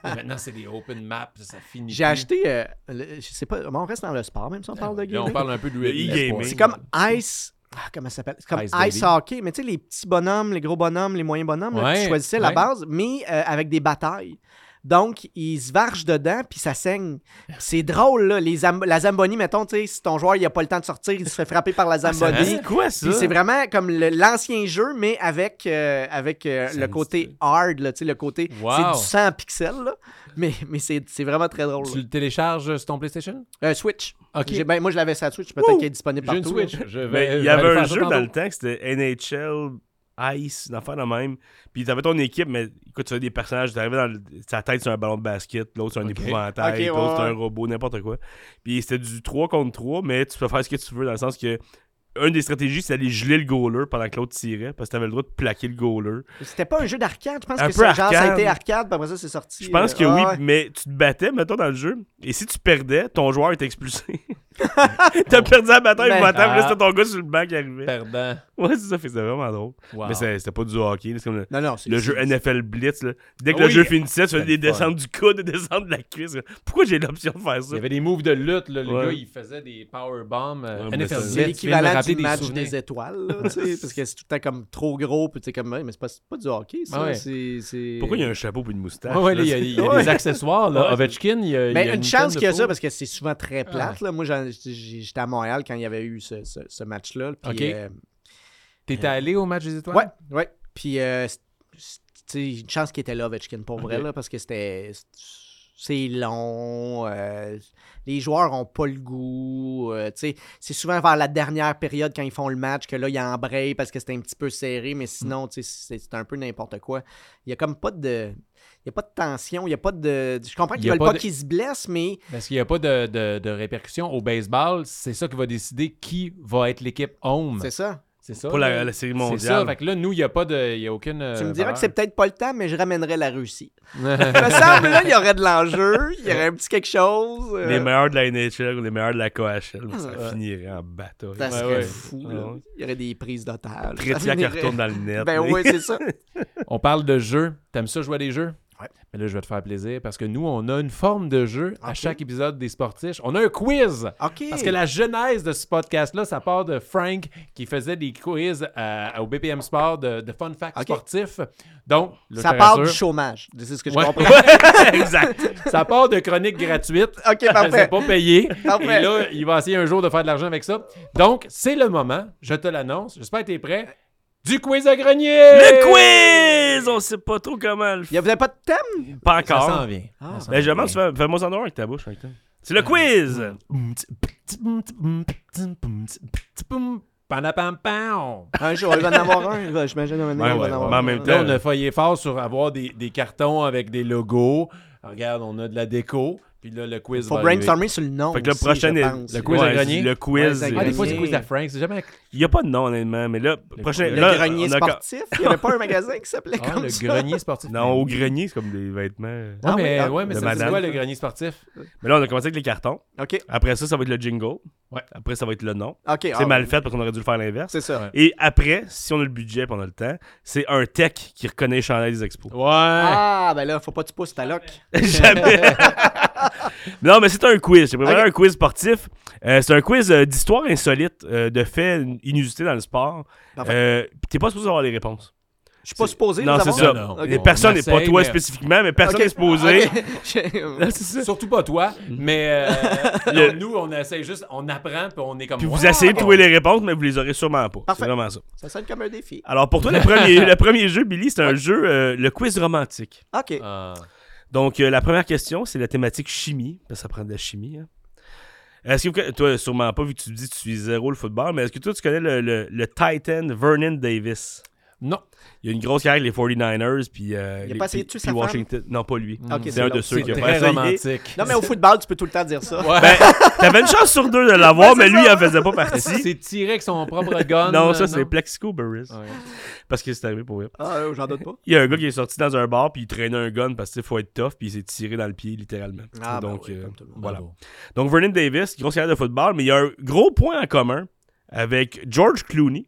[SPEAKER 1] Mais maintenant, c'est des open maps, ça, ça finit.
[SPEAKER 3] J'ai
[SPEAKER 1] plus.
[SPEAKER 3] acheté, euh, le- je sais pas, mais on reste dans le sport, même si
[SPEAKER 2] Ben
[SPEAKER 3] on parle de
[SPEAKER 1] Là, on
[SPEAKER 3] gaming.
[SPEAKER 1] parle un peu de E
[SPEAKER 2] Le e-gaming.
[SPEAKER 3] C'est comme Ice. Ah, comment ça s'appelle? C'est comme
[SPEAKER 1] Ice
[SPEAKER 3] Ice,
[SPEAKER 1] Baby.
[SPEAKER 3] Hockey. Mais tu sais, les petits bonhommes, les gros bonhommes, les moyens bonhommes, là, que
[SPEAKER 1] Ouais,
[SPEAKER 3] tu choisissais à la
[SPEAKER 1] ouais.
[SPEAKER 3] base, mais euh, avec des batailles. Donc, ils se vargent dedans, puis ça saigne. Puis C'est drôle, là. Les zam- la Zamboni, mettons, tu sais, si ton joueur, il a pas le temps de sortir, il se fait frapper
[SPEAKER 1] <laughs>
[SPEAKER 3] par
[SPEAKER 1] Ah,
[SPEAKER 3] la Zamboni.
[SPEAKER 2] C'est quoi ça?
[SPEAKER 3] Puis c'est vraiment comme le- l'ancien jeu, mais avec, euh, avec euh,
[SPEAKER 1] Ça
[SPEAKER 3] le
[SPEAKER 1] me
[SPEAKER 3] côté
[SPEAKER 1] dit-
[SPEAKER 3] hard, là, tu sais, le côté...
[SPEAKER 1] Wow.
[SPEAKER 3] C'est du 100 pixels, là. Mais, mais c'est c'est vraiment très drôle.
[SPEAKER 1] Tu
[SPEAKER 3] là.
[SPEAKER 1] le télécharges euh, sur ton PlayStation?
[SPEAKER 3] Euh, Switch.
[SPEAKER 1] Ok.
[SPEAKER 3] J'ai- ben, moi, je l'avais sur la Switch. Peut-être
[SPEAKER 1] Wouh!
[SPEAKER 3] qu'il est disponible
[SPEAKER 1] J'ai une
[SPEAKER 3] partout. là.
[SPEAKER 1] Switch. Je
[SPEAKER 2] Mais
[SPEAKER 1] vais-
[SPEAKER 2] Ben, il
[SPEAKER 1] je
[SPEAKER 2] y
[SPEAKER 1] vais aller
[SPEAKER 2] avait un
[SPEAKER 1] faire Ben, ça
[SPEAKER 2] jeu dans
[SPEAKER 1] tantôt.
[SPEAKER 2] le temps que c'était NHL Ice, une affaire de même. Puis t'avais ton équipe, mais écoute, tu avais des personnages, t'arrivais dans le- sa tête sur un ballon de basket, l'autre sur un
[SPEAKER 1] Ok.
[SPEAKER 2] épouvantail,
[SPEAKER 3] Ok, ouais,
[SPEAKER 2] l'autre sur un
[SPEAKER 3] ouais.
[SPEAKER 2] robot, n'importe quoi. Puis c'était du 3 contre 3, mais tu peux faire ce que tu veux dans le sens que une des stratégies, c'est d'aller geler le goaler pendant que l'autre tirait, parce que t'avais le droit de plaquer le goaler.
[SPEAKER 3] C'était pas un jeu d'arcade. Je pense
[SPEAKER 2] Un
[SPEAKER 3] que
[SPEAKER 2] peu
[SPEAKER 3] ça, genre, ça a
[SPEAKER 2] arcade.
[SPEAKER 3] été arcade, puis après ça, c'est sorti.
[SPEAKER 2] Je pense
[SPEAKER 3] euh,
[SPEAKER 2] que
[SPEAKER 3] ah
[SPEAKER 2] oui,
[SPEAKER 3] ouais.
[SPEAKER 2] mais tu te battais, mettons, dans le jeu, et si tu perdais, ton joueur était expulsé. <laughs> T'as perdu la bataille,
[SPEAKER 3] Ben-
[SPEAKER 2] mais attends, là,
[SPEAKER 1] Ah. Euh.
[SPEAKER 2] c'était ton gars sur le banc qui arrivait.
[SPEAKER 1] Perdant.
[SPEAKER 2] Ouais, c'est ça, fait que c'était vraiment drôle.
[SPEAKER 1] Wow.
[SPEAKER 2] Mais c'est- c'était pas du hockey, là, c'est comme le-
[SPEAKER 3] Non, non, c'est-
[SPEAKER 2] Le
[SPEAKER 3] c'est-
[SPEAKER 2] jeu NFL Blitz, là. dès que
[SPEAKER 1] Ah
[SPEAKER 2] le
[SPEAKER 1] oui.
[SPEAKER 2] jeu finissait, tu
[SPEAKER 1] C'était
[SPEAKER 2] faisais des
[SPEAKER 1] le fun.
[SPEAKER 2] descentes du coude, des descentes de la cuisse. Pourquoi j'ai l'option de faire
[SPEAKER 1] Il
[SPEAKER 2] ça?
[SPEAKER 1] y avait des moves de lutte. là. Le
[SPEAKER 2] Ouais.
[SPEAKER 1] gars, il faisait des powerbombs. euh,
[SPEAKER 2] Ouais, mais
[SPEAKER 1] NFL Blitz, tu
[SPEAKER 2] c'est-
[SPEAKER 3] C'est
[SPEAKER 1] viens de me
[SPEAKER 3] l'équivalent
[SPEAKER 1] rappeler
[SPEAKER 3] du match
[SPEAKER 1] souvenirs.
[SPEAKER 3] des étoiles, là, tu sais, parce que c'est tout le temps comme trop gros, puis tu sais, comme, Ouais, mais c'est pas, c'est pas du hockey, ça.
[SPEAKER 1] Ah ouais.
[SPEAKER 3] c'est- c'est-
[SPEAKER 2] Pourquoi il y a un chapeau puis une moustache?
[SPEAKER 1] Ouais, ouais, là,
[SPEAKER 2] là,
[SPEAKER 1] il y a, il y a des accessoires. Là.
[SPEAKER 2] Ouais.
[SPEAKER 1] Ovechkin, il y a. il y
[SPEAKER 3] Mais
[SPEAKER 1] a
[SPEAKER 3] une chance
[SPEAKER 1] tonne de
[SPEAKER 3] qu'il y a ça,
[SPEAKER 1] peau.
[SPEAKER 3] parce que c'est souvent très
[SPEAKER 2] Ah.
[SPEAKER 3] plate, là. Moi, j'en- j'ai- j'étais à Montréal quand il y avait eu ce, ce- ce match-là, puis...
[SPEAKER 1] Ok.
[SPEAKER 3] euh,
[SPEAKER 1] T'étais allé au match des étoiles?
[SPEAKER 3] Ouais, ouais. Puis, euh, c'est- c'est- tu sais, une chance qu'il était là, Ovechkin, pour vrai,
[SPEAKER 1] Ok.
[SPEAKER 3] là, parce que c'était. C'est long. euh, les joueurs ont pas le goût. euh, tu sais, c'est souvent vers la dernière période, quand ils font le match, que là, ils embrayent parce que c'était un petit peu serré,
[SPEAKER 1] Mm.
[SPEAKER 3] mais sinon, tu sais, c'est c'est un peu n'importe quoi. Il y a comme pas de. Il y a pas de tension, il y a pas de. Je comprends
[SPEAKER 1] Il
[SPEAKER 3] qu'ils
[SPEAKER 1] y a
[SPEAKER 3] veulent
[SPEAKER 1] pas
[SPEAKER 3] pas,
[SPEAKER 1] de-
[SPEAKER 3] qu'ils se blessent, mais.
[SPEAKER 1] Parce qu'il n'y a pas de, de- de répercussions au baseball. C'est ça qui va décider qui va être l'équipe home.
[SPEAKER 3] C'est ça.
[SPEAKER 1] C'est ça.
[SPEAKER 2] Pour
[SPEAKER 1] là.
[SPEAKER 2] la, la série mondiale.
[SPEAKER 1] C'est ça. Fait que là, nous, il n'y a pas de. Il n'y a aucune. euh,
[SPEAKER 3] Tu me diras que c'est peut-être pas le temps, mais je ramènerais la Russie.
[SPEAKER 1] <laughs> c'est.
[SPEAKER 3] Il me semble, là, il y aurait de l'enjeu, il y aurait un petit quelque chose. euh,
[SPEAKER 2] Les meilleurs de la NHL ou les meilleurs de la KHL, mais ça
[SPEAKER 3] Ouais.
[SPEAKER 2] finirait en bataille.
[SPEAKER 3] Ça
[SPEAKER 1] Ouais,
[SPEAKER 3] serait
[SPEAKER 1] ouais.
[SPEAKER 3] fou.
[SPEAKER 2] Ouais,
[SPEAKER 3] là.
[SPEAKER 2] ouais.
[SPEAKER 3] Il y aurait des prises d'otages.
[SPEAKER 2] Tretiak
[SPEAKER 3] Ça
[SPEAKER 2] qui retourne dans le net.
[SPEAKER 3] Ben
[SPEAKER 2] <laughs> là.
[SPEAKER 3] oui, c'est ça.
[SPEAKER 1] On parle de jeux. T'aimes ça jouer à des jeux?
[SPEAKER 3] Ouais.
[SPEAKER 1] Mais là, je vais te faire plaisir parce que nous, on a une forme de jeu à
[SPEAKER 3] Ok.
[SPEAKER 1] chaque épisode des Sportiches. On a un quiz.
[SPEAKER 3] OK.
[SPEAKER 1] Parce que la genèse de ce podcast-là, ça part de Frank qui faisait des quiz à- au BPM Sport de, de fun facts
[SPEAKER 3] Ok.
[SPEAKER 1] sportifs. Donc, là,
[SPEAKER 3] ça
[SPEAKER 1] je te
[SPEAKER 3] part
[SPEAKER 1] rassure,
[SPEAKER 3] du chômage. C'est ce que
[SPEAKER 2] <laughs>
[SPEAKER 3] je
[SPEAKER 1] Ouais.
[SPEAKER 3] comprends.
[SPEAKER 1] <laughs>
[SPEAKER 2] exact.
[SPEAKER 1] ça part de chroniques
[SPEAKER 3] <laughs>
[SPEAKER 1] gratuites.
[SPEAKER 3] OK,
[SPEAKER 1] Je ne
[SPEAKER 3] parfait.
[SPEAKER 1] pas payé.
[SPEAKER 3] Parfait.
[SPEAKER 1] Et là, il va essayer un jour de faire de l'argent avec ça. Donc, c'est le moment. Je te l'annonce. J'espère que tu es prêt. Du quiz à grenier!
[SPEAKER 2] Le quiz! On sait pas trop comment le
[SPEAKER 3] Il y avait pas de thème?
[SPEAKER 2] f- Pas
[SPEAKER 1] Ça
[SPEAKER 2] encore.
[SPEAKER 1] s'en vient. Euh,
[SPEAKER 3] Ah.
[SPEAKER 1] Ça s'en
[SPEAKER 2] Mais je demande,
[SPEAKER 1] vient.
[SPEAKER 2] tu fais- fais-moi ça en dehors avec ta bouche. en même temps. C'est le quiz!
[SPEAKER 1] Panapam-pam.
[SPEAKER 3] Un jour, il va en avoir un. il va- J'imagine un moment donné,
[SPEAKER 2] Ouais,
[SPEAKER 3] il va
[SPEAKER 2] ouais,
[SPEAKER 3] en
[SPEAKER 2] mais en
[SPEAKER 3] avoir
[SPEAKER 2] même
[SPEAKER 3] un.
[SPEAKER 2] temps,
[SPEAKER 1] Là, on a failli fort sur avoir des, des cartons avec des logos. Regarde, on a de la déco. Puis là, le quiz
[SPEAKER 3] Faut
[SPEAKER 1] va arriver.
[SPEAKER 3] brainstormer sur le nom.
[SPEAKER 2] Fait que le
[SPEAKER 3] aussi,
[SPEAKER 2] prochain
[SPEAKER 3] je
[SPEAKER 2] est-
[SPEAKER 3] pense.
[SPEAKER 1] le quiz à
[SPEAKER 2] Ouais,
[SPEAKER 1] grenier.
[SPEAKER 2] Le quiz.
[SPEAKER 3] Ouais,
[SPEAKER 1] Ah, des fois, c'est
[SPEAKER 3] grenier.
[SPEAKER 1] quiz à Frank. C'est jamais...
[SPEAKER 2] Il n'y a pas de nom, honnêtement, mais là,
[SPEAKER 1] Le
[SPEAKER 2] prochain.
[SPEAKER 1] quiz.
[SPEAKER 3] Le
[SPEAKER 2] là,
[SPEAKER 3] grenier
[SPEAKER 2] on a-
[SPEAKER 3] sportif. Il n'y avait pas un magasin qui
[SPEAKER 2] <laughs>
[SPEAKER 3] s'appelait
[SPEAKER 1] Ah,
[SPEAKER 3] comme
[SPEAKER 1] le
[SPEAKER 3] ça.
[SPEAKER 1] grenier sportif.
[SPEAKER 2] Non, au grenier, c'est comme des vêtements.
[SPEAKER 1] Ouais,
[SPEAKER 3] Ah,
[SPEAKER 1] mais,
[SPEAKER 3] oui, ah,
[SPEAKER 1] ouais, mais ça,
[SPEAKER 2] de
[SPEAKER 1] c'est
[SPEAKER 2] madame.
[SPEAKER 1] quoi le grenier sportif?
[SPEAKER 2] Mais là, on a commencé avec les cartons.
[SPEAKER 3] OK.
[SPEAKER 2] Après ça, ça va être le jingle.
[SPEAKER 1] Ouais.
[SPEAKER 2] Après, ça va être le nom.
[SPEAKER 3] OK.
[SPEAKER 2] C'est
[SPEAKER 3] ah,
[SPEAKER 2] mal fait parce qu'on aurait dû le faire à l'inverse.
[SPEAKER 3] C'est ça.
[SPEAKER 1] Ouais.
[SPEAKER 2] Et après, si on a le budget et on a le temps, c'est un tech qui reconnaît les chandails des
[SPEAKER 3] <laughs>
[SPEAKER 2] expos.
[SPEAKER 1] Ouais. <laughs>
[SPEAKER 3] Ah, ben là, faut pas que tu pousses ta loc.
[SPEAKER 2] Jamais. <laughs> non, mais c'est un quiz. J'ai préparé
[SPEAKER 3] Ok.
[SPEAKER 2] un quiz sportif. Euh, c'est un quiz euh, d'histoire insolite, euh, de faits inusités dans le sport.
[SPEAKER 3] Parfait.
[SPEAKER 2] Euh, puis T'es pas supposé avoir les réponses.
[SPEAKER 3] Je suis pas
[SPEAKER 2] C'est-
[SPEAKER 3] supposé.
[SPEAKER 2] non,
[SPEAKER 3] les
[SPEAKER 2] c'est ça.
[SPEAKER 3] avoir?
[SPEAKER 1] Non, non.
[SPEAKER 3] Ok.
[SPEAKER 2] Les personnes, et pas
[SPEAKER 1] Merci,
[SPEAKER 2] toi
[SPEAKER 1] mais-
[SPEAKER 2] spécifiquement, mais personne
[SPEAKER 3] Ok.
[SPEAKER 2] n'est supposé.
[SPEAKER 3] <laughs> Ok. Je-
[SPEAKER 2] Là, c'est ça.
[SPEAKER 1] Surtout pas toi, <laughs> mais euh,
[SPEAKER 2] Le-
[SPEAKER 1] non, nous, on essaie juste, on apprend, puis on est comme.
[SPEAKER 2] Puis vous
[SPEAKER 1] Wow!
[SPEAKER 2] essayez de trouver les réponses, mais vous les aurez sûrement pas. C'est
[SPEAKER 3] Parfait.
[SPEAKER 2] vraiment ça.
[SPEAKER 3] Ça sonne comme un défi.
[SPEAKER 2] Alors pour toi, le premier, le premier jeu, Billy, c'est un jeu, euh, le quiz romantique.
[SPEAKER 3] OK.
[SPEAKER 1] Ah.
[SPEAKER 2] Donc, euh, la première question, c'est la thématique chimie. Parce que ça prend de la chimie. hein. Est-ce que vous- toi, sûrement pas, vu que tu dis que tu suis zéro le football, mais est-ce que toi, tu connais le, le- le Titan Vernon Davis
[SPEAKER 1] Non.
[SPEAKER 2] Il a une grosse carrière avec les 49ers, puis. euh,
[SPEAKER 3] Il a
[SPEAKER 2] les-
[SPEAKER 3] pas essayé
[SPEAKER 2] puis-
[SPEAKER 3] dessus,
[SPEAKER 2] puis
[SPEAKER 3] sa
[SPEAKER 2] Washington. Non, pas lui.
[SPEAKER 3] Ok,
[SPEAKER 2] c'est un
[SPEAKER 3] l'autre.
[SPEAKER 2] de ceux
[SPEAKER 1] C'est
[SPEAKER 2] qui a
[SPEAKER 1] très
[SPEAKER 2] pas essayé.
[SPEAKER 1] romantique.
[SPEAKER 3] Non, mais au football, tu peux tout le temps dire ça.
[SPEAKER 1] Ouais.
[SPEAKER 2] Ben, t'avais une chance sur deux de l'avoir,
[SPEAKER 3] Ouais,
[SPEAKER 2] mais
[SPEAKER 3] c'est
[SPEAKER 2] lui, il
[SPEAKER 3] ça.
[SPEAKER 2] en faisait pas partie.
[SPEAKER 1] c'est tiré avec son propre gun.
[SPEAKER 2] Non,
[SPEAKER 1] euh,
[SPEAKER 2] ça, c'est Plexico Burris.
[SPEAKER 1] Ouais.
[SPEAKER 2] Parce que c'est arrivé pour vrai.
[SPEAKER 3] Ah, euh, j'en doute pas.
[SPEAKER 2] Il y a un gars qui est sorti dans un bar, puis il traînait un gun parce qu'il faut être tough, puis il s'est tiré dans le pied, littéralement.
[SPEAKER 3] Ah, ben
[SPEAKER 2] Donc,
[SPEAKER 3] oui,
[SPEAKER 2] euh,
[SPEAKER 3] comme tout le monde.
[SPEAKER 2] voilà.
[SPEAKER 1] Bravo.
[SPEAKER 2] Donc, Vernon Davis, grosse carrière de football, mais il y a un gros point en commun avec George Clooney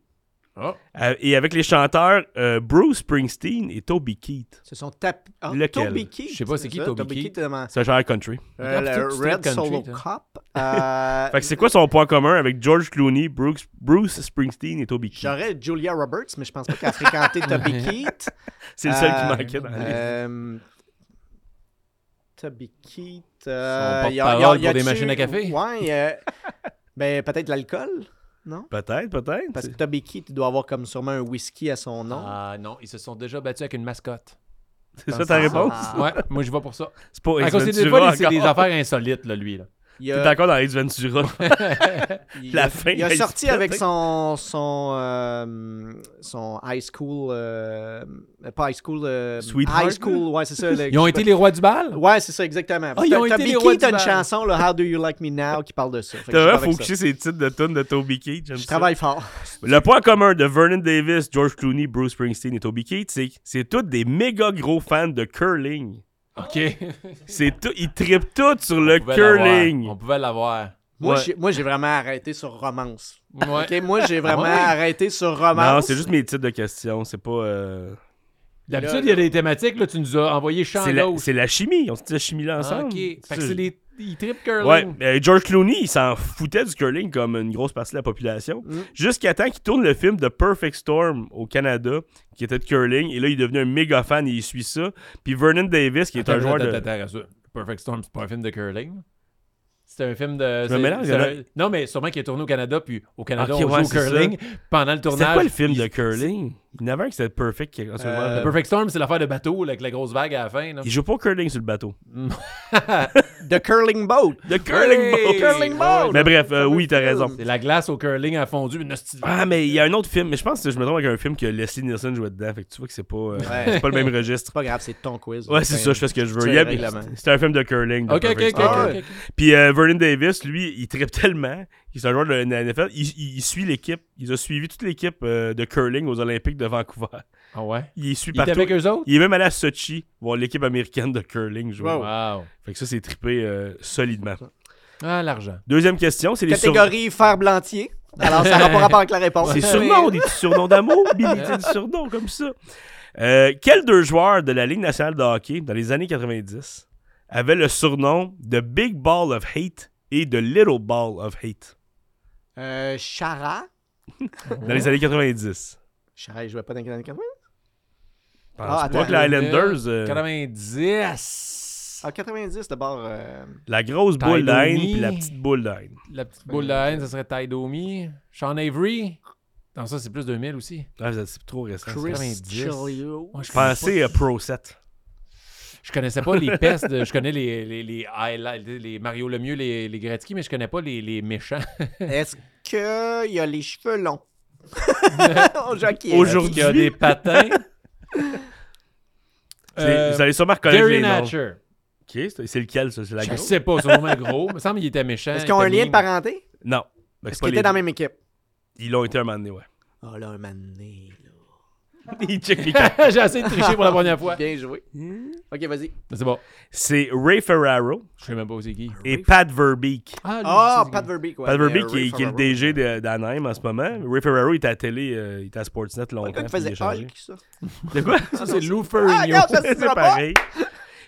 [SPEAKER 1] Oh.
[SPEAKER 2] euh, et avec les chanteurs euh, Bruce Springsteen et Toby Keith.
[SPEAKER 3] Ce sont tap... ah,
[SPEAKER 2] Lequel?
[SPEAKER 3] Toby Keith.
[SPEAKER 1] Je sais pas c'est qui,
[SPEAKER 3] ça,
[SPEAKER 1] Toby Keith.
[SPEAKER 3] Keith. euh,
[SPEAKER 2] C'est un genre country.
[SPEAKER 1] Ah, c'est
[SPEAKER 3] le
[SPEAKER 1] tout straight
[SPEAKER 3] Red
[SPEAKER 1] country,
[SPEAKER 3] Solo
[SPEAKER 1] ça.
[SPEAKER 3] Cop. Euh,
[SPEAKER 2] <laughs> Fait que c'est quoi son point commun avec George Clooney, Bruce, Bruce Springsteen et Toby Keith?
[SPEAKER 3] J'aurais Julia Roberts, mais je pense pas qu'elle a fréquenté Toby Keith.
[SPEAKER 2] C'est le seul
[SPEAKER 3] Euh,
[SPEAKER 2] qui manquait dans la liste.
[SPEAKER 3] Euh, Toby Keith. euh,
[SPEAKER 1] Son
[SPEAKER 3] y a-
[SPEAKER 1] porte-parole
[SPEAKER 3] y a- y a-
[SPEAKER 1] pour des
[SPEAKER 3] y a-tu-
[SPEAKER 1] machines à café?
[SPEAKER 3] Ouais. euh, ben, peut-être l'alcool.
[SPEAKER 2] Peut-être, peut-être.
[SPEAKER 3] Parce que Toby Keith, il doit avoir comme sûrement un whisky à son nom.
[SPEAKER 1] Ah non, ils se sont déjà battus avec une mascotte.
[SPEAKER 2] C'est ça ta réponse?
[SPEAKER 3] Ah.
[SPEAKER 1] Ouais, moi je vais pour
[SPEAKER 2] <laughs>
[SPEAKER 1] ça.
[SPEAKER 2] C'est pas
[SPEAKER 1] À
[SPEAKER 2] Ace
[SPEAKER 1] cause des- des
[SPEAKER 2] Ventura
[SPEAKER 1] fois, c'est des
[SPEAKER 2] encore.
[SPEAKER 1] affaires insolites, là, lui. Là.
[SPEAKER 3] Il y
[SPEAKER 2] T'es
[SPEAKER 3] a-
[SPEAKER 2] encore dans Ace <laughs> Ventura.
[SPEAKER 3] Il
[SPEAKER 2] La
[SPEAKER 3] a,
[SPEAKER 2] fin,
[SPEAKER 3] il a
[SPEAKER 2] là, il
[SPEAKER 3] sorti
[SPEAKER 2] se
[SPEAKER 3] avec
[SPEAKER 2] pète,
[SPEAKER 3] son son euh, son high school euh, pas high school euh,
[SPEAKER 2] Sweetheart,
[SPEAKER 3] high school ouais c'est ça le-
[SPEAKER 1] Ils ont été les rois du bal?
[SPEAKER 3] ouais c'est ça exactement
[SPEAKER 1] Ah, ils ont
[SPEAKER 3] T'as-
[SPEAKER 1] été
[SPEAKER 3] t'as
[SPEAKER 1] les rois
[SPEAKER 3] Biki,
[SPEAKER 1] du
[SPEAKER 3] t'as une
[SPEAKER 1] bal.
[SPEAKER 3] chanson là, How Do You Like Me Now qui parle de ça Fait que
[SPEAKER 2] T'as
[SPEAKER 3] je
[SPEAKER 2] vraiment
[SPEAKER 3] travaille avec ça.
[SPEAKER 2] focusé ces titres de tunes de Toby Keith. j'aime
[SPEAKER 3] je
[SPEAKER 2] ça.
[SPEAKER 3] travaille fort
[SPEAKER 2] Le point commun de Vernon Davis, George Clooney, Bruce Springsteen et Toby Keith, c'est que c'est tous des méga gros fans de curling.
[SPEAKER 1] OK.
[SPEAKER 2] C'est tout, ils trippent tous sur le
[SPEAKER 1] On pouvait l'avoir.
[SPEAKER 2] curling.
[SPEAKER 1] On pouvait l'avoir.
[SPEAKER 3] moi
[SPEAKER 2] Ouais.
[SPEAKER 3] j'ai- moi j'ai vraiment arrêté sur romance
[SPEAKER 1] Ouais. Ah
[SPEAKER 3] ok moi j'ai vraiment
[SPEAKER 1] Ouais.
[SPEAKER 3] arrêté sur romance
[SPEAKER 2] Non, c'est juste mes titres de questions. C'est pas. euh,
[SPEAKER 1] D'habitude, il y a des thématiques. Là, tu nous as envoyé champ
[SPEAKER 2] C'est la,
[SPEAKER 1] gauche.
[SPEAKER 2] c'est la chimie. On se dit la chimie là
[SPEAKER 1] Ah,
[SPEAKER 2] ensemble.
[SPEAKER 1] OK. Fait que
[SPEAKER 2] C'est-
[SPEAKER 1] c'est des... Ils trip curling.
[SPEAKER 2] Ouais, mais George Clooney, il s'en foutait du curling comme une grosse partie de la population.
[SPEAKER 3] Mm.
[SPEAKER 2] Jusqu'à temps qu'il tourne le film The Perfect Storm au Canada, qui était de curling. Et là, il est devenu un méga fan et il suit ça. Puis Vernon Davis, qui est un
[SPEAKER 1] Attends,
[SPEAKER 2] joueur
[SPEAKER 1] attends,
[SPEAKER 2] de.
[SPEAKER 1] attends, rassure. Perfect Storm, c'est pas un film de curling. C'est un film de.
[SPEAKER 2] Je me
[SPEAKER 1] c'est-
[SPEAKER 2] mélange,
[SPEAKER 1] c'est
[SPEAKER 2] il y en a-
[SPEAKER 1] un- Non, mais sûrement qu'il est tourné au Canada, puis au Canada,
[SPEAKER 2] Ok,
[SPEAKER 1] on
[SPEAKER 2] ouais,
[SPEAKER 1] joue au
[SPEAKER 2] c'est ça.
[SPEAKER 1] curling. Pendant le tournage.
[SPEAKER 2] C'était quoi le film
[SPEAKER 1] il-
[SPEAKER 2] de curling Il y en avait un qui était Perfect. qui- en ce moment,
[SPEAKER 3] Euh,
[SPEAKER 2] The Perfect-
[SPEAKER 1] Perfect Storm, c'est l'affaire de bateau là, avec la grosse vague à la fin. là.
[SPEAKER 2] Il joue pas au curling sur le bateau.
[SPEAKER 3] the curling boat
[SPEAKER 2] Le curling
[SPEAKER 1] Hey!
[SPEAKER 2] ball.
[SPEAKER 3] curling boat
[SPEAKER 2] Mais bref, euh, oui, t'as raison.
[SPEAKER 1] C'est la glace au curling a fondu, une hostie de vague.
[SPEAKER 2] Ah, mais il y a un autre film, mais je pense que je me trompe avec un film que Leslie Nielsen jouait dedans. Fait que tu vois que c'est pas, euh,
[SPEAKER 3] Ouais.
[SPEAKER 2] c'est pas le même
[SPEAKER 3] c'est
[SPEAKER 2] registre.
[SPEAKER 3] pas grave c'est ton quiz
[SPEAKER 2] Ouais, c'est
[SPEAKER 3] Enfin,
[SPEAKER 2] ça, je fais ce que je veux.
[SPEAKER 3] C'est
[SPEAKER 2] Il y a-
[SPEAKER 3] le règlement.
[SPEAKER 2] C'est un film de curling. de
[SPEAKER 1] Ok, ok,
[SPEAKER 2] Perfect
[SPEAKER 1] ok,
[SPEAKER 2] Storm.
[SPEAKER 1] ok,
[SPEAKER 3] Ah,
[SPEAKER 1] ok.
[SPEAKER 2] Puis euh, Vernon Davis, lui, il tripe tellement. Il est un joueur de la NFL. Il, il- il suit l'équipe. Il a suivi toute l'équipe euh, de curling aux Olympiques de Vancouver. <laughs>
[SPEAKER 1] Ah ouais?
[SPEAKER 2] Il les suit
[SPEAKER 1] Il était
[SPEAKER 2] partout.
[SPEAKER 1] avec eux autres?
[SPEAKER 2] Il est même allé à Sochi voir l'équipe américaine de curling jouer.
[SPEAKER 3] Wow.
[SPEAKER 1] Wow.
[SPEAKER 2] Fait que ça, c'est trippé euh, solidement.
[SPEAKER 1] Ah, l'argent.
[SPEAKER 2] Deuxième question, c'est les surnoms.
[SPEAKER 3] catégorie fer blantier
[SPEAKER 2] <laughs>
[SPEAKER 3] alors ça n'a pas rapport avec la réponse
[SPEAKER 2] C'est surnom, des petits surnoms d'amour, Billy, c'est des surnoms comme ça. Euh, quels deux joueurs de la Ligue nationale de hockey dans les années 90 avaient le surnom de Big Ball of Hate et de Little Ball of Hate
[SPEAKER 3] Euh, Chara.
[SPEAKER 2] dans les années 90?
[SPEAKER 3] Chara, il jouait pas dans les années 80?
[SPEAKER 2] Pense
[SPEAKER 3] Ah, attends.
[SPEAKER 2] pas que les Highlanders, euh,
[SPEAKER 1] 90.
[SPEAKER 3] Ah, 90 d'abord. euh,
[SPEAKER 2] la grosse boule
[SPEAKER 1] Tyler
[SPEAKER 2] d'Inde
[SPEAKER 1] Mee.
[SPEAKER 2] puis la petite boule d'Inde.
[SPEAKER 1] La petite boule de haine, ça serait Ty Domi. Sean Avery. Non, ça, c'est plus 2000 aussi.
[SPEAKER 2] Ah, c'est trop récent. ça.
[SPEAKER 1] Chris
[SPEAKER 3] 90.
[SPEAKER 1] Chilio. Moi, je
[SPEAKER 2] Pensez à Pro 7.
[SPEAKER 1] Je connaissais pas les pestes.
[SPEAKER 2] <laughs>
[SPEAKER 1] de- je connais les, les, les highlights, les Mario Lemieux, les, les Gretzky, mais je connais pas les, les méchants. <laughs>
[SPEAKER 3] Est-ce qu'il a les
[SPEAKER 2] <laughs>
[SPEAKER 3] cheveux longs? Au jockey.
[SPEAKER 2] Aujourd'hui.
[SPEAKER 1] Qui a
[SPEAKER 2] <laughs>
[SPEAKER 1] des patins. Euh,
[SPEAKER 2] vous allez sûrement reconnaître
[SPEAKER 1] Gary
[SPEAKER 2] les noms.
[SPEAKER 1] Natcher.
[SPEAKER 2] Ok, c'est c'est lequel, ça? C'est la
[SPEAKER 1] Je
[SPEAKER 2] grosse?
[SPEAKER 1] sais pas, son nom est gros. Il me semble qu'il était méchant.
[SPEAKER 3] Est-ce
[SPEAKER 1] il
[SPEAKER 3] qu'ils ont
[SPEAKER 1] était
[SPEAKER 3] un lien de
[SPEAKER 1] mean.
[SPEAKER 3] parenté?
[SPEAKER 2] Non. Ben,
[SPEAKER 3] Est-ce
[SPEAKER 2] c'est pas
[SPEAKER 3] qu'ils
[SPEAKER 2] les-
[SPEAKER 3] étaient dans la même équipe?
[SPEAKER 2] Ils l'ont été un moment donné, ouais.
[SPEAKER 3] Oh là, un mané, là.
[SPEAKER 2] Ils checkent les
[SPEAKER 3] <laughs>
[SPEAKER 2] cartes.
[SPEAKER 1] <laughs> J'ai essayé de tricher pour la première fois.
[SPEAKER 3] Bien joué.
[SPEAKER 2] Hmm.
[SPEAKER 3] Ok, vas-y.
[SPEAKER 1] Mais C'est bon.
[SPEAKER 2] <laughs> C'est Ray Ferraro
[SPEAKER 1] Je sais même pas c'est qui.
[SPEAKER 2] et Pat Verbeek.
[SPEAKER 1] lui,
[SPEAKER 3] Ah,
[SPEAKER 1] c'est-
[SPEAKER 3] Pat Verbeek, ouais.
[SPEAKER 2] Pat Verbeek,
[SPEAKER 3] Euh,
[SPEAKER 2] qui, est-
[SPEAKER 3] Ray
[SPEAKER 2] qui est le
[SPEAKER 3] Favreau.
[SPEAKER 2] DG de- d'Anaheim en ce moment. Ray Ferraro, il était à la télé, euh, il était à Sportsnet
[SPEAKER 3] Le gars
[SPEAKER 2] longtemps. puis
[SPEAKER 3] qui
[SPEAKER 2] il
[SPEAKER 3] faisait
[SPEAKER 2] a changé.
[SPEAKER 3] Hulk, ça.
[SPEAKER 2] De quoi?
[SPEAKER 1] <laughs> Ça, c'est Lou
[SPEAKER 3] Ah,
[SPEAKER 1] Ferrigno.
[SPEAKER 3] regarde, ça
[SPEAKER 2] <laughs>
[SPEAKER 3] se
[SPEAKER 2] c'est
[SPEAKER 3] dira pas.
[SPEAKER 2] pareil.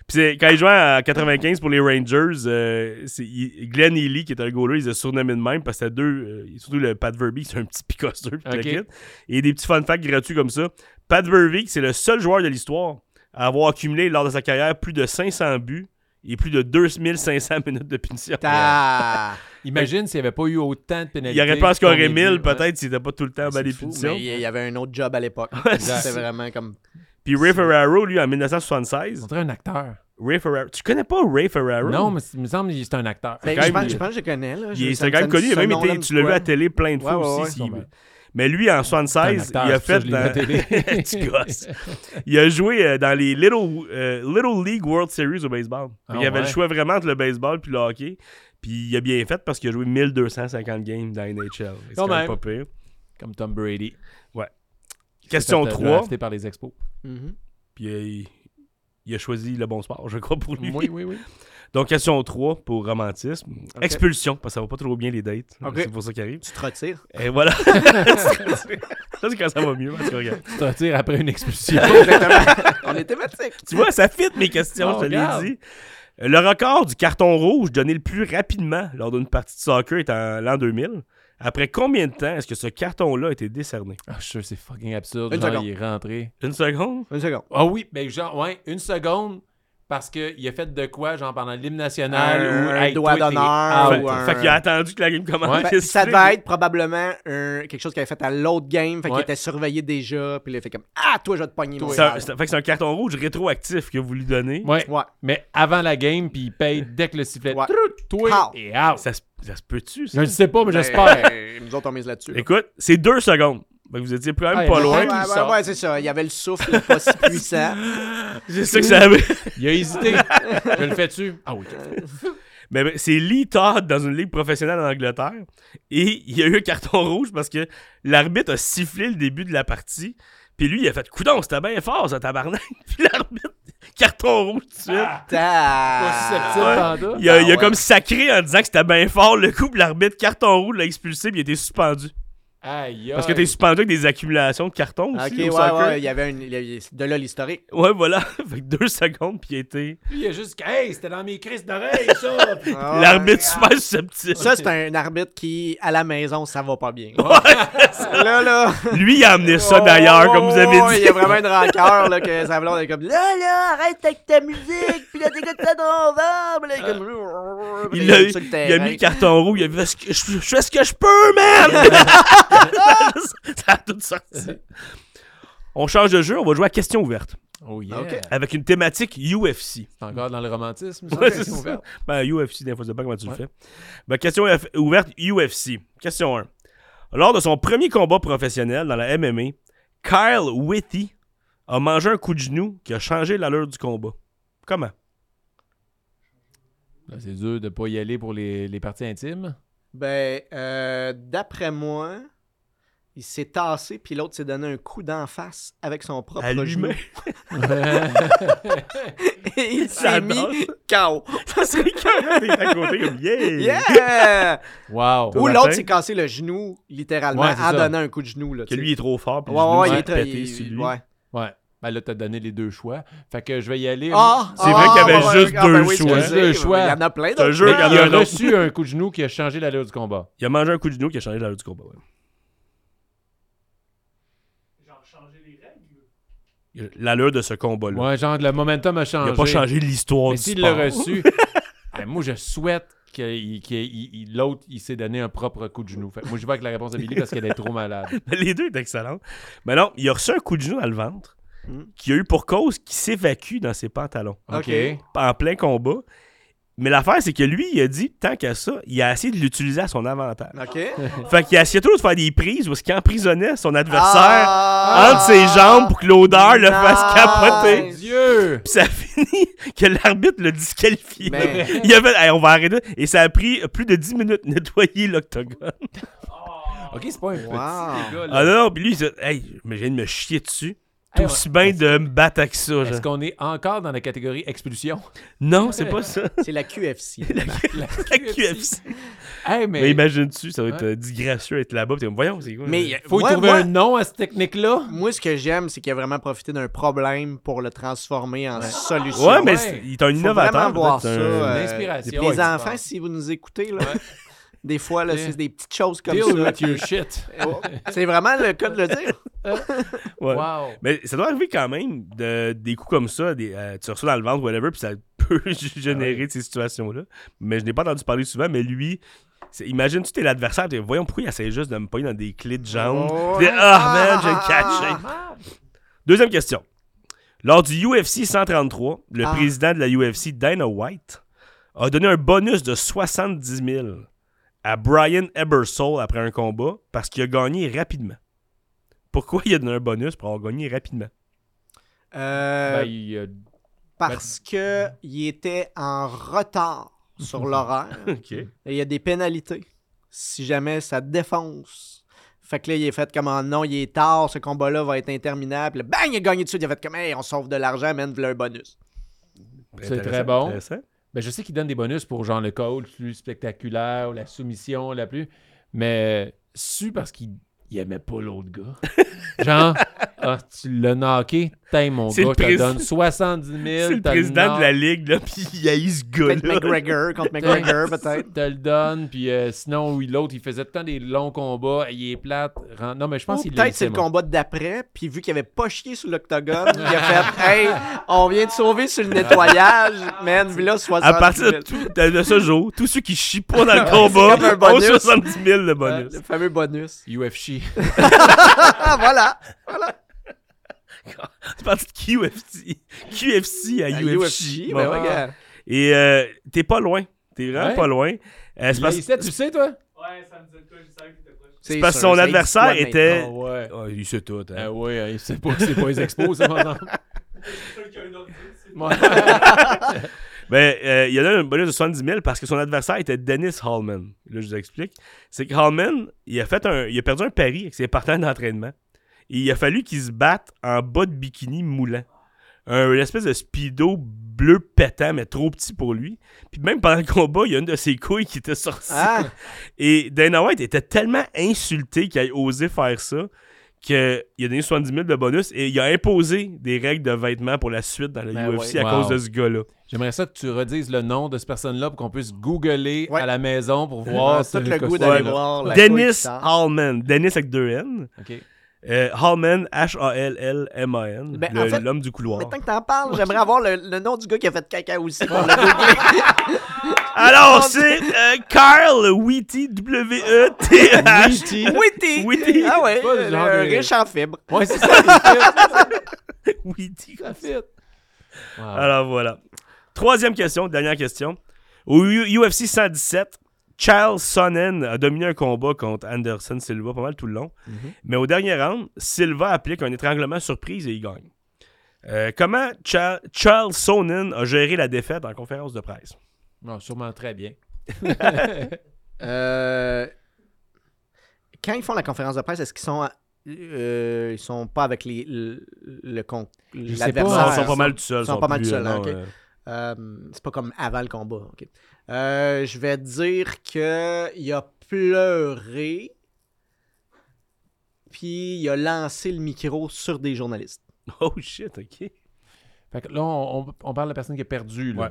[SPEAKER 2] Puis c'est- quand il jouait en 95 pour les Rangers, euh, c'est- il- Glenn Healy, qui était un goaler, ils se surnommaient de même parce que c'était deux, euh, surtout le Pat Verbeek, c'est un petit picosseux. puis
[SPEAKER 1] Ok.
[SPEAKER 2] le kid. Et des petits fun facts gratuits comme ça. Pat Verbeek, c'est le seul joueur de l'histoire à avoir accumulé lors de sa carrière plus de 500 buts et plus de 2500 <laughs> minutes de punition. Ah,
[SPEAKER 3] Ta-
[SPEAKER 1] Imagine s'il n'y avait pas eu autant de pénalités.
[SPEAKER 2] Il aurait pas scoré
[SPEAKER 1] Combien de
[SPEAKER 2] 1000
[SPEAKER 1] buts,
[SPEAKER 2] peut-être s'il n'était pas tout le temps
[SPEAKER 1] Ouais,
[SPEAKER 2] dans ben, les
[SPEAKER 1] c'est fou,
[SPEAKER 2] punitions.
[SPEAKER 3] Mais il y avait un autre job à l'époque.
[SPEAKER 1] Exact.
[SPEAKER 3] C'était vraiment comme.
[SPEAKER 2] Puis Ray
[SPEAKER 1] C'est-
[SPEAKER 2] Ferraro, lui, en
[SPEAKER 1] On
[SPEAKER 2] 1976.
[SPEAKER 1] dirait un acteur.
[SPEAKER 2] Ray Ferraro. Tu connais pas Ray Ferraro?
[SPEAKER 1] Non, mais c'est- il me semble que c'est un acteur.
[SPEAKER 3] Ben,
[SPEAKER 2] quand
[SPEAKER 3] je,
[SPEAKER 2] même-
[SPEAKER 3] pense, je pense que je le connais, là.
[SPEAKER 2] Il
[SPEAKER 3] Je-
[SPEAKER 2] est
[SPEAKER 3] ça
[SPEAKER 2] c'est
[SPEAKER 3] me-
[SPEAKER 2] quand même
[SPEAKER 3] ça me-
[SPEAKER 2] connu. Il a
[SPEAKER 3] ce
[SPEAKER 2] même
[SPEAKER 3] nom-là
[SPEAKER 2] été,
[SPEAKER 3] me
[SPEAKER 2] tu l'as
[SPEAKER 3] dit
[SPEAKER 2] vu
[SPEAKER 3] quoi.
[SPEAKER 2] à la télé plein de fois
[SPEAKER 3] Ouais, ouais,
[SPEAKER 2] aussi.
[SPEAKER 3] ouais,
[SPEAKER 2] s'il-
[SPEAKER 1] sûrement.
[SPEAKER 2] Mais lui, en
[SPEAKER 1] C'est un
[SPEAKER 2] 76,
[SPEAKER 1] acteur,
[SPEAKER 2] il a
[SPEAKER 1] c'est ça,
[SPEAKER 2] fait.
[SPEAKER 1] je l'ai vu à
[SPEAKER 2] dans-
[SPEAKER 1] la télé.
[SPEAKER 2] <laughs> Petit gosse. Il a joué euh, dans les Little, euh, Little League World Series au baseball.
[SPEAKER 1] Ah,
[SPEAKER 2] il avait le
[SPEAKER 1] ouais.
[SPEAKER 2] choix vraiment entre le baseball puis le hockey. Puis il a bien fait parce qu'il a joué 1250 games dans NHL. C'est
[SPEAKER 1] Quand
[SPEAKER 2] quand même
[SPEAKER 1] même.
[SPEAKER 2] pas pire.
[SPEAKER 1] Comme Tom Brady.
[SPEAKER 2] Question
[SPEAKER 1] Fait, euh,
[SPEAKER 2] 3.
[SPEAKER 1] drafté par les expos.
[SPEAKER 3] Mhm.
[SPEAKER 2] Puis euh, il, il a choisi le bon sport, je crois, pour lui.
[SPEAKER 1] Oui, oui, oui.
[SPEAKER 2] Donc, question 3 pour romantisme.
[SPEAKER 3] Ok.
[SPEAKER 2] Expulsion, parce que ça va pas trop bien les dates.
[SPEAKER 3] Ok.
[SPEAKER 2] C'est pour ça
[SPEAKER 1] <laughs>
[SPEAKER 2] qu'il arrive.
[SPEAKER 3] Tu te retires.
[SPEAKER 2] Et voilà. ça, c'est quand ça va mieux. en tout cas, regarde.
[SPEAKER 1] <laughs> Tu te retires après une <laughs> expulsion.
[SPEAKER 3] Exactement. <laughs> On est thématique.
[SPEAKER 2] Tu vois, ça fit mes questions,
[SPEAKER 1] Oh,
[SPEAKER 2] je te
[SPEAKER 1] regarde.
[SPEAKER 2] l'ai dit. Le record du carton rouge donné le plus rapidement lors d'une partie de soccer est en l'an 2000. Après combien de temps est-ce que ce carton-là a été décerné?
[SPEAKER 1] Ah, je suis sûr, c'est fucking absurde.
[SPEAKER 3] Une
[SPEAKER 1] Genre,
[SPEAKER 3] seconde.
[SPEAKER 1] il est rentré.
[SPEAKER 2] Une seconde?
[SPEAKER 3] Une seconde.
[SPEAKER 1] Ah oui, ben genre, ouais, une seconde. Parce qu'il a fait de quoi, genre pendant l'hymne national
[SPEAKER 3] Un-
[SPEAKER 1] ou
[SPEAKER 3] un
[SPEAKER 1] hey,
[SPEAKER 3] doigt
[SPEAKER 1] toi, t'es
[SPEAKER 3] d'honneur
[SPEAKER 1] out.
[SPEAKER 2] fait
[SPEAKER 3] ou un-
[SPEAKER 2] fait qu'il a attendu que la game commence.
[SPEAKER 1] Oh, Ouais.
[SPEAKER 3] Fait- Ben, ça devait être probablement un- quelque chose qu'il avait fait à l'autre game, fait
[SPEAKER 1] Ouais.
[SPEAKER 3] qu'il était surveillé déjà, puis il a fait comme Ah, toi, je vais te pogner. mon
[SPEAKER 2] C'est un-
[SPEAKER 3] gars.
[SPEAKER 2] c'est- fait que c'est un carton rouge rétroactif que vous lui donnez.
[SPEAKER 1] Ouais,
[SPEAKER 3] Ouais.
[SPEAKER 1] mais avant la game, puis il paye dès que le sifflet.
[SPEAKER 3] Ouais.
[SPEAKER 1] Trou- Toi
[SPEAKER 3] How?
[SPEAKER 1] et out.
[SPEAKER 2] Ça, se- ça se peut-tu,
[SPEAKER 1] Je
[SPEAKER 2] ça?
[SPEAKER 1] ne sais pas, mais j'espère.
[SPEAKER 3] <laughs> Ben, nous autres, on mise là-dessus. là.
[SPEAKER 2] Écoute, c'est deux secondes. Fait que vous étiez quand même
[SPEAKER 1] Ah,
[SPEAKER 2] pas
[SPEAKER 1] il y en a
[SPEAKER 2] loin.
[SPEAKER 1] un
[SPEAKER 3] Ouais, ouais,
[SPEAKER 1] sort.
[SPEAKER 3] ouais, c'est ça. Il y avait le souffle pas si
[SPEAKER 2] <laughs>
[SPEAKER 3] puissant.
[SPEAKER 2] C'est ça que ça avait. <laughs>
[SPEAKER 1] Il a hésité. Je le fais-tu? Ah oui.
[SPEAKER 2] Mais ben, c'est Lee Todd dans une ligue professionnelle en Angleterre. Et il y a eu un carton rouge parce que l'arbitre a sifflé le début de la partie. Puis lui, il a fait Coudon, c'était bien fort, ça tabarnak. <laughs> Puis l'arbitre, carton rouge tout de suite.
[SPEAKER 3] Ah.
[SPEAKER 1] Pas susceptible,
[SPEAKER 3] Ta-
[SPEAKER 1] panda.
[SPEAKER 2] Il a,
[SPEAKER 3] Ah
[SPEAKER 2] il a
[SPEAKER 3] ouais.
[SPEAKER 2] comme sacré en disant que c'était bien fort le coup. Puis l'arbitre, carton rouge, l'a expulsé. Puis il a été suspendu.
[SPEAKER 1] Aïe,
[SPEAKER 2] Parce que t'es suspendu avec des accumulations de cartons
[SPEAKER 3] Ok,
[SPEAKER 2] aussi.
[SPEAKER 3] ouais,
[SPEAKER 2] au soccer.
[SPEAKER 3] ouais, il y avait une, il y avait- de
[SPEAKER 2] <laughs>
[SPEAKER 3] là l'historique.
[SPEAKER 2] Ouais, voilà. fait que deux secondes, puis il a été.
[SPEAKER 1] Lui, il a juste. Hey, c'était dans mes crises d'oreilles, ça. Puis-
[SPEAKER 3] Ah ouais.
[SPEAKER 2] L'arbitre super susceptible.
[SPEAKER 3] Ça, c'est un arbitre qui, à la maison, ça va pas bien.
[SPEAKER 2] <laughs>
[SPEAKER 3] là, là.
[SPEAKER 2] Lui, il a amené ça d'ailleurs,
[SPEAKER 3] Oh,
[SPEAKER 2] comme vous
[SPEAKER 3] oh, oh,
[SPEAKER 2] avez
[SPEAKER 3] Il
[SPEAKER 2] dit.
[SPEAKER 3] y
[SPEAKER 2] <laughs>
[SPEAKER 3] a vraiment une rancœur, là, que ça blonde est comme, là, là, arrête avec ta musique, puis là, t'écoutes ça dans le là, il est comme,
[SPEAKER 2] Euh, Il,
[SPEAKER 3] est
[SPEAKER 2] l'a-
[SPEAKER 3] sur le
[SPEAKER 2] il a
[SPEAKER 3] terrain.
[SPEAKER 2] mis le carton rouge, il a fait ce que je, je fais ce que je peux,
[SPEAKER 3] <laughs>
[SPEAKER 2] man! <laughs> ça a tout sorti. On change de jeu, on va jouer à question ouverte.
[SPEAKER 1] Oh yeah.
[SPEAKER 3] Ok.
[SPEAKER 2] Avec une thématique UFC.
[SPEAKER 1] C'est encore dans le romantisme. ça,
[SPEAKER 2] Ouais,
[SPEAKER 1] c'est
[SPEAKER 2] c'est ça.
[SPEAKER 1] ouvert.
[SPEAKER 2] Ben, UFC, des fois, je sais pas comment tu
[SPEAKER 1] Ouais.
[SPEAKER 2] le fais. Ben, question F- ouverte UFC. Question 1. Lors de son premier combat professionnel dans la MMA, Kyle Whitty a mangé un coup de genou qui a changé l'allure du combat. Comment?
[SPEAKER 1] Là, c'est dur de pas y aller pour les, les parties
[SPEAKER 2] <laughs>
[SPEAKER 1] intimes.
[SPEAKER 3] Ben, euh, d'après moi, il s'est tassé, puis l'autre s'est donné un coup d'en face avec son propre
[SPEAKER 2] À
[SPEAKER 3] genou.
[SPEAKER 2] <laughs> lui-même.
[SPEAKER 3] Et il s'est
[SPEAKER 2] J'adore
[SPEAKER 3] mis
[SPEAKER 2] <laughs>
[SPEAKER 3] KO.
[SPEAKER 2] Ça serait quand t'es à côté comme yeah!
[SPEAKER 3] Yeah!
[SPEAKER 1] wow.
[SPEAKER 2] Toi,
[SPEAKER 3] Ou
[SPEAKER 2] Martin?
[SPEAKER 3] l'autre s'est cassé le genou, littéralement,
[SPEAKER 1] Ouais, c'est
[SPEAKER 3] en
[SPEAKER 1] ça.
[SPEAKER 3] donnant un coup de genou. Là,
[SPEAKER 2] Que
[SPEAKER 3] tu
[SPEAKER 2] lui il est trop fort.
[SPEAKER 3] sais.
[SPEAKER 2] Puis
[SPEAKER 3] ouais,
[SPEAKER 2] le
[SPEAKER 3] ouais, il
[SPEAKER 2] genou
[SPEAKER 3] est
[SPEAKER 2] s'est
[SPEAKER 3] très.
[SPEAKER 2] pété
[SPEAKER 3] il-
[SPEAKER 2] sur
[SPEAKER 3] il-
[SPEAKER 2] lui.
[SPEAKER 3] Ouais.
[SPEAKER 1] Ouais. Ben là, t'as donné les deux choix. Fait que je vais y aller.
[SPEAKER 3] Ah!
[SPEAKER 2] C'est vrai
[SPEAKER 3] ah,
[SPEAKER 2] qu'il y avait
[SPEAKER 3] ouais,
[SPEAKER 2] juste
[SPEAKER 3] ah, ben
[SPEAKER 2] deux
[SPEAKER 3] oui,
[SPEAKER 2] choix.
[SPEAKER 3] excusez,
[SPEAKER 1] Deux choix.
[SPEAKER 3] Il y en a plein
[SPEAKER 2] te
[SPEAKER 3] d'autres.
[SPEAKER 2] jure
[SPEAKER 1] Mais
[SPEAKER 2] qu'il y en
[SPEAKER 1] il
[SPEAKER 2] a
[SPEAKER 1] a
[SPEAKER 2] un autre.
[SPEAKER 1] reçu un coup de genou qui a changé l'allure du combat.
[SPEAKER 2] Il a mangé un coup de genou qui a changé l'allure du combat. ouais.
[SPEAKER 4] Genre changer les règles.
[SPEAKER 2] Il a- L'allure de ce combat-là.
[SPEAKER 1] Ouais, genre, le momentum a
[SPEAKER 2] il
[SPEAKER 1] changé.
[SPEAKER 2] n'a pas changé l'histoire
[SPEAKER 1] Mais
[SPEAKER 2] du
[SPEAKER 1] s'il
[SPEAKER 2] sport.
[SPEAKER 1] l'a reçu, ben, moi, je souhaite que il- que il- il- l'autre, il s'est donné un propre coup de genou. Fait que moi, je vais avec la réponse de Billy parce qu'elle est trop
[SPEAKER 2] <laughs>
[SPEAKER 1] malade.
[SPEAKER 2] <laughs> Les deux étaient excellents. Mais non, il a reçu un coup de genou dans le ventre
[SPEAKER 3] Mm.
[SPEAKER 2] qui a eu pour cause qu'il s'évacue dans ses pantalons
[SPEAKER 1] OK.
[SPEAKER 3] Ok.
[SPEAKER 2] en plein combat. Mais l'affaire, c'est que lui, il a dit, tant qu'à ça, il a essayé de l'utiliser à son avantage.
[SPEAKER 3] OK.
[SPEAKER 2] Fait qu'il a essayé toujours de faire des prises où il emprisonnait son adversaire
[SPEAKER 3] Ah!
[SPEAKER 2] entre ses jambes pour que l'odeur le fasse
[SPEAKER 3] Nice.
[SPEAKER 2] capoter.
[SPEAKER 1] Mon Dieu!
[SPEAKER 2] Puis ça <laughs> finit que l'arbitre l'a disqualifié.
[SPEAKER 1] Ben,
[SPEAKER 3] Mais-
[SPEAKER 2] Il avait, Hey, on va arrêter. Et ça a pris plus de 10 minutes de nettoyer l'octogone.
[SPEAKER 4] Oh.
[SPEAKER 1] OK, c'est pas un petit,
[SPEAKER 3] <laughs> Wow.
[SPEAKER 1] les gars, là.
[SPEAKER 2] Ah non, non, puis lui, il s'est dit, hey, mais je viens de me chier dessus. T'es
[SPEAKER 1] Hey,
[SPEAKER 2] aussi
[SPEAKER 1] on-
[SPEAKER 2] bien
[SPEAKER 1] est-ce-
[SPEAKER 2] de me battre avec ça.
[SPEAKER 1] Est-ce
[SPEAKER 2] genre.
[SPEAKER 1] qu'on est encore dans la catégorie
[SPEAKER 2] <laughs>
[SPEAKER 1] expulsion?
[SPEAKER 2] Non, c'est
[SPEAKER 1] <laughs>
[SPEAKER 2] pas ça.
[SPEAKER 3] C'est <laughs> la QFC.
[SPEAKER 1] La <laughs>
[SPEAKER 2] La QFC.
[SPEAKER 1] Hey,
[SPEAKER 2] Mais,
[SPEAKER 1] mais,
[SPEAKER 2] imagine-tu, ça va être euh, disgracieux être là-bas. Puis t'es comme, voyons, c'est quoi?
[SPEAKER 3] Mais
[SPEAKER 2] là?
[SPEAKER 1] faut y
[SPEAKER 3] moi-
[SPEAKER 1] trouver
[SPEAKER 3] moi-
[SPEAKER 1] un nom à cette technique-là.
[SPEAKER 3] Moi, ce que j'aime, c'est qu'il a vraiment profité d'un problème pour le transformer en solution.
[SPEAKER 2] Ouais, mais
[SPEAKER 1] ouais.
[SPEAKER 2] c'est- il est un
[SPEAKER 3] Faut
[SPEAKER 2] innovateur.
[SPEAKER 3] vraiment voir
[SPEAKER 2] peut-être,
[SPEAKER 3] ça.
[SPEAKER 2] un-
[SPEAKER 3] euh,
[SPEAKER 1] L'inspiration.
[SPEAKER 3] les enfants, si vous nous écoutez, là, des fois, là,
[SPEAKER 1] Ouais.
[SPEAKER 3] c'est des petites choses comme
[SPEAKER 1] Deal
[SPEAKER 3] ça.
[SPEAKER 1] with your shit.
[SPEAKER 3] Oh, C'est vraiment le cas de le dire.
[SPEAKER 2] <laughs> ouais.
[SPEAKER 1] Wow.
[SPEAKER 2] Mais ça doit arriver quand même, de- des coups comme ça, des, euh, tu reçois dans le ventre, whatever, puis ça <laughs> peut
[SPEAKER 3] Ah
[SPEAKER 2] générer ces situations-là. Mais je n'ai pas entendu parler souvent, mais lui, c'est- imagine-tu, t'es l'adversaire, t'es, voyons pourquoi il essaie juste de me pogner dans des clés de jambes.
[SPEAKER 3] Oh,
[SPEAKER 2] Puis t'es, ah man,
[SPEAKER 3] ah,
[SPEAKER 2] j'ai
[SPEAKER 3] ah,
[SPEAKER 2] catché. Deuxième question. Lors du UFC 133, le
[SPEAKER 3] Ah.
[SPEAKER 2] président de la UFC, Dana White, a donné un bonus de 70 000 à Brian Ebersole après un combat parce qu'il a gagné rapidement. Pourquoi il a donné un bonus pour avoir gagné rapidement?
[SPEAKER 3] Euh,
[SPEAKER 1] Ben, il, euh,
[SPEAKER 3] parce que il était en retard
[SPEAKER 2] <laughs>
[SPEAKER 3] sur l'horaire.
[SPEAKER 2] OK.
[SPEAKER 3] Et il y a des pénalités si jamais ça défonce. Fait que là, il est fait comme Ah non, il est tard, ce combat-là va être interminable. Là, Bang, il a gagné dessus. Il a fait comme hey, on sauve de l'argent, man, v'là
[SPEAKER 2] <laughs>
[SPEAKER 3] un bonus.
[SPEAKER 1] C'est
[SPEAKER 2] Intéressant,
[SPEAKER 1] très bon.
[SPEAKER 2] intéressant.
[SPEAKER 1] ben, je sais qu'il donne des bonus pour genre le call plus spectaculaire ou la soumission la plus. Mais su parce qu'il il aimait pas l'autre
[SPEAKER 2] <laughs>
[SPEAKER 1] gars. Genre, ah, tu l'as knocké, t'aimes mon
[SPEAKER 2] C'est
[SPEAKER 1] gars,
[SPEAKER 2] le
[SPEAKER 1] je te
[SPEAKER 2] prés-
[SPEAKER 1] donne 70 000.
[SPEAKER 2] C'est le
[SPEAKER 1] t'as
[SPEAKER 2] président de la
[SPEAKER 1] knock,
[SPEAKER 2] ligue, là, <laughs> puis il a eu ce
[SPEAKER 3] Peut-être
[SPEAKER 2] gars-là.
[SPEAKER 3] McGregor contre
[SPEAKER 1] Putain.
[SPEAKER 2] <laughs>
[SPEAKER 1] <laughs>
[SPEAKER 3] McGregor, peut-être.
[SPEAKER 1] te le donne, puis euh, sinon, oui, l'autre, il faisait tout le temps des longs combats, il est plate. ren- Non, mais je pense
[SPEAKER 3] Ou
[SPEAKER 1] qu'il
[SPEAKER 3] peut-être c'est le combat d'après, puis vu qu'il avait pas chié sur l'octogone, il a
[SPEAKER 2] <laughs>
[SPEAKER 3] fait Hey, on vient de sauver sur le nettoyage, man, v'là 70
[SPEAKER 2] À partir de,
[SPEAKER 3] 000.
[SPEAKER 2] tout- de- de ce jour, tous ceux qui chient pas dans le
[SPEAKER 3] comme
[SPEAKER 2] combat
[SPEAKER 3] un
[SPEAKER 2] ont
[SPEAKER 3] bonus.
[SPEAKER 2] 70 000 de bonus.
[SPEAKER 3] Le fameux bonus.
[SPEAKER 2] <laughs>
[SPEAKER 1] UFC.
[SPEAKER 3] Ah, voilà!
[SPEAKER 2] C'est parti de QFC. QFC à,
[SPEAKER 3] À
[SPEAKER 2] UFC.
[SPEAKER 3] UFC,
[SPEAKER 2] Bon.
[SPEAKER 3] ben regarde.
[SPEAKER 2] Et euh, t'es pas loin. T'es vraiment
[SPEAKER 1] Ouais.
[SPEAKER 2] pas loin. Euh, c'est
[SPEAKER 1] Il a-
[SPEAKER 2] parce,
[SPEAKER 1] il sait, tu sais, toi?
[SPEAKER 4] Ouais, ça me disait de quoi, je savais que t'étais proche.
[SPEAKER 3] C'est
[SPEAKER 2] parce que
[SPEAKER 3] sûr,
[SPEAKER 2] son
[SPEAKER 3] ça
[SPEAKER 2] adversaire
[SPEAKER 3] existe,
[SPEAKER 2] était-
[SPEAKER 3] maintenant.
[SPEAKER 1] Ah ouais.
[SPEAKER 2] Oh, il sait tout. hein.
[SPEAKER 1] Ah ouais, hein, il sait pas que c'est pas les expos, ça, maintenant.
[SPEAKER 3] <laughs>
[SPEAKER 4] Je suis sûr qu'il y a un ordi. c'est-
[SPEAKER 1] Moi,
[SPEAKER 2] Ben, euh, il a donné un bonus de 70 000 parce que son adversaire était Dennis Hallman. Là, je vous explique. C'est que Hallman, il a, fait un, il a perdu un pari avec ses partenaires d'entraînement. Et il a fallu qu'ils se battent en bas de bikini moulant. Un, une espèce de speedo bleu pétant, mais trop petit pour lui. Puis même pendant le combat, il y a une de ses couilles qui était sortie.
[SPEAKER 3] Ah,
[SPEAKER 2] Et Dana White était tellement insulté qu'il a osé faire ça qu'il a donné 70 000 de bonus et il a imposé des règles de vêtements pour la suite dans la
[SPEAKER 3] Ben
[SPEAKER 2] UFC
[SPEAKER 1] ouais.
[SPEAKER 2] à
[SPEAKER 1] Wow.
[SPEAKER 2] cause de ce gars-là.
[SPEAKER 1] J'aimerais ça que tu redises le nom de cette personne-là pour qu'on puisse googler
[SPEAKER 3] Ouais.
[SPEAKER 1] à la maison pour voir
[SPEAKER 3] tout le goût
[SPEAKER 1] costume-là.
[SPEAKER 3] d'aller voir la couille qui
[SPEAKER 2] Dennis
[SPEAKER 3] sort.
[SPEAKER 2] Hallman. Dennis avec deux N.
[SPEAKER 1] OK.
[SPEAKER 2] Euh, Hallman, H-A-L-L-M-A-N.
[SPEAKER 3] Ben,
[SPEAKER 2] le-
[SPEAKER 3] en fait,
[SPEAKER 2] L'homme du couloir.
[SPEAKER 3] Maintenant que t'en parles, j'aimerais avoir le, le nom du gars qui a fait caca aussi. pour le googler.
[SPEAKER 2] Alors, c'est euh, Carl E Witty,
[SPEAKER 3] <laughs>
[SPEAKER 2] W-E-T-H.
[SPEAKER 1] Witty.
[SPEAKER 3] Witty!
[SPEAKER 2] Witty.
[SPEAKER 3] Ah ouais,
[SPEAKER 1] Pas le
[SPEAKER 3] le-
[SPEAKER 1] genre
[SPEAKER 3] le
[SPEAKER 1] de-
[SPEAKER 3] riche en fibres.
[SPEAKER 1] Ouais, c'est ça, il fit.
[SPEAKER 2] Witty.
[SPEAKER 1] Ça fit. Wow.
[SPEAKER 3] Ah.
[SPEAKER 2] Alors voilà. Troisième question, dernière question. Au U- UFC 117, Charles Sonnen a dominé un combat contre Anderson Silva pas mal tout le long.
[SPEAKER 1] Mhm.
[SPEAKER 2] Mais au dernier round, Silva applique un étranglement surprise et il gagne. Euh, comment Cha- Charles Sonnen a géré la défaite en conférence de presse?
[SPEAKER 1] Bon, sûrement très bien.
[SPEAKER 3] Euh, quand ils font la conférence de presse, est-ce qu'ils sont, euh, ils sont pas avec les, le, le con-
[SPEAKER 1] sais
[SPEAKER 2] Non,
[SPEAKER 1] pas,
[SPEAKER 3] l'adversaire?
[SPEAKER 2] ils sont pas mal tout seuls.
[SPEAKER 3] sont pas mal
[SPEAKER 2] plus,
[SPEAKER 3] tout seuls,
[SPEAKER 2] euh,
[SPEAKER 3] hein,
[SPEAKER 2] non,
[SPEAKER 3] ok.
[SPEAKER 2] euh, <laughs>
[SPEAKER 3] Euh, c'est pas comme avant le combat. ok. Euh, je vais dire que il a pleuré, puis il a lancé le micro sur des journalistes.
[SPEAKER 2] Oh shit, ok.
[SPEAKER 1] Fait que là, on, on- on parle de la personne qui est perdue. Là.
[SPEAKER 2] Ouais.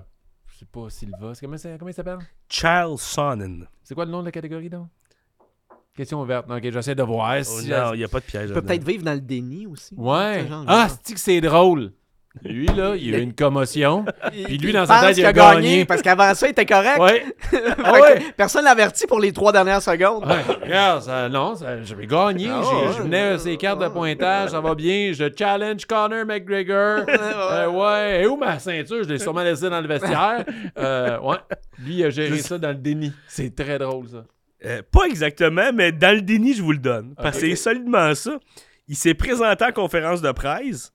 [SPEAKER 1] Je sais pas Silva. C'est- Comment, c'est- comment il s'appelle?
[SPEAKER 2] Charles Sonnen.
[SPEAKER 3] Oh,
[SPEAKER 1] C'est quoi le nom de la catégorie, donc? Question ouverte. Non, OK, j'essaie de voir.
[SPEAKER 2] Oh
[SPEAKER 1] si-
[SPEAKER 2] non, il n'y a pas de piège.
[SPEAKER 3] Il peut
[SPEAKER 2] là-dedans.
[SPEAKER 3] euh, peut-être vivre dans le déni aussi.
[SPEAKER 1] Ouais.
[SPEAKER 3] Ce genre de
[SPEAKER 1] Ah,
[SPEAKER 3] gens.
[SPEAKER 1] cest que c'est
[SPEAKER 3] <laughs>
[SPEAKER 1] drôle? Lui, là, il a eu une commotion. puis lui, dans sa
[SPEAKER 3] pense
[SPEAKER 1] tête, il a
[SPEAKER 3] qu'il
[SPEAKER 1] gagné.
[SPEAKER 3] Parce qu'avant ça, il était correct. <laughs>
[SPEAKER 1] Ouais.
[SPEAKER 3] Fait que
[SPEAKER 1] Ah ouais.
[SPEAKER 3] Personne l'avertit pour les trois dernières secondes.
[SPEAKER 2] Ah.
[SPEAKER 1] Ouais, regarde, ça- non, ça- je vais gagner.
[SPEAKER 3] Ah,
[SPEAKER 1] j'ai-
[SPEAKER 3] ouais.
[SPEAKER 1] je venais ces cartes de pointage, ça va bien. Je challenge Conor
[SPEAKER 2] <laughs>
[SPEAKER 1] McGregor. Euh, ouais, et où ma ceinture? Je l'ai sûrement laissée dans le vestiaire. Euh, ouais, lui il a géré ça dans le déni. C'est très drôle, ça.
[SPEAKER 2] Euh, pas exactement, mais dans le déni, je vous le donne. Parce que
[SPEAKER 1] Ok.
[SPEAKER 2] c'est solidement ça. Il s'est présenté en conférence de presse.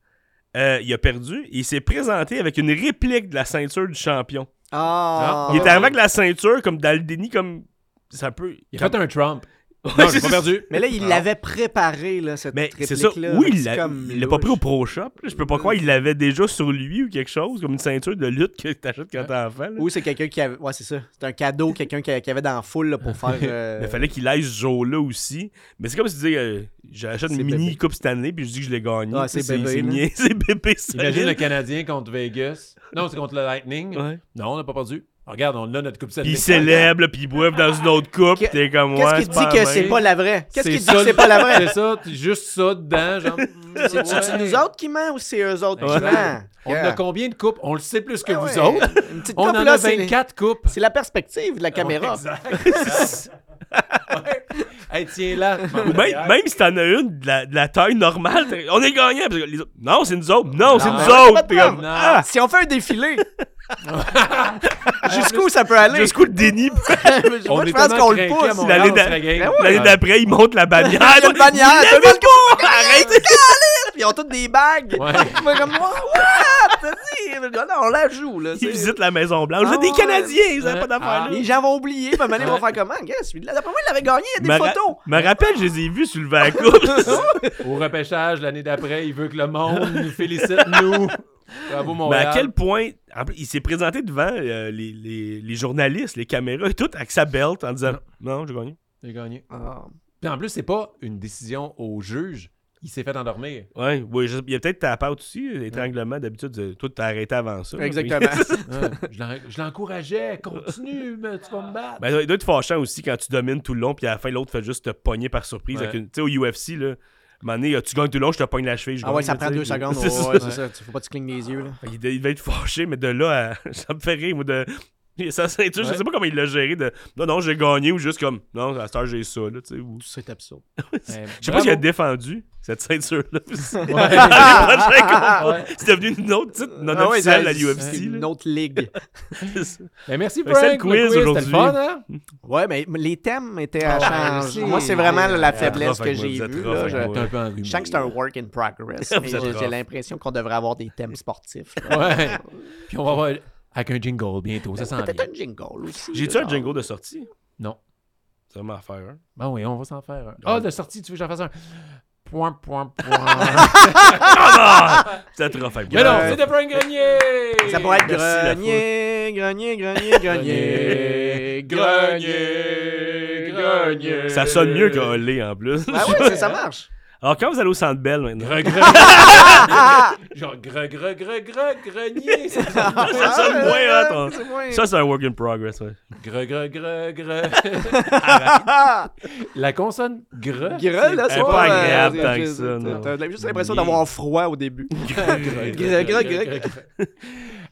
[SPEAKER 2] Euh, il a perdu. Il s'est présenté avec une réplique de la ceinture du champion.
[SPEAKER 3] Ah.
[SPEAKER 2] il
[SPEAKER 1] Ah,
[SPEAKER 2] était arrivé avec la ceinture, comme dans le déni, comme ça peut.
[SPEAKER 1] Il a fait un Trump.
[SPEAKER 2] Ouais,
[SPEAKER 1] Non, j'ai
[SPEAKER 2] <laughs> c'est-
[SPEAKER 1] pas perdu.
[SPEAKER 3] Mais là, il l'avait préparé, là,
[SPEAKER 2] Ah.
[SPEAKER 3] cette
[SPEAKER 2] Mais
[SPEAKER 3] réplique-là.
[SPEAKER 2] c'est ça. Oui,
[SPEAKER 3] Fait que
[SPEAKER 2] il
[SPEAKER 3] c'est
[SPEAKER 2] l'a
[SPEAKER 3] comme
[SPEAKER 2] il l'a pas pris au
[SPEAKER 3] louche.
[SPEAKER 2] pro shop. là. Je peux pas croire. Il l'avait déjà sur lui ou quelque chose, comme une ceinture de lutte que t'achètes quand t'es enfant. là.
[SPEAKER 3] Ou c'est quelqu'un qui avait. Ouais, c'est ça. C'est un cadeau, quelqu'un qui qui avait dans la foule là,
[SPEAKER 2] <laughs>
[SPEAKER 3] pour faire. euh,
[SPEAKER 2] Mais fallait qu'il aille ce jour-là aussi. Mais c'est comme si tu disais, euh, j'achète une
[SPEAKER 3] C'est
[SPEAKER 2] mini
[SPEAKER 3] bébé.
[SPEAKER 2] coupe cette année, puis je dis que je l'ai gagnée.
[SPEAKER 3] Ah, c'est bébé,
[SPEAKER 2] C'est
[SPEAKER 3] là.
[SPEAKER 2] mien, c'est bébé.
[SPEAKER 1] Imagine
[SPEAKER 2] solide.
[SPEAKER 1] le Canadien contre Vegas. Non, c'est contre le Lightning.
[SPEAKER 2] Ouais.
[SPEAKER 1] Non, on n'a pas perdu. Regarde, on a notre coupe cette
[SPEAKER 3] <laughs>
[SPEAKER 2] Puis ils
[SPEAKER 1] année.
[SPEAKER 2] célèbrent, là, puis ils boivent dans une autre coupe,
[SPEAKER 3] Qu'est-
[SPEAKER 2] puis t'es comme
[SPEAKER 3] Qu'est-ce
[SPEAKER 2] ouais,
[SPEAKER 3] qu'il dit que
[SPEAKER 2] la
[SPEAKER 3] c'est
[SPEAKER 2] même.
[SPEAKER 3] pas la vraie? Qu'est-ce qu'il dit
[SPEAKER 1] ça,
[SPEAKER 3] que
[SPEAKER 1] le-
[SPEAKER 3] c'est pas la vraie?
[SPEAKER 1] C'est ça, t- juste ça dedans. genre,
[SPEAKER 3] C'est- C'est
[SPEAKER 1] ouais.
[SPEAKER 3] nous autres qui ment ou c'est eux autres
[SPEAKER 1] Ouais.
[SPEAKER 3] qui mentent?
[SPEAKER 1] On
[SPEAKER 3] Yeah.
[SPEAKER 1] a combien de coupes? On le sait plus que
[SPEAKER 3] Ah
[SPEAKER 1] vous
[SPEAKER 3] ouais.
[SPEAKER 1] autres.
[SPEAKER 3] Une petite
[SPEAKER 1] On
[SPEAKER 3] coupe,
[SPEAKER 1] en
[SPEAKER 3] là,
[SPEAKER 1] a Ah
[SPEAKER 3] c'est-
[SPEAKER 1] 24 coupes.
[SPEAKER 3] C'est la perspective de la caméra.
[SPEAKER 1] Hey, tiens <laughs> là.
[SPEAKER 2] Ou
[SPEAKER 1] bah,
[SPEAKER 2] même, même si t'en as une de la, de la taille normale, t'es- on est gagnant. Puis les autres, non, c'est nous autres.
[SPEAKER 3] Ah
[SPEAKER 2] Non, c'est
[SPEAKER 1] Non.
[SPEAKER 2] nous
[SPEAKER 1] Mais
[SPEAKER 3] c'est pas
[SPEAKER 2] autres.
[SPEAKER 3] de
[SPEAKER 2] T'es
[SPEAKER 3] problème.
[SPEAKER 2] comme,
[SPEAKER 1] Non.
[SPEAKER 2] ah,
[SPEAKER 3] Si on fait un défilé,
[SPEAKER 1] bah,
[SPEAKER 3] jusqu'où ça peut aller?
[SPEAKER 2] jusqu'où le déni. puis
[SPEAKER 1] on
[SPEAKER 3] <laughs> Moi,
[SPEAKER 1] est
[SPEAKER 3] je pense
[SPEAKER 1] tellement
[SPEAKER 3] qu'on le
[SPEAKER 1] craqués à
[SPEAKER 3] pousse.
[SPEAKER 1] mon
[SPEAKER 3] Il a-
[SPEAKER 2] L'année
[SPEAKER 1] on
[SPEAKER 2] d'a-
[SPEAKER 1] serait game.
[SPEAKER 3] Ben
[SPEAKER 2] l'année
[SPEAKER 1] Ouais.
[SPEAKER 2] d'après, ils montent la
[SPEAKER 3] <laughs>
[SPEAKER 2] bannière.
[SPEAKER 3] Il y a une bannière,
[SPEAKER 2] Vous
[SPEAKER 3] tout le monde court! <laughs>
[SPEAKER 2] Arrêtez.
[SPEAKER 3] Ils ont toutes des bagues.
[SPEAKER 1] Ouais.
[SPEAKER 3] <laughs> Moi, comme moi, what? Vas-y. Non, non, on la joue, là.
[SPEAKER 2] Ils
[SPEAKER 3] c'est-
[SPEAKER 2] visitent la Maison-Blanche.
[SPEAKER 3] Ah
[SPEAKER 2] Là, des
[SPEAKER 3] ouais.
[SPEAKER 2] Canadiens, ils avaient pas
[SPEAKER 1] Ah.
[SPEAKER 2] d'affaires là.
[SPEAKER 3] Les gens vont oublier, puis à un moment donné, ils vont faire comment? Qu'est-ce que celui-là? D'après moi, il avait gagné, il y a
[SPEAKER 2] Me
[SPEAKER 3] des
[SPEAKER 2] ra-
[SPEAKER 3] photos.
[SPEAKER 2] Me rappelle, je les ai vus sur le vent
[SPEAKER 3] <laughs>
[SPEAKER 2] coupe.
[SPEAKER 1] Au repêchage, l'année d'après, il veut que le monde nous félicite, nous. Bravo,
[SPEAKER 2] Mais
[SPEAKER 1] Montréal.
[SPEAKER 2] à quel point en plus, il s'est présenté devant euh, les, les- les journalistes, les caméras et tout avec sa belt en disant Non, j'ai gagné.
[SPEAKER 1] J'ai gagné.
[SPEAKER 3] Ah.
[SPEAKER 1] Puis en plus, c'est pas une décision au juge. Il s'est fait endormir.
[SPEAKER 2] Ouais, oui, je- il y a peut-être ta part aussi, l'étranglement d'habitude. euh, Toi, t'as arrêté avant ça.
[SPEAKER 1] <laughs>
[SPEAKER 3] Exactement.
[SPEAKER 1] Hein, je l'en- je l'encourageais. Continue, mais tu vas me battre.
[SPEAKER 2] <laughs> Ben, il doit être fâchant aussi quand tu domines tout le long, puis à la fin, l'autre fait juste te pogner par surprise.
[SPEAKER 1] Ouais.
[SPEAKER 2] avec une- Tu sais, au UFC, là, à un moment donné, tu gagnes tout le long, je te pogne la cheville. je
[SPEAKER 3] Ah ouais,
[SPEAKER 2] gagne,
[SPEAKER 3] ça
[SPEAKER 2] là,
[SPEAKER 3] prend
[SPEAKER 2] tu sais, puis-
[SPEAKER 3] deux secondes.
[SPEAKER 2] <laughs> C'est ça.
[SPEAKER 3] ouais, c'est ça. Tu- Faut pas que tu clignes les yeux, là.
[SPEAKER 2] Fait qu'il- Il devait être fâché, mais de là à. <laughs> ça me fait rire, moi, de. Sa ceinture,
[SPEAKER 1] Ouais.
[SPEAKER 2] je sais pas comment il l'a géré. De... Non, non, j'ai gagné, ou juste comme. Non, à cette heure, j'ai ça, là, tu sais. ou-
[SPEAKER 3] C'est absurde.
[SPEAKER 1] Eh,
[SPEAKER 2] Ben, Je sais pas s'il a
[SPEAKER 1] bravo.
[SPEAKER 2] défendu cette ceinture-là. <laughs>
[SPEAKER 1] Ouais. Ouais.
[SPEAKER 2] C'est devenu une autre titre non
[SPEAKER 3] Ah ouais, ça-
[SPEAKER 2] officielle à
[SPEAKER 3] C'est
[SPEAKER 2] l'UFC.
[SPEAKER 3] une autre ligue.
[SPEAKER 2] <laughs>
[SPEAKER 1] Ben, merci,
[SPEAKER 2] Fait
[SPEAKER 1] Frank.
[SPEAKER 2] que c'est le
[SPEAKER 1] pour
[SPEAKER 2] quiz
[SPEAKER 1] C'était le
[SPEAKER 2] aujourd'hui.
[SPEAKER 1] fun, hein?
[SPEAKER 3] Ouais, mais les thèmes étaient à
[SPEAKER 1] Ah,
[SPEAKER 3] changer.
[SPEAKER 1] ouais,
[SPEAKER 3] Moi, c'est
[SPEAKER 1] c'est-
[SPEAKER 3] vraiment là, la
[SPEAKER 1] Vous
[SPEAKER 3] faiblesse
[SPEAKER 2] êtes rough
[SPEAKER 3] que
[SPEAKER 2] avec moi,
[SPEAKER 3] j'ai
[SPEAKER 2] vous êtes
[SPEAKER 3] vue.
[SPEAKER 2] rough
[SPEAKER 3] là.
[SPEAKER 2] avec
[SPEAKER 3] Je
[SPEAKER 2] moi.
[SPEAKER 1] T'es un peu enrhumé.
[SPEAKER 3] je sens que c'est un work in progress.
[SPEAKER 2] Vous
[SPEAKER 3] mais
[SPEAKER 2] êtes
[SPEAKER 3] J'ai j'ai
[SPEAKER 2] rough.
[SPEAKER 3] l'impression qu'on devrait avoir des thèmes sportifs. là.
[SPEAKER 1] Ouais. Puis on va voir avec un jingle bientôt, ça s'en vient.
[SPEAKER 3] Peut-être un jingle aussi.
[SPEAKER 2] J'ai-tu un
[SPEAKER 3] genre.
[SPEAKER 2] jingle de sortie?
[SPEAKER 1] Non.
[SPEAKER 2] Ça m'a faire hein.
[SPEAKER 1] Ben
[SPEAKER 2] un.
[SPEAKER 1] oui, on va s'en faire un.
[SPEAKER 2] Ah.
[SPEAKER 1] Ah, de sortie, tu veux que j'en fasse un? Point, point, <laughs> point.
[SPEAKER 2] C'est trop faible.
[SPEAKER 1] <laughs> Mais non,
[SPEAKER 3] Ouais.
[SPEAKER 1] c'est de Frank Grenier!
[SPEAKER 3] Ça pourrait être
[SPEAKER 2] Merci, la
[SPEAKER 3] grenier, grenier, grenier, grenier,
[SPEAKER 1] Grenier, grenier.
[SPEAKER 2] Ça sonne mieux qu'un olé en plus.
[SPEAKER 3] Ah oui, ça, ça marche.
[SPEAKER 2] Alors, quand vous allez au centre Bell maintenant,
[SPEAKER 1] Gre, gre,
[SPEAKER 3] Ah, <laughs>
[SPEAKER 1] genre gre, gre, gre, gre, grenier. Ça sonne
[SPEAKER 3] ah,
[SPEAKER 1] bien.
[SPEAKER 2] sonne
[SPEAKER 3] ah,
[SPEAKER 2] moins
[SPEAKER 3] ah,
[SPEAKER 2] hot, hein.
[SPEAKER 3] c'est moins-
[SPEAKER 2] ça c'est un work in progress. ouais.
[SPEAKER 1] Gre, gre, gre, gre.
[SPEAKER 3] Ah,
[SPEAKER 1] La consonne gre.
[SPEAKER 3] Grel, là, c'est
[SPEAKER 2] Elle est
[SPEAKER 3] pas,
[SPEAKER 2] pas agréable
[SPEAKER 3] euh,
[SPEAKER 2] tant
[SPEAKER 3] c'est-
[SPEAKER 2] que
[SPEAKER 3] c'est-
[SPEAKER 2] ça, non.
[SPEAKER 3] T'as t'as juste l'impression d'avoir froid au début.
[SPEAKER 1] Gre, gre, gre, gre.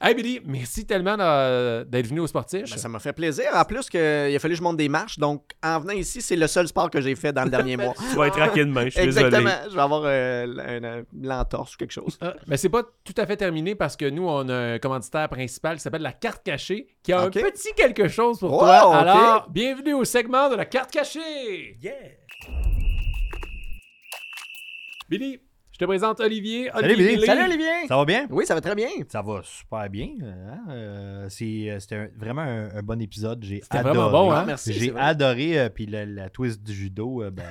[SPEAKER 1] Hey Billy, merci tellement d'a- d'être venu au sportif.
[SPEAKER 3] Ben, ça m'a fait plaisir. En plus, que, il a fallu que je monte des marches. Donc, en venant ici, c'est le seul sport que j'ai fait dans le <laughs> dernier mois.
[SPEAKER 2] Tu vas être raqué demain, je suis désolé.
[SPEAKER 3] Exactement. Je vais avoir euh, un- un- l'entorse ou quelque chose.
[SPEAKER 1] Ah, mais c'est pas tout à fait terminé parce que nous, on a un commanditaire principal qui s'appelle la carte cachée, qui a
[SPEAKER 3] Ok.
[SPEAKER 1] un petit quelque chose pour
[SPEAKER 3] Oh,
[SPEAKER 1] toi.
[SPEAKER 3] ok.
[SPEAKER 1] Alors, bienvenue au segment de la carte cachée. Billy, je te présente Olivier. Olivier
[SPEAKER 5] Billy.
[SPEAKER 3] Salut, Olivier!
[SPEAKER 5] Ça va bien?
[SPEAKER 3] Oui, ça va très bien.
[SPEAKER 5] Ça va super bien. hein? Euh, c'est- euh, C'était un- vraiment un, un bon épisode. J'ai
[SPEAKER 1] C'était
[SPEAKER 5] adoré.
[SPEAKER 1] vraiment bon, hein?
[SPEAKER 3] Ah, Merci. c'est
[SPEAKER 5] J'ai
[SPEAKER 3] vrai.
[SPEAKER 5] adoré. euh, puis la, la twist du judo, euh, ben,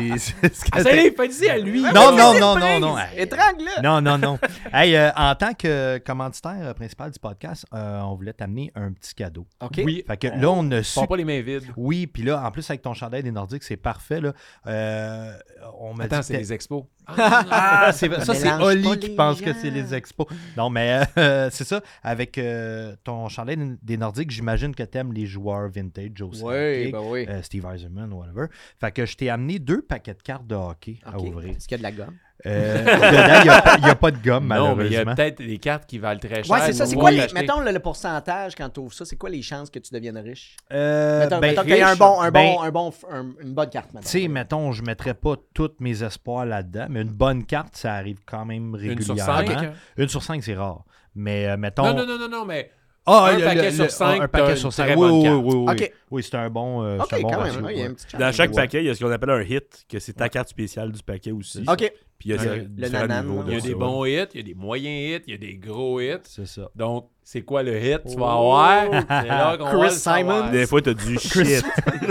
[SPEAKER 5] j'ai- <laughs> c'est ce que
[SPEAKER 1] Ah, salut, fais-y à lui.
[SPEAKER 5] Non, non, non, non, non. Hey,
[SPEAKER 3] Étrangle!
[SPEAKER 5] Non, non, non. Hey, euh, en tant que commanditaire euh, principal du podcast, euh, on voulait t'amener un petit cadeau.
[SPEAKER 3] OK.
[SPEAKER 1] Oui,
[SPEAKER 5] Fait que là, on a su
[SPEAKER 1] Prends pas les mains vides.
[SPEAKER 5] Oui, puis là, en plus, avec ton chandail des Nordiques, c'est parfait. Là. Euh, on m'a dit
[SPEAKER 1] Attends,
[SPEAKER 5] que
[SPEAKER 1] c'est
[SPEAKER 5] t'es-
[SPEAKER 1] les expos.
[SPEAKER 5] Ah, c'est vrai. Ça, c'est
[SPEAKER 3] Mélange pas
[SPEAKER 5] Oli qui
[SPEAKER 3] les
[SPEAKER 5] pense que
[SPEAKER 3] gens.
[SPEAKER 5] c'est les expos. Non, mais euh, <laughs> c'est ça. Avec euh, ton chandail des Nordiques, j'imagine que t'aimes les joueurs vintage aussi.
[SPEAKER 3] Oui, ben oui.
[SPEAKER 5] Euh, Steve Eisenman, whatever. Fait que je t'ai amené deux paquets de cartes de hockey à
[SPEAKER 3] Ok.
[SPEAKER 5] ouvrir.
[SPEAKER 3] Est-ce qu'il y a de la gomme?
[SPEAKER 5] Euh, dedans, il n'y a, pas- il y a pas de gomme,
[SPEAKER 1] Non, mais il y a
[SPEAKER 5] malheureusement.
[SPEAKER 1] peut-être des cartes qui valent très cher.
[SPEAKER 3] Ouais, c'est ça. C'est
[SPEAKER 1] ou
[SPEAKER 3] quoi,
[SPEAKER 1] on peut
[SPEAKER 3] les,
[SPEAKER 1] acheter.
[SPEAKER 3] mettons, le, le pourcentage quand tu ouvres ça, c'est quoi les chances que tu deviennes riche?
[SPEAKER 5] Euh,
[SPEAKER 3] mettons
[SPEAKER 5] ben,
[SPEAKER 3] mettons qu'il y a un
[SPEAKER 5] riche,
[SPEAKER 3] bon, un
[SPEAKER 5] ben,
[SPEAKER 3] bon, un bon, un- une bonne carte, mettons.
[SPEAKER 5] Tu sais, mettons, je ne mettrais pas tous mes espoirs là-dedans, mais une bonne carte, ça arrive quand même
[SPEAKER 1] Une sur
[SPEAKER 5] régulièrement.
[SPEAKER 1] cinq. hein?
[SPEAKER 5] Une sur cinq, c'est rare. Mais euh, mettons.
[SPEAKER 1] Non, non, non, non, non, mais
[SPEAKER 5] Ah,
[SPEAKER 1] Un paquet sur cinq,
[SPEAKER 5] Un
[SPEAKER 1] t'as
[SPEAKER 5] paquet
[SPEAKER 1] une
[SPEAKER 5] sur
[SPEAKER 1] très
[SPEAKER 5] cinq. Oui,
[SPEAKER 1] bonne
[SPEAKER 5] oui,
[SPEAKER 1] carte.
[SPEAKER 5] oui, oui.
[SPEAKER 3] Ok.
[SPEAKER 5] Oui, c'est un bon, euh,
[SPEAKER 3] OK,
[SPEAKER 5] c'est un bon
[SPEAKER 3] quand
[SPEAKER 5] ratio,
[SPEAKER 3] même. hein, Il y a
[SPEAKER 5] ouais.
[SPEAKER 3] un petit chance.
[SPEAKER 2] Dans chaque
[SPEAKER 5] Ouais.
[SPEAKER 2] paquet, il y a ce qu'on appelle un hit, que c'est ta carte spéciale du paquet aussi.
[SPEAKER 3] OK.
[SPEAKER 2] Puis il y a
[SPEAKER 1] Ouais.
[SPEAKER 2] différents
[SPEAKER 3] Le nanan,
[SPEAKER 2] niveaux
[SPEAKER 3] là.
[SPEAKER 2] de
[SPEAKER 1] il y a
[SPEAKER 2] ça,
[SPEAKER 1] des
[SPEAKER 2] ouais.
[SPEAKER 1] bons hits, il y a des moyens hits, il y a des gros hits.
[SPEAKER 5] C'est ça.
[SPEAKER 1] Donc, c'est quoi le hit tu vas avoir? Oh. <laughs> C'est là qu'on va
[SPEAKER 3] Chris
[SPEAKER 1] le savoir.
[SPEAKER 3] Simon.
[SPEAKER 2] Des fois, t'as
[SPEAKER 3] <laughs>
[SPEAKER 2] du shit.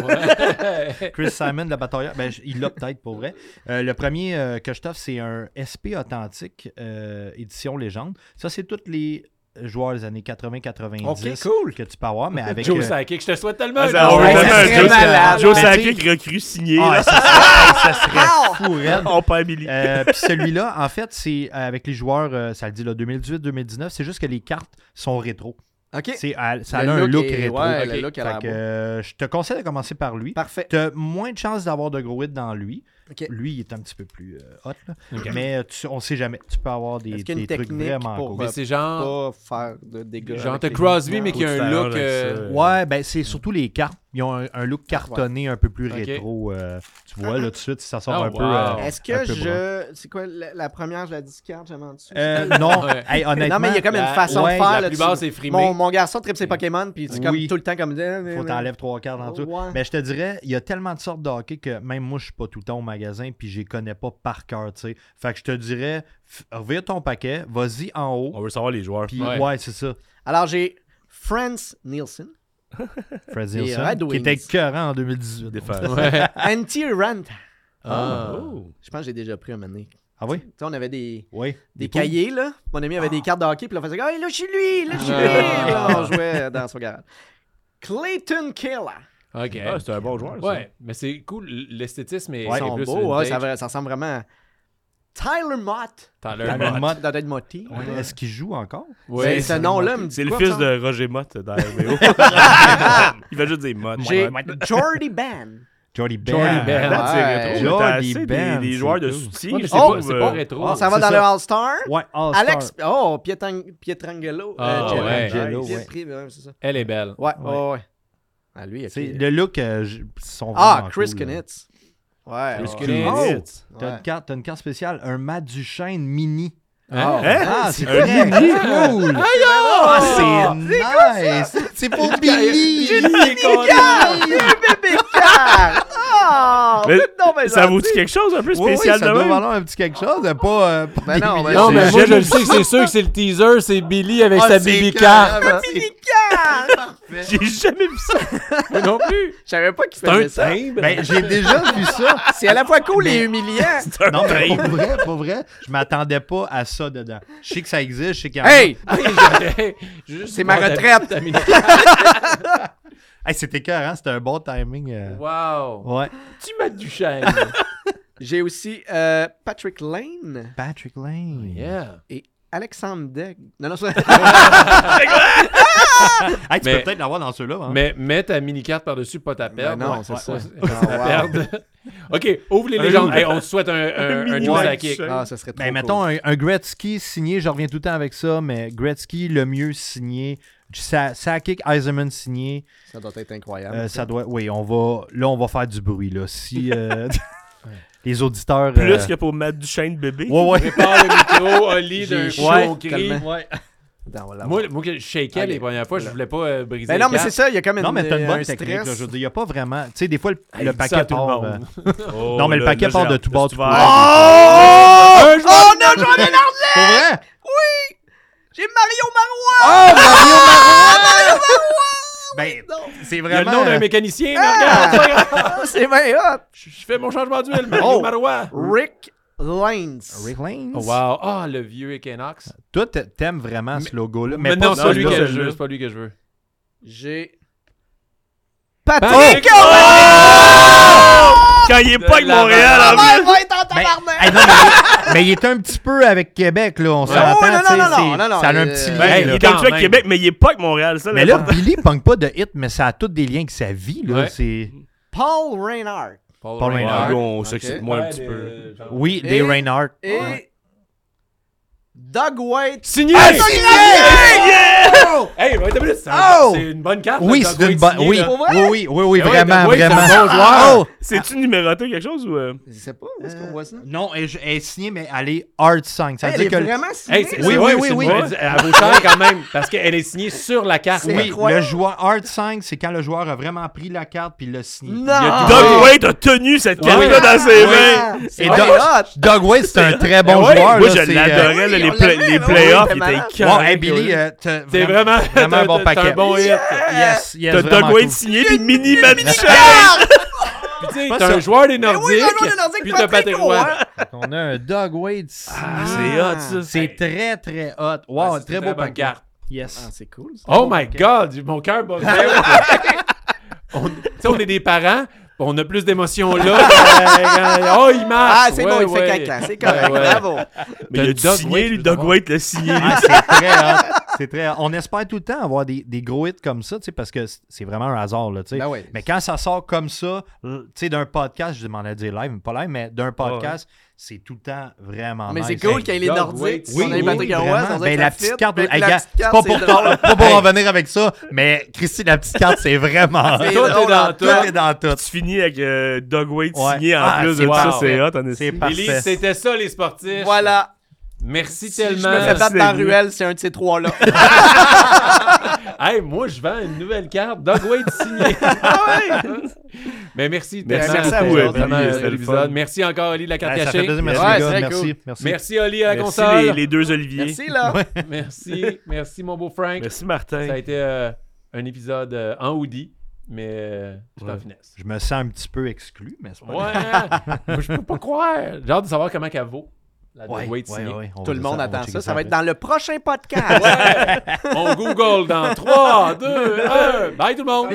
[SPEAKER 1] Ouais.
[SPEAKER 5] Chris Simon, la batailleur, ben, je- il l'a peut-être pour vrai. Euh, le premier euh, que je t'offre, c'est un SP authentique euh, édition légende. Ça, c'est tous les joueurs des années 80-90
[SPEAKER 3] OK, cool.
[SPEAKER 5] que tu peux avoir, mais avec.
[SPEAKER 1] <laughs> Joe
[SPEAKER 5] euh,
[SPEAKER 1] Sakic, je te souhaite tellement.
[SPEAKER 2] Ah,
[SPEAKER 1] une
[SPEAKER 2] ça, on
[SPEAKER 1] bonne
[SPEAKER 2] veut
[SPEAKER 3] Ouais,
[SPEAKER 1] chance.
[SPEAKER 2] tellement un
[SPEAKER 3] ça serait
[SPEAKER 2] Joe-
[SPEAKER 3] malade.
[SPEAKER 2] Joe
[SPEAKER 5] Mais
[SPEAKER 2] Sakic recru signé.
[SPEAKER 5] ah,
[SPEAKER 2] là.
[SPEAKER 5] ça serait, ça serait fou, raide.
[SPEAKER 2] On perd Billy.
[SPEAKER 5] Euh, Puis celui-là, en fait, c'est euh, avec les joueurs, euh, ça le dit là, 2018-2019, c'est juste que les cartes sont rétro.
[SPEAKER 3] OK.
[SPEAKER 5] C'est- elle- ça
[SPEAKER 3] Le
[SPEAKER 5] a un
[SPEAKER 3] look
[SPEAKER 5] look
[SPEAKER 3] est-
[SPEAKER 5] rétro.
[SPEAKER 3] ouais,
[SPEAKER 5] Ok.
[SPEAKER 3] le look a
[SPEAKER 5] Fait
[SPEAKER 3] l'air
[SPEAKER 5] que,
[SPEAKER 3] beau.
[SPEAKER 5] euh, je te conseille de commencer par lui.
[SPEAKER 3] Parfait.
[SPEAKER 5] Tu as moins de chances d'avoir de gros hits dans lui.
[SPEAKER 3] Ok.
[SPEAKER 5] Lui, il est un petit peu plus euh, hot. là. Mais euh, tu- on sait jamais. Tu peux avoir des,
[SPEAKER 3] Est-ce qu'il y a
[SPEAKER 5] des
[SPEAKER 3] une
[SPEAKER 5] trucs
[SPEAKER 3] technique
[SPEAKER 5] vraiment
[SPEAKER 3] pour,
[SPEAKER 5] cool.
[SPEAKER 1] Mais c'est genre.
[SPEAKER 3] Pas faire de dégâts.
[SPEAKER 1] Genre,
[SPEAKER 3] avec
[SPEAKER 1] t'as
[SPEAKER 3] les
[SPEAKER 1] Crosby,
[SPEAKER 3] mouvements.
[SPEAKER 1] mais qui a
[SPEAKER 2] Faut que
[SPEAKER 1] un
[SPEAKER 2] tu
[SPEAKER 1] look.
[SPEAKER 2] t'arranges avec
[SPEAKER 1] euh,
[SPEAKER 2] ça.
[SPEAKER 5] Ouais, ben c'est surtout les cartes. Ils ont un, un look cartonné un peu plus
[SPEAKER 1] Ok.
[SPEAKER 5] rétro. euh, tu vois, là, tout de suite, ça sort
[SPEAKER 1] Oh,
[SPEAKER 5] un peu.
[SPEAKER 1] wow.
[SPEAKER 5] euh,
[SPEAKER 3] Est-ce
[SPEAKER 5] un
[SPEAKER 3] que
[SPEAKER 1] <laughs>
[SPEAKER 5] peu brun.
[SPEAKER 3] je. C'est quoi la, la première, je la discard, j'avais en dessous?
[SPEAKER 5] Euh, non,
[SPEAKER 1] Ouais.
[SPEAKER 5] hey, honnêtement.
[SPEAKER 3] non, mais il y a comme
[SPEAKER 1] la-
[SPEAKER 3] une façon
[SPEAKER 5] ouais,
[SPEAKER 3] de faire.
[SPEAKER 1] la
[SPEAKER 3] là,
[SPEAKER 1] plus
[SPEAKER 3] tu-
[SPEAKER 1] basse est frimée.
[SPEAKER 3] Mon, mon garçon tripe ses Pokémon, puis c'est comme
[SPEAKER 5] Oui.
[SPEAKER 3] tout le temps comme.
[SPEAKER 5] faut t'enlèves trois quarts dans tout.
[SPEAKER 3] Ouais.
[SPEAKER 5] Mais je te dirais, il y a tellement de sortes de hockey que même moi, je suis pas tout le temps au magasin puis je les connais pas par cœur, tu sais. Fait que je te dirais, f- revire ton paquet, vas-y en haut,
[SPEAKER 2] On veut savoir les joueurs.
[SPEAKER 5] puis
[SPEAKER 1] Ouais.
[SPEAKER 5] ouais, c'est ça.
[SPEAKER 3] Alors, j'ai Franz
[SPEAKER 1] <laughs>
[SPEAKER 3] Nielsen,
[SPEAKER 5] Fred
[SPEAKER 3] Les
[SPEAKER 5] Nielsen,
[SPEAKER 3] Red
[SPEAKER 5] qui était
[SPEAKER 3] Wings.
[SPEAKER 5] écœurant en 2018.
[SPEAKER 2] Des fans.
[SPEAKER 1] ouais.
[SPEAKER 3] Anti Rant. Oh.
[SPEAKER 1] Ah.
[SPEAKER 3] Je pense que j'ai déjà pris un moment donné.
[SPEAKER 5] Ah oui?
[SPEAKER 3] Tu sais, on avait des.
[SPEAKER 5] Oui.
[SPEAKER 3] Des cahiers, là. Mon ami avait des cartes de hockey, puis là, on faisait Ah, là, chez lui, là, chez
[SPEAKER 1] Ah.
[SPEAKER 3] lui. Là, on jouait dans son garage. Clayton Keller.
[SPEAKER 1] Ok.
[SPEAKER 2] Ah, c'est un bon joueur. ça.
[SPEAKER 1] ouais, mais c'est cool. L'esthétisme est.
[SPEAKER 3] Ils
[SPEAKER 1] c'est
[SPEAKER 3] sont
[SPEAKER 1] plus
[SPEAKER 3] beaux, ouais,
[SPEAKER 1] vintage.
[SPEAKER 3] ça, va- ça ressemble vraiment à Tyler Mott.
[SPEAKER 1] Tyler
[SPEAKER 5] Tyler
[SPEAKER 1] Mott.
[SPEAKER 5] Mott.
[SPEAKER 3] Ça doit être Motti.
[SPEAKER 5] Ouais, Est-ce qu'il joue encore?
[SPEAKER 1] Ouais.
[SPEAKER 3] Mais Ben, ce nom-là me dit
[SPEAKER 2] C'est le
[SPEAKER 3] quoi,
[SPEAKER 2] fils
[SPEAKER 3] ça?
[SPEAKER 2] de Roger Mott dans
[SPEAKER 5] <laughs>
[SPEAKER 2] RBO. oh. Il va juste dire Mott.
[SPEAKER 3] J'ai
[SPEAKER 2] Ouais.
[SPEAKER 5] Oh,
[SPEAKER 3] Jordy Ban.
[SPEAKER 5] Jordy Ben.
[SPEAKER 1] Jordy Ben.
[SPEAKER 2] Là, c'est rétro,
[SPEAKER 3] Ouais.
[SPEAKER 2] mais t'as
[SPEAKER 5] Jordy
[SPEAKER 2] assez des-
[SPEAKER 5] Ben,
[SPEAKER 2] des
[SPEAKER 5] c'est
[SPEAKER 2] joueurs de
[SPEAKER 5] cool.
[SPEAKER 2] soutien.
[SPEAKER 1] Ouais, mais
[SPEAKER 2] je
[SPEAKER 1] c'est
[SPEAKER 2] sais
[SPEAKER 3] Oh,
[SPEAKER 1] pas,
[SPEAKER 2] pas,
[SPEAKER 1] Oh, c'est
[SPEAKER 2] euh,
[SPEAKER 1] pas rétro.
[SPEAKER 3] On s'en va
[SPEAKER 5] c'est
[SPEAKER 3] dans
[SPEAKER 5] ça.
[SPEAKER 3] le All-Star.
[SPEAKER 5] Ouais, ah, All-Star.
[SPEAKER 3] Alex. Oh, Pietang- Pietrangelo. Euh,
[SPEAKER 1] Ah,
[SPEAKER 3] Pietangelo,
[SPEAKER 1] ouais.
[SPEAKER 5] Pietangelo, ouais.
[SPEAKER 3] c'est ça.
[SPEAKER 1] Elle est belle.
[SPEAKER 3] Ouais, ouais, ouais. Ah, lui, ok.
[SPEAKER 5] C'est- Le look, euh, j- sont
[SPEAKER 3] Ah,
[SPEAKER 5] vraiment
[SPEAKER 3] Chris
[SPEAKER 5] cool, là.
[SPEAKER 3] Kunitz. Ouais.
[SPEAKER 1] Chris
[SPEAKER 3] ouais.
[SPEAKER 1] Kunitz.
[SPEAKER 3] Ouais.
[SPEAKER 5] T'as une, carte- t'as une carte spéciale, un mat du chêne mini.
[SPEAKER 1] Hein?
[SPEAKER 3] Ah,
[SPEAKER 5] Ah, c'est
[SPEAKER 2] un
[SPEAKER 5] très
[SPEAKER 2] mini?
[SPEAKER 5] cool!
[SPEAKER 3] Ah,
[SPEAKER 5] Ah, c'est nice! C'est <laughs> pour Billy!
[SPEAKER 3] bébé car! Ah!
[SPEAKER 2] Mais
[SPEAKER 3] non, mais
[SPEAKER 2] Ça
[SPEAKER 3] gentil.
[SPEAKER 2] vaut-tu quelque chose un peu
[SPEAKER 5] Oui, oui,
[SPEAKER 2] spécial de
[SPEAKER 5] ça doit
[SPEAKER 2] même?
[SPEAKER 5] valoir un petit quelque chose, euh, pas... euh, pas
[SPEAKER 3] Ben
[SPEAKER 5] des
[SPEAKER 3] non, ben
[SPEAKER 5] millions.
[SPEAKER 1] Non,
[SPEAKER 2] C'est
[SPEAKER 1] mais moi, je
[SPEAKER 2] génial.
[SPEAKER 1] le sais, que c'est sûr que c'est le teaser, c'est Billy
[SPEAKER 3] Ah,
[SPEAKER 1] avec sa
[SPEAKER 5] Ah, c'est
[SPEAKER 1] BB carte.
[SPEAKER 5] carrément-
[SPEAKER 3] Bébé car!
[SPEAKER 2] J'ai jamais vu ça.
[SPEAKER 1] Moi non plus.
[SPEAKER 3] Je savais pas qu'il
[SPEAKER 1] C'est un
[SPEAKER 3] faisait ça.
[SPEAKER 1] timbre.
[SPEAKER 5] Ben, j'ai déjà vu ça.
[SPEAKER 3] C'est à la fois cool et humiliant.
[SPEAKER 5] Non, mais pour vrai, pour vrai, je m'attendais pas à ça dedans. Je sais que ça existe, je sais qu'il y en a.
[SPEAKER 3] Hey!
[SPEAKER 1] Hey, <laughs> j'aurais- juste
[SPEAKER 3] C'est ma
[SPEAKER 1] demandé-
[SPEAKER 3] retraite.
[SPEAKER 1] Ah, T'as mis une-
[SPEAKER 5] Hey, c'était cœur, hein? C'était un bon timing. euh.
[SPEAKER 1] Wow.
[SPEAKER 5] Ouais.
[SPEAKER 1] Tu m'as du chêne.
[SPEAKER 3] <laughs> J'ai aussi euh, Patrick Lane
[SPEAKER 5] Patrick Lane.
[SPEAKER 1] <laughs> Yeah.
[SPEAKER 3] et Alexandre Degg. Non, non,
[SPEAKER 1] <laughs>
[SPEAKER 3] ça. <laughs>
[SPEAKER 5] Hey, tu
[SPEAKER 1] Mais-
[SPEAKER 5] peux peut-être l'avoir dans ceux-là. Hein?
[SPEAKER 1] Mais mets ta mini-carte par-dessus, pas ta
[SPEAKER 3] Ben
[SPEAKER 1] perte.
[SPEAKER 3] non,
[SPEAKER 1] Ouais,
[SPEAKER 3] c'est
[SPEAKER 1] ouais,
[SPEAKER 3] ça. <laughs>
[SPEAKER 1] ouais,
[SPEAKER 3] Ah,
[SPEAKER 1] ta
[SPEAKER 3] wow.
[SPEAKER 1] perte. <laughs> OK, ouvre les
[SPEAKER 2] Un
[SPEAKER 1] légendes.
[SPEAKER 2] mini-
[SPEAKER 1] Hey, on te souhaite
[SPEAKER 3] <laughs>
[SPEAKER 1] un, un, un
[SPEAKER 2] mini-
[SPEAKER 1] Joe
[SPEAKER 2] Ouais.
[SPEAKER 1] Sakic.
[SPEAKER 3] Ah, ça serait trop
[SPEAKER 5] Ben, mettons un, un Gretzky signé, je reviens tout le temps avec ça, mais Gretzky, le mieux signé. Sa Sakic, Eisenman signé.
[SPEAKER 3] cool. Ça doit être incroyable.
[SPEAKER 5] Euh, ça doit. Oui, on va. Là, on va faire du bruit, là. Si euh, <laughs> les auditeurs.
[SPEAKER 2] Plus
[SPEAKER 5] euh,
[SPEAKER 2] que pour Matt Duchesne bébé.
[SPEAKER 5] Ouais,
[SPEAKER 1] <laughs>
[SPEAKER 5] ouais.
[SPEAKER 1] Prépare le micro, Oli, d'un
[SPEAKER 3] J'ai
[SPEAKER 1] chaud
[SPEAKER 5] chaud,
[SPEAKER 1] gris.
[SPEAKER 3] tellement.
[SPEAKER 1] Ouais.
[SPEAKER 3] Attends, on va l'avoir.
[SPEAKER 1] Moi, moi, que je shakeais les
[SPEAKER 3] Ok.
[SPEAKER 1] premières fois, je voulais pas euh, briser
[SPEAKER 3] Ben
[SPEAKER 1] les
[SPEAKER 3] non, mais c'est
[SPEAKER 1] cartes.
[SPEAKER 3] ça, il y a comme une, euh,
[SPEAKER 5] Non, mais t'as une bonne
[SPEAKER 3] un
[SPEAKER 5] technique,
[SPEAKER 3] stress.
[SPEAKER 5] là, Je veux dire, il n'y a pas vraiment. Tu sais, des fois, le,
[SPEAKER 1] Hey,
[SPEAKER 5] le
[SPEAKER 1] dis
[SPEAKER 5] paquet
[SPEAKER 1] ça à tout le
[SPEAKER 5] part,
[SPEAKER 1] monde.
[SPEAKER 5] euh, Non, mais le paquet part de tout bord, tout
[SPEAKER 2] Oh!
[SPEAKER 1] Un joueur-
[SPEAKER 3] Oh non, j'en ai l'argent!
[SPEAKER 5] Pour vrai?
[SPEAKER 3] Oui! J'ai Mario Marois!
[SPEAKER 5] Ah, Mario Marois!
[SPEAKER 1] <laughs>
[SPEAKER 5] Ben,
[SPEAKER 3] Non.
[SPEAKER 5] c'est
[SPEAKER 1] Il y a le
[SPEAKER 5] vraiment.
[SPEAKER 1] nom d'un <laughs> mécanicien,
[SPEAKER 5] Oh,
[SPEAKER 1] mais regarde, c'est pas grave.
[SPEAKER 3] Ah, <laughs> c'est bien hot!
[SPEAKER 1] Je je fais mon changement d'huile, Mario
[SPEAKER 3] Oh.
[SPEAKER 1] Marois.
[SPEAKER 3] Rick Lanes.
[SPEAKER 5] Rick Lanes.
[SPEAKER 1] Oh, wow. Ah, le vieux Equinox.
[SPEAKER 5] Toi, t'a- t'aimes vraiment ce logo-là.
[SPEAKER 1] Mais,
[SPEAKER 5] Mais,
[SPEAKER 1] non,
[SPEAKER 5] pas
[SPEAKER 1] c'est pas lui
[SPEAKER 5] celui-là.
[SPEAKER 1] que je
[SPEAKER 2] celui-là.
[SPEAKER 1] veux. C'est pas lui que je veux.
[SPEAKER 3] J'ai.
[SPEAKER 1] Patrick
[SPEAKER 3] Patrick!
[SPEAKER 1] Roy!
[SPEAKER 3] Roy!
[SPEAKER 2] Oh! Quand il est pas avec
[SPEAKER 1] la
[SPEAKER 2] Montréal,
[SPEAKER 1] barre.
[SPEAKER 2] en plus.
[SPEAKER 3] va être en tabarnak!
[SPEAKER 5] <laughs> Ben, Hey, non, mais, mais il est un petit peu avec Québec, là. On s'entend,
[SPEAKER 3] Oh, oui, non,
[SPEAKER 5] tu sais,
[SPEAKER 3] non, non,
[SPEAKER 5] c'est-
[SPEAKER 3] non, non,
[SPEAKER 5] Ça a un
[SPEAKER 3] euh,
[SPEAKER 5] petit lien.
[SPEAKER 2] Ben,
[SPEAKER 1] Hey,
[SPEAKER 5] là.
[SPEAKER 2] il est
[SPEAKER 1] quand
[SPEAKER 2] habitué à
[SPEAKER 1] même.
[SPEAKER 2] Québec, mais il est pas avec Montréal,
[SPEAKER 5] <laughs>
[SPEAKER 2] ça.
[SPEAKER 5] Mais là,
[SPEAKER 2] la porte.
[SPEAKER 5] Billy punk pas de hit, mais ça a tous des liens avec sa vie, là.
[SPEAKER 1] Ouais.
[SPEAKER 5] C'est...
[SPEAKER 3] Paul Reinhardt.
[SPEAKER 5] Paul
[SPEAKER 2] Ouais,
[SPEAKER 1] Ah,
[SPEAKER 5] Reinhardt.
[SPEAKER 2] là, on s'excite
[SPEAKER 3] Ok.
[SPEAKER 2] moins un petit peu.
[SPEAKER 5] Oui, des
[SPEAKER 3] Et-
[SPEAKER 5] Reinhardt.
[SPEAKER 3] Et Doug White.
[SPEAKER 1] Signé!
[SPEAKER 3] Yeah!
[SPEAKER 1] Hey, wait a minute, c'est un-
[SPEAKER 5] Oh!
[SPEAKER 1] c'est une bonne carte.
[SPEAKER 5] Oui,
[SPEAKER 1] le
[SPEAKER 5] c'est
[SPEAKER 1] Doug
[SPEAKER 5] une
[SPEAKER 1] White
[SPEAKER 5] bonne.
[SPEAKER 1] signé,
[SPEAKER 5] Oui,
[SPEAKER 1] là.
[SPEAKER 3] pour vrai?
[SPEAKER 5] oui, oui, oui, oui,
[SPEAKER 1] Eh oui,
[SPEAKER 5] vraiment,
[SPEAKER 1] Doug White, c'est un
[SPEAKER 5] vraiment. Oh!
[SPEAKER 1] bon joueur.
[SPEAKER 2] C'est-tu numéroté quelque chose ou. euh?
[SPEAKER 3] Je sais pas, où est-ce qu'on voit ça?
[SPEAKER 5] Non, elle, elle est signée, mais elle est hard signed. Ça veut
[SPEAKER 3] Elle est
[SPEAKER 5] dire que. le-
[SPEAKER 3] vraiment signée,
[SPEAKER 1] Hey, c'est-
[SPEAKER 3] là.
[SPEAKER 1] c'est-
[SPEAKER 5] Oui,
[SPEAKER 1] ouais,
[SPEAKER 5] oui,
[SPEAKER 1] c'est
[SPEAKER 5] oui,
[SPEAKER 1] une
[SPEAKER 5] oui.
[SPEAKER 1] bonne- Elle vaut cher quand même, parce qu'elle est signée sur la carte.
[SPEAKER 3] C'est-
[SPEAKER 5] Oui,
[SPEAKER 3] incroyable.
[SPEAKER 5] le joueur hard signed, c'est quand le joueur a vraiment pris la carte puis il l'a signée.
[SPEAKER 3] Non!
[SPEAKER 5] Ah.
[SPEAKER 2] Doug Wade a tenu cette carte-là dans ses mains.
[SPEAKER 3] Ouais. C'est
[SPEAKER 5] Et
[SPEAKER 3] bien
[SPEAKER 5] Doug-
[SPEAKER 3] hot.
[SPEAKER 5] Doug Wade, c'est <laughs> un très bon
[SPEAKER 2] Ben ouais,
[SPEAKER 5] joueur.
[SPEAKER 2] Moi,
[SPEAKER 5] là,
[SPEAKER 2] je
[SPEAKER 5] c'est,
[SPEAKER 2] l'adorais,
[SPEAKER 5] euh,
[SPEAKER 2] là,
[SPEAKER 3] Oui,
[SPEAKER 2] les,
[SPEAKER 3] on
[SPEAKER 2] play-
[SPEAKER 3] l'aimait,
[SPEAKER 2] les
[SPEAKER 3] là, oui,
[SPEAKER 2] playoffs,
[SPEAKER 3] il était
[SPEAKER 2] il
[SPEAKER 3] malade.
[SPEAKER 2] était
[SPEAKER 5] Bon,
[SPEAKER 2] carré,
[SPEAKER 5] hey,
[SPEAKER 2] oui.
[SPEAKER 5] Billy, euh, t'as
[SPEAKER 1] <laughs> C'est vraiment,
[SPEAKER 5] vraiment un bon
[SPEAKER 1] t'as- t'as
[SPEAKER 5] paquet.
[SPEAKER 1] un bon hit.
[SPEAKER 5] Yes, yes.
[SPEAKER 2] T'as
[SPEAKER 5] vraiment
[SPEAKER 2] Doug Wade
[SPEAKER 5] cool.
[SPEAKER 2] signé, puis mini Ah, match
[SPEAKER 1] Puis tu sais,
[SPEAKER 5] Pas
[SPEAKER 1] t'as
[SPEAKER 5] ça.
[SPEAKER 1] un joueur des
[SPEAKER 3] Mais oui,
[SPEAKER 1] Nordiques,
[SPEAKER 3] le joueur des Nordiques,
[SPEAKER 1] puis t'as
[SPEAKER 3] Patrick
[SPEAKER 1] Patrick
[SPEAKER 3] Roy.
[SPEAKER 1] Roy. Ah,
[SPEAKER 5] On a un Doug Wade. signé.
[SPEAKER 2] C'est hot, ça.
[SPEAKER 5] Ah, C'est très, très hot. Wow,
[SPEAKER 1] Ouais, Ah, c'est
[SPEAKER 5] Ah, très
[SPEAKER 1] une
[SPEAKER 5] beau
[SPEAKER 1] bonne
[SPEAKER 5] paquet.
[SPEAKER 1] carte.
[SPEAKER 5] Yes.
[SPEAKER 3] c'est cool. ça.
[SPEAKER 1] Oh my
[SPEAKER 3] <laughs>
[SPEAKER 1] God, mon cœur bat. on, tu sais, on est des parents, on a plus d'émotions là. Euh, oh, il marche.
[SPEAKER 3] Ah, c'est
[SPEAKER 1] Ouais,
[SPEAKER 3] bon, il
[SPEAKER 1] ouais.
[SPEAKER 3] fait caca. C'est correct.
[SPEAKER 1] Ouais, ouais.
[SPEAKER 3] Bravo.
[SPEAKER 2] Mais il a
[SPEAKER 1] Doug
[SPEAKER 2] signé,
[SPEAKER 1] Wade,
[SPEAKER 2] lui,
[SPEAKER 1] je
[SPEAKER 2] Doug
[SPEAKER 1] veux
[SPEAKER 2] Wade l'a signé. lui.
[SPEAKER 5] Ah, c'est très hot. C'est très hot. On espère tout le temps avoir des, des gros hits comme ça, tu sais, parce que c- c'est vraiment un hasard, là, tu sais.
[SPEAKER 3] Ben oui.
[SPEAKER 5] Mais quand ça sort comme ça, l- tu sais, d'un podcast, je demandais de dire live, mais pas live, mais d'un podcast, c'est tout le temps vraiment
[SPEAKER 3] Mais c'est
[SPEAKER 5] Ah, nice.
[SPEAKER 3] cool
[SPEAKER 5] Hey,
[SPEAKER 3] qu'il y ait les
[SPEAKER 1] Doug
[SPEAKER 3] Nordiques.
[SPEAKER 1] Wade,
[SPEAKER 3] Oui, on a
[SPEAKER 1] oui,
[SPEAKER 3] eu Patrick
[SPEAKER 5] oui,
[SPEAKER 3] Roy.
[SPEAKER 5] vraiment.
[SPEAKER 3] on dirait
[SPEAKER 5] Ben,
[SPEAKER 3] que
[SPEAKER 5] la
[SPEAKER 3] ça
[SPEAKER 5] petite
[SPEAKER 3] fit,
[SPEAKER 5] carte,
[SPEAKER 3] puis
[SPEAKER 5] hey,
[SPEAKER 3] la
[SPEAKER 5] gars,
[SPEAKER 3] petite carte,
[SPEAKER 5] pas
[SPEAKER 3] c'est
[SPEAKER 5] pour,
[SPEAKER 3] drôle.
[SPEAKER 5] ton- pas pour en venir avec ça, mais Christy, la petite carte,
[SPEAKER 3] <laughs>
[SPEAKER 5] c'est vraiment.
[SPEAKER 3] C'est
[SPEAKER 1] Tout est
[SPEAKER 3] drôle hein.
[SPEAKER 1] dans
[SPEAKER 3] en
[SPEAKER 1] tout.
[SPEAKER 5] Tout est dans tout.
[SPEAKER 2] Tu finis avec euh, Doug Wade
[SPEAKER 5] Ouais.
[SPEAKER 2] signé en
[SPEAKER 5] Ah,
[SPEAKER 2] plus
[SPEAKER 5] c'est
[SPEAKER 2] de ça,
[SPEAKER 1] wow.
[SPEAKER 2] c'est hot, en effet.
[SPEAKER 5] C'est
[SPEAKER 1] Billy,
[SPEAKER 5] parfait.
[SPEAKER 1] c'était ça, les sportifs.
[SPEAKER 3] Voilà.
[SPEAKER 1] Merci
[SPEAKER 3] Si je
[SPEAKER 1] tellement.
[SPEAKER 3] me fais battre
[SPEAKER 2] c'est
[SPEAKER 3] par
[SPEAKER 2] mieux.
[SPEAKER 3] Ruel, c'est un de ces trois-là.
[SPEAKER 1] Hey, moi, je vends une nouvelle carte. Doug Wade
[SPEAKER 3] <laughs>
[SPEAKER 1] signé.
[SPEAKER 3] Ah
[SPEAKER 1] <laughs> Mais merci.
[SPEAKER 2] Merci
[SPEAKER 1] tellement.
[SPEAKER 3] beaucoup,
[SPEAKER 1] C'était
[SPEAKER 3] Billy,
[SPEAKER 1] vraiment
[SPEAKER 2] c'était
[SPEAKER 1] un
[SPEAKER 2] le
[SPEAKER 1] bel épisode.
[SPEAKER 2] fun.
[SPEAKER 1] Merci encore, Oli, de la carte
[SPEAKER 5] Hey, ça fait
[SPEAKER 1] cachée.
[SPEAKER 5] plaisir, merci,
[SPEAKER 3] Ouais,
[SPEAKER 5] les gars,
[SPEAKER 3] c'est très
[SPEAKER 5] merci,
[SPEAKER 3] cool.
[SPEAKER 5] merci.
[SPEAKER 1] Merci, Oli, à la
[SPEAKER 2] Merci
[SPEAKER 1] console.
[SPEAKER 2] les, les deux Olivier.
[SPEAKER 3] Merci, là.
[SPEAKER 1] Merci. Merci, mon beau Frank.
[SPEAKER 2] Merci,
[SPEAKER 1] Ça a
[SPEAKER 2] Martin.
[SPEAKER 1] été euh, un épisode euh, en hoodie, mais euh, tout en
[SPEAKER 2] Ouais.
[SPEAKER 1] finesse.
[SPEAKER 5] Je me sens un petit peu exclu, mais c'est pas
[SPEAKER 1] Ouais, Moi, je peux pas croire. J'ai hâte de savoir comment qu'elle vaut. La
[SPEAKER 5] grave.
[SPEAKER 1] Doug Wade
[SPEAKER 5] ouais,
[SPEAKER 1] signée.
[SPEAKER 5] ouais, on
[SPEAKER 3] Tout
[SPEAKER 5] va
[SPEAKER 3] le
[SPEAKER 5] dire
[SPEAKER 3] monde
[SPEAKER 5] on
[SPEAKER 3] attend
[SPEAKER 5] checker
[SPEAKER 3] ça. Ça va
[SPEAKER 5] après.
[SPEAKER 3] être dans le prochain podcast.
[SPEAKER 1] On Google dans 3, 2, 1. Bye tout le monde.